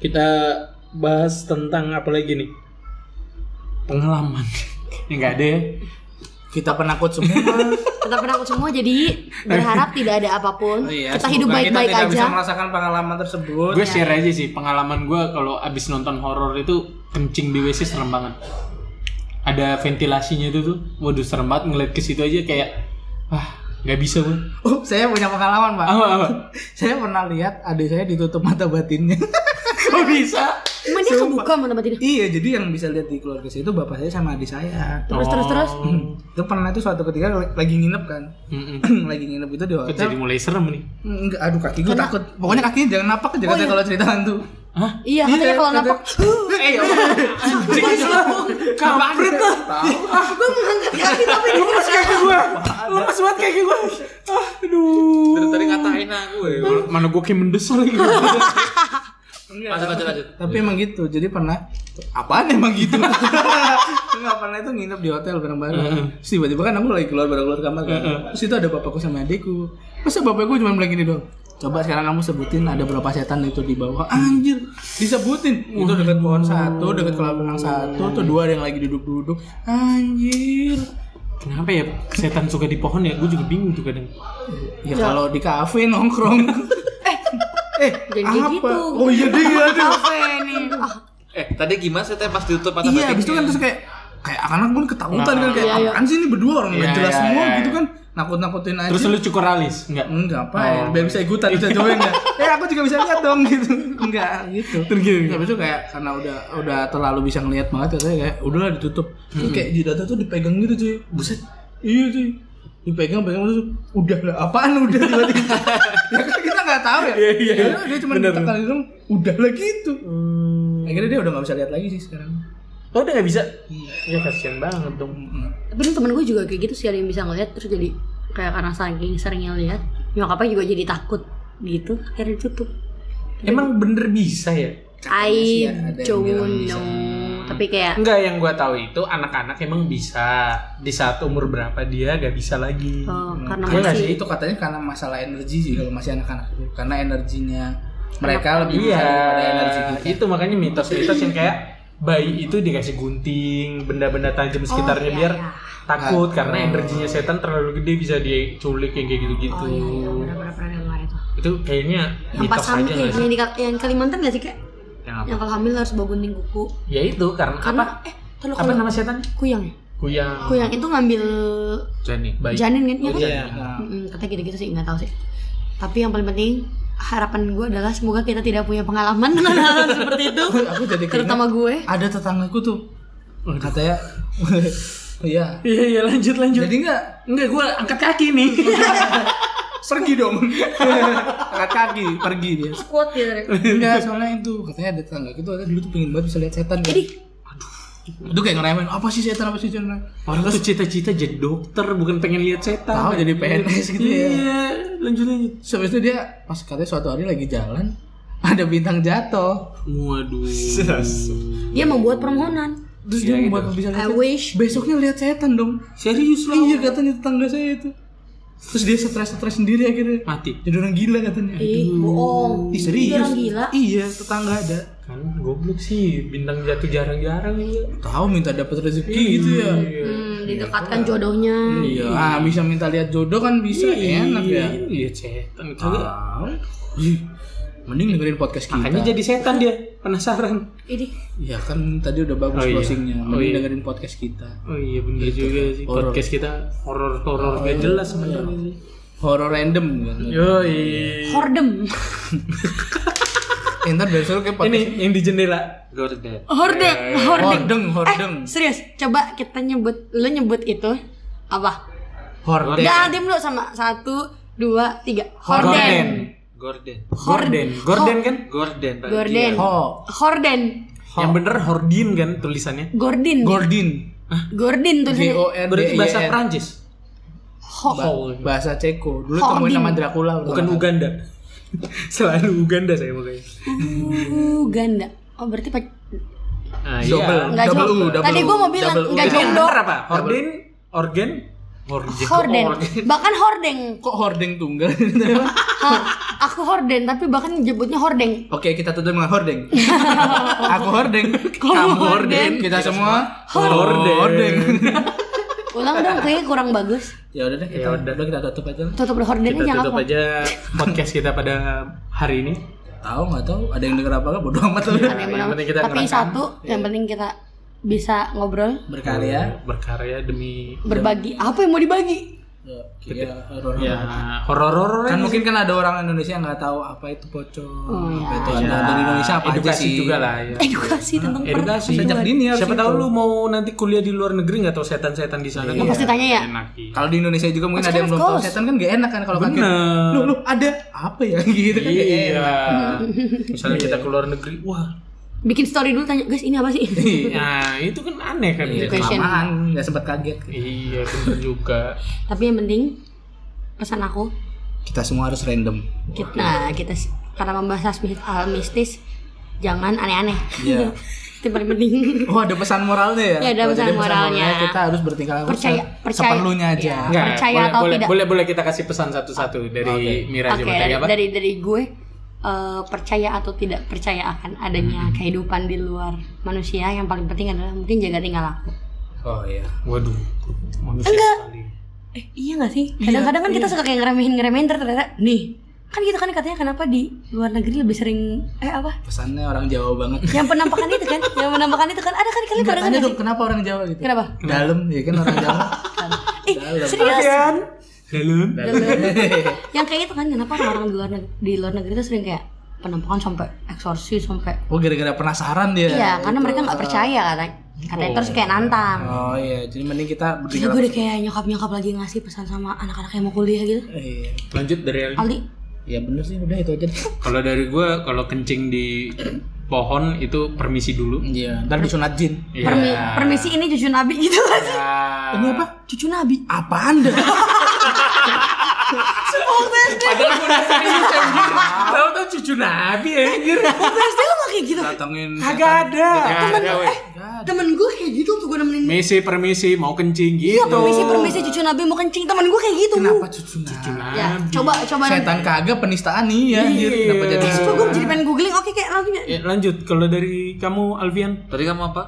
Speaker 2: Kita bahas tentang apa lagi nih? Pengalaman. Ini enggak ada ya.
Speaker 3: Kita penakut semua.
Speaker 4: Kita penakut semua jadi berharap tidak ada apapun.
Speaker 3: Oh iya,
Speaker 4: kita
Speaker 3: semoga
Speaker 4: hidup baik-baik
Speaker 3: Kita tidak bisa
Speaker 4: aja.
Speaker 3: merasakan pengalaman tersebut.
Speaker 2: Gue share aja sih pengalaman gue kalau abis nonton horor itu kencing di WC serem banget. Ada ventilasinya itu tuh, waduh serem banget ngeliat ke situ aja kayak wah nggak bisa gue.
Speaker 3: Oh, saya punya pengalaman, Pak.
Speaker 2: Apa apa?
Speaker 3: Saya pernah lihat adik saya ditutup mata batinnya.
Speaker 2: Kok bisa?
Speaker 4: Emang dia kebuka mana batinnya?
Speaker 3: iya, jadi yang bisa lihat di keluarga saya itu bapak saya sama adik saya. Hmm.
Speaker 4: Terus terus terus.
Speaker 3: Itu pernah itu suatu ketika lagi nginep kan.
Speaker 2: Oh. Mm-mm.
Speaker 3: lagi nginep itu di
Speaker 2: Kok
Speaker 3: hotel.
Speaker 2: jadi mulai serem nih.
Speaker 3: Enggak, aduh kaki gue takut. Pokoknya kakinya jangan napak aja katanya kalau cerita hantu.
Speaker 4: Iya, katanya kalau nampak
Speaker 3: Eh, ya Allah.
Speaker 2: Anjing
Speaker 3: gitu.
Speaker 2: kampret lah.
Speaker 4: gue mengangkat kaki tapi dia
Speaker 2: Kaki gue, lepas banget kaki gue. Ah,
Speaker 5: Dari
Speaker 2: aduh.
Speaker 5: tadi ngatain aku ya.
Speaker 2: Mana gue kayak mendesel lagi.
Speaker 5: Lanjut lanjut lanjut.
Speaker 3: Tapi emang gitu, jadi pernah apaan emang gitu? Enggak pernah itu nginep di hotel bareng-bareng. Terus tiba-tiba kan aku lagi keluar bareng keluar kamar kan. Terus itu ada bapakku sama adikku. Masa bapakku cuma bilang gini doang. Coba sekarang kamu sebutin ada berapa setan itu di bawah. Anjir, disebutin. Itu dekat pohon satu, dekat kolam renang satu, tuh dua ada yang lagi duduk-duduk. Anjir.
Speaker 2: Kenapa ya setan suka di pohon ya? Gue juga bingung tuh kadang.
Speaker 3: Ya kalau di kafe nongkrong. eh,
Speaker 4: Jangan kayak gitu.
Speaker 3: Oh iya dia aduh.
Speaker 4: Kafe nih. Ah,
Speaker 5: Eh, tadi gimana sih teh pas ditutup patah
Speaker 3: Iya, abis itu kan terus kayak kayak anak-anak pun ketakutan kan kayak apaan sih ini berdua orang nggak jelas semua gitu kan nakut-nakutin aja.
Speaker 2: Terus lu cukoralis? Enggak.
Speaker 3: Enggak apa ya, biar bisa ikutan, bisa join ya. Eh aku juga bisa lihat dong gitu. Enggak gitu. Terus Habis itu kayak karena udah udah terlalu bisa ngelihat banget katanya kayak udahlah ditutup. Terus kayak di data tuh dipegang gitu cuy. Buset. Iya cuy. Dipegang pegang terus udah lah apaan udah tiba-tiba. ya kan kita nggak tahu ya. Iya iya. Dia cuma ditekan gitu dong. Udah lah gitu. Akhirnya dia udah nggak bisa lihat lagi sih sekarang.
Speaker 2: Oh udah nggak bisa? Ya kasihan banget dong.
Speaker 4: tapi dulu temen gue juga kayak gitu sih ada yang bisa ngeliat terus jadi kayak karena saking seringnya lihat nyokapnya juga jadi takut gitu akhirnya ditutup
Speaker 2: Emang bener bisa ya?
Speaker 4: I
Speaker 3: ada yang bilang
Speaker 4: don't
Speaker 3: bisa.
Speaker 4: know tapi kayak
Speaker 2: Enggak yang gua tahu itu anak-anak emang bisa di saat umur berapa dia gak bisa lagi.
Speaker 4: oh, karena
Speaker 2: Iya nggak
Speaker 4: masih
Speaker 3: Itu katanya karena masalah energi sih kalau masih anak-anak itu. Karena energinya mereka lebih
Speaker 2: Iya,
Speaker 3: besar daripada energi kita.
Speaker 2: itu makanya mitos-mitos yang kayak bayi itu dikasih gunting, benda-benda tajam
Speaker 4: Oh,
Speaker 2: sekitarnya
Speaker 4: iya,
Speaker 2: biar
Speaker 3: Nah,
Speaker 2: takut karena energinya setan terlalu gede bisa diculik yang kayak gitu-gitu.
Speaker 4: oh iya iya benar-benar pernah dengar itu
Speaker 2: Itu kayaknya
Speaker 4: yang pas
Speaker 2: mitos
Speaker 4: hamil
Speaker 2: aja nggak sih?
Speaker 4: yang, di, yang di Kalimantan gak sih kayak
Speaker 2: Yang apa?
Speaker 4: yang kalau hamil harus bawa gunting kuku
Speaker 2: Ya itu karena,
Speaker 4: karena
Speaker 2: apa?
Speaker 4: eh terlalu
Speaker 2: Apa
Speaker 4: kalau
Speaker 2: nama setan?
Speaker 4: kuyang ya
Speaker 2: Kuyang.
Speaker 4: kuyang itu ngambil
Speaker 2: Jani. Bayi.
Speaker 4: janin kan ya kan
Speaker 2: Iya.
Speaker 4: Mm, katanya gitu-gitu sih nggak tahu sih tapi yang paling penting harapan gue adalah semoga kita tidak punya pengalaman dengan hal seperti itu
Speaker 3: Aku jadi keinget.
Speaker 4: terutama gue
Speaker 3: ada tetanggaku tuh katanya iya
Speaker 2: Iya iya lanjut lanjut.
Speaker 3: jadi nggak
Speaker 2: Enggak gua angkat kaki nih.
Speaker 3: pergi dong angkat kaki pergi dia
Speaker 4: kuat ya
Speaker 3: enggak soalnya itu katanya ada tetanggaku tuh ada dulu tuh pengen banget bisa lihat setan jadi aduh itu kayak ngeremen apa sih setan apa sih setan
Speaker 2: Orang tuh cita-cita jadi dokter bukan pengen lihat setan.
Speaker 3: tahu jadi PNS gitu ya
Speaker 2: Iya, lanjut lanjut.
Speaker 3: so, habis itu dia pas katanya suatu hari lagi jalan ada bintang jatuh
Speaker 2: Waduh.
Speaker 4: dia membuat permohonan
Speaker 2: Iya,
Speaker 3: terus dia
Speaker 2: gitu.
Speaker 3: membuat bisa lihat
Speaker 4: I
Speaker 3: setan.
Speaker 4: wish
Speaker 3: besoknya lihat setan dong
Speaker 2: Serius lah.
Speaker 3: iya katanya tetangga saya itu terus dia stres-stres sendiri akhirnya
Speaker 2: Mati.
Speaker 3: jadi orang gila katanya
Speaker 4: ih bohong
Speaker 3: Ih, serius?
Speaker 4: Dia orang gila
Speaker 3: Iya, tetangga ada.
Speaker 2: Kan goblok sih, bintang jatuh jarang-jarang juga.
Speaker 3: Tahu minta dapat rezeki
Speaker 2: Iya.
Speaker 3: gitu ya.
Speaker 4: hmm, didekatkan jodohnya
Speaker 3: Iya. Ah, bisa minta lihat jodoh kan bisa enak ya.
Speaker 2: Iya, setan. Kagak.
Speaker 3: Tahu. Ih, Mending dengerin podcast kita.
Speaker 2: Makanya jadi setan dia, penasaran.
Speaker 4: ini
Speaker 3: Ya kan tadi udah bagus
Speaker 2: Oh, iya.
Speaker 3: closingnya.
Speaker 2: Oh,
Speaker 3: Mending
Speaker 2: iya.
Speaker 3: dengerin podcast kita.
Speaker 2: Oh iya bener juga sih
Speaker 3: Horor.
Speaker 2: podcast kita horor-horor gak jelas sebenarnya.
Speaker 3: Horor random kan.
Speaker 2: Yoi.
Speaker 4: hordem
Speaker 3: Eh, ntar besok kayak
Speaker 2: Ini
Speaker 3: podcast
Speaker 2: yang di jendela.
Speaker 5: Gorden.
Speaker 4: hordeng
Speaker 2: Iya,
Speaker 4: hordeng
Speaker 3: hordeng, hordeng.
Speaker 4: eh serius coba kita nyebut lu nyebut itu apa
Speaker 3: Horden.
Speaker 4: Udah, diam dulu sama satu dua tiga horden
Speaker 5: Gorden.
Speaker 2: Gorden. Gorden kan?
Speaker 5: Gorden. Pak.
Speaker 4: gorden
Speaker 2: Iya.
Speaker 3: Ho.
Speaker 4: horden
Speaker 2: Yang bener Hordin kan tulisannya.
Speaker 4: gordin
Speaker 3: Gordin.
Speaker 4: gordin
Speaker 3: G
Speaker 4: tulisannya
Speaker 3: O R D
Speaker 2: Berarti
Speaker 3: I E
Speaker 2: bahasa
Speaker 3: N.
Speaker 2: Prancis,
Speaker 4: Ho-
Speaker 3: Bahasa Ceko. Dulu temuin nama Dracula.
Speaker 2: bukan Uganda. Selalu Uganda saya makanya.
Speaker 4: Uganda. Oh berarti pak
Speaker 2: Ah,
Speaker 3: Double,
Speaker 4: Nggak
Speaker 3: double
Speaker 4: jawab.
Speaker 3: U, double
Speaker 4: Tadi
Speaker 3: U,
Speaker 4: gua mau bilang,
Speaker 3: double U.
Speaker 4: nggak
Speaker 2: Yang
Speaker 4: jawab.
Speaker 2: bener apa? Hordin, organ, horden.
Speaker 4: horden. Bahkan hordeng.
Speaker 3: Kok hordeng tunggal?
Speaker 4: Hah, aku horden tapi bahkan nyebutnya hordeng.
Speaker 3: Oke, kita tutup dengan hordeng. Aku hordeng, kamu hordeng, kita semua hordeng.
Speaker 4: Ulang dong kayaknya kurang bagus.
Speaker 3: ya udah deh, kita udah kita tutup aja. lah.
Speaker 4: Tutup dulu hordennya
Speaker 2: Kita
Speaker 4: jangan
Speaker 2: tutup
Speaker 4: apa.
Speaker 2: aja podcast kita pada hari ini.
Speaker 3: Tahu nggak tahu ada yang denger apa nggak bodo amat lah udah.
Speaker 4: Ada yang
Speaker 2: Yang
Speaker 4: menang.
Speaker 2: penting kita
Speaker 4: tapi
Speaker 2: ngerekam. Iya.
Speaker 4: satu yang penting kita bisa ngobrol,
Speaker 3: Berkarya.
Speaker 2: Berkarya demi
Speaker 4: berbagi.
Speaker 2: Iya.
Speaker 4: Apa yang mau dibagi?
Speaker 3: Ya, horor.
Speaker 2: ya horor-horor
Speaker 3: Kan
Speaker 2: ya.
Speaker 3: mungkin kan ada orang Indonesia yang nggak tahu apa itu pocong,
Speaker 4: Hmm.
Speaker 3: apa itu
Speaker 2: Ya,
Speaker 3: ada dari Indonesia apa aja
Speaker 2: edukasi
Speaker 3: sih.
Speaker 2: juga lah ya.
Speaker 4: Edukasi tentang per
Speaker 2: Edukasi
Speaker 3: Sejak dini harus
Speaker 2: Siapa
Speaker 3: itu.
Speaker 2: tahu lu mau nanti kuliah di luar negeri nggak tahu setan-setan di sana kan
Speaker 4: pasti tanya ya.
Speaker 2: enak iya.
Speaker 3: Kalau di Indonesia juga mungkin ada yang belum tahu setan kan nggak enak kan kalau kaget.
Speaker 2: Bener.
Speaker 3: Lu lu ada apa ya gitu kan nggak enak.
Speaker 2: Iya. Misalnya kita keluar negeri, wah,
Speaker 4: bikin story dulu tanya, guys ini apa sih?
Speaker 2: nah itu kan aneh kan.
Speaker 3: Iya,
Speaker 2: Iya,
Speaker 4: Education.
Speaker 3: kelamaan nggak sempat kaget.
Speaker 2: iya bener juga.
Speaker 4: tapi yang penting pesan aku
Speaker 3: Kita semua harus random.
Speaker 4: kita, nah kita s- karena membahas mis- hal mistis jangan aneh-aneh.
Speaker 3: Iya.
Speaker 4: Itu yang paling penting.
Speaker 3: Oh ada pesan moralnya ya?
Speaker 4: Iya, ada
Speaker 3: Oh,
Speaker 4: pesan
Speaker 3: jadi
Speaker 4: moralnya.
Speaker 3: Kita harus bertingkah laku
Speaker 4: Percaya-
Speaker 3: se-
Speaker 4: percaya.
Speaker 3: seperlunya aja.
Speaker 4: Iya. Percaya
Speaker 2: boleh,
Speaker 4: atau
Speaker 2: boleh,
Speaker 4: tidak?
Speaker 2: Boleh, boleh kita kasih pesan satu-satu dari Mira
Speaker 4: Oke,
Speaker 2: coba tanya
Speaker 4: dari,
Speaker 2: apa?
Speaker 4: dari dari gue eh, percaya atau tidak
Speaker 2: Hmm.
Speaker 4: percaya akan adanya kehidupan di luar manusia yang paling penting adalah mungkin jaga tingkah laku.
Speaker 2: Oke. Oh iya. Waduh. Manusia sekali.
Speaker 4: eh iya gak sih kadang-kadang kan kita suka kayak ngeremehin ngeremehin ternyata nih kan gitu kan katanya kenapa di luar negeri lebih sering eh apa
Speaker 3: Pesannya orang Jawa banget.
Speaker 4: yang penampakan itu kan yang penampakan itu kan ada kan kalian
Speaker 3: Enggak,
Speaker 4: pernah
Speaker 3: tanya
Speaker 4: nggak
Speaker 3: dong
Speaker 4: sih
Speaker 3: kenapa orang Jawa gitu?
Speaker 4: kenapa
Speaker 3: Dalam, ya kan orang Jawa.
Speaker 4: ih
Speaker 3: Dalam.
Speaker 4: serius
Speaker 2: Dalam.
Speaker 4: yang kayak itu kan kenapa orang-orang di luar negeri, di luar negeri itu sering kayak penampakan sampai eksorsis sampai
Speaker 3: Oh gara-gara penasaran dia.
Speaker 4: iya karena mereka nggak percaya katanya katanya terus kayak nantang
Speaker 3: Oh iya, jadi mending kita
Speaker 4: Gila gue udah kayak nyokap-nyokap lagi ngasih pesan sama anak-anak yang mau kuliah gitu
Speaker 3: Iya.
Speaker 2: Lanjut dari Aldi.
Speaker 4: Aldi
Speaker 3: Ya bener sih udah itu aja. deh.
Speaker 2: Kalau dari gue, kalau kencing di pohon itu permisi dulu.
Speaker 3: Iya, ntar disunat jin.
Speaker 2: Iya.
Speaker 4: permi- permisi ini cucu nabi gitu kan
Speaker 2: Ya.
Speaker 3: Ini apa?
Speaker 4: cucu nabi
Speaker 3: Apaan deh?
Speaker 4: Oh,
Speaker 2: Tahu tuh cucu Nabi ya. anjir.
Speaker 4: waktu SD lo gak kayak gitu
Speaker 3: Datengin
Speaker 2: Kagak ada.
Speaker 4: temen eh temen gue kayak gitu tuh gue nemenin
Speaker 2: Misi permisi mau kencing
Speaker 4: Iya
Speaker 2: gitu.
Speaker 4: permisi permisi cucu nabi mau kencing temen gue kayak gitu
Speaker 3: Kenapa cucu
Speaker 2: Cucu
Speaker 3: nah?
Speaker 4: ya
Speaker 2: Nabi.
Speaker 4: coba coba nanti
Speaker 3: Setan kagak penistaan nih ya. anjir. Kenapa jadi
Speaker 4: Coba gue jadi pengen googling oke kayak langsung ya.
Speaker 2: Ya, lanjut kalau dari kamu Alfian
Speaker 5: Tadi kamu apa?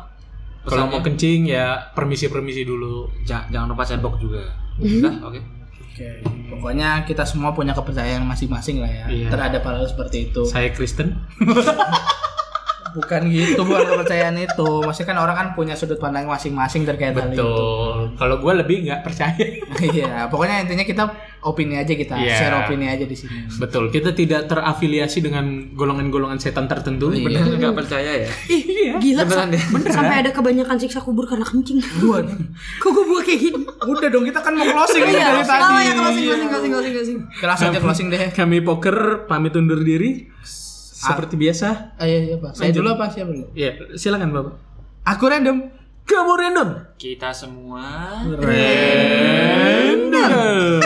Speaker 2: kalau
Speaker 5: Pesannya?
Speaker 2: mau kencing ya permisi-permisi dulu.
Speaker 5: Ja- jangan lupa sendok juga. Udah, oke.
Speaker 3: Oke, pokoknya kita semua punya kepercayaan masing-masing lah ya
Speaker 2: Iya.
Speaker 3: terhadap hal seperti itu.
Speaker 2: Saya Kristen.
Speaker 3: Bukan gitu, bukan kepercayaan itu. Maksudnya kan orang kan punya sudut pandang masing-masing terkait hal itu.
Speaker 2: Betul. Kalau gue lebih nggak percaya.
Speaker 3: Iya, pokoknya intinya kita opini aja kita
Speaker 2: Iya.
Speaker 3: share opini aja di sini.
Speaker 2: Betul. Kita tidak terafiliasi dengan golongan-golongan setan tertentu.
Speaker 3: Iya.
Speaker 2: Benar.
Speaker 5: Enggak percaya ya?
Speaker 4: Ih, gila
Speaker 5: Beneran
Speaker 4: sa-
Speaker 5: ya?
Speaker 4: bener sampai ada kebanyakan siksa kubur karena kencing. Kok gue buat kayak gitu? gini?
Speaker 3: Udah dong, kita kan mau closing ini
Speaker 4: Iya,
Speaker 3: dari tadi.
Speaker 4: oh ya closing closing closing closing closing.
Speaker 3: Kelas aja closing deh.
Speaker 2: Kami poker pamit undur diri. Seperti biasa.
Speaker 3: Ah, iya, iya, Pak. Saya dulu apa siapa dulu?
Speaker 2: Ya, silakan Bapak.
Speaker 3: Aku random.
Speaker 2: Kamu random.
Speaker 5: Kita semua
Speaker 2: Random.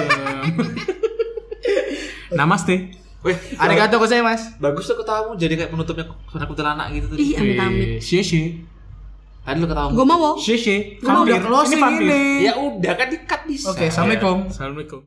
Speaker 2: Namaste.
Speaker 5: Weh,
Speaker 3: Arigato saya Mas.
Speaker 5: kan? bagus tuh ketamu jadi kayak penutupnya karena kuntilanak gitu tadi.
Speaker 4: Ih, amit amit.
Speaker 2: Shishi.
Speaker 5: Tadi lu ketamu.
Speaker 4: Gue mau.
Speaker 2: Shishi.
Speaker 3: Kamu udah closing ini. Iya.
Speaker 5: Ya udah kan dikat bisa.
Speaker 3: Oke, Assalamualaikum.
Speaker 2: Iya. Assalamualaikum.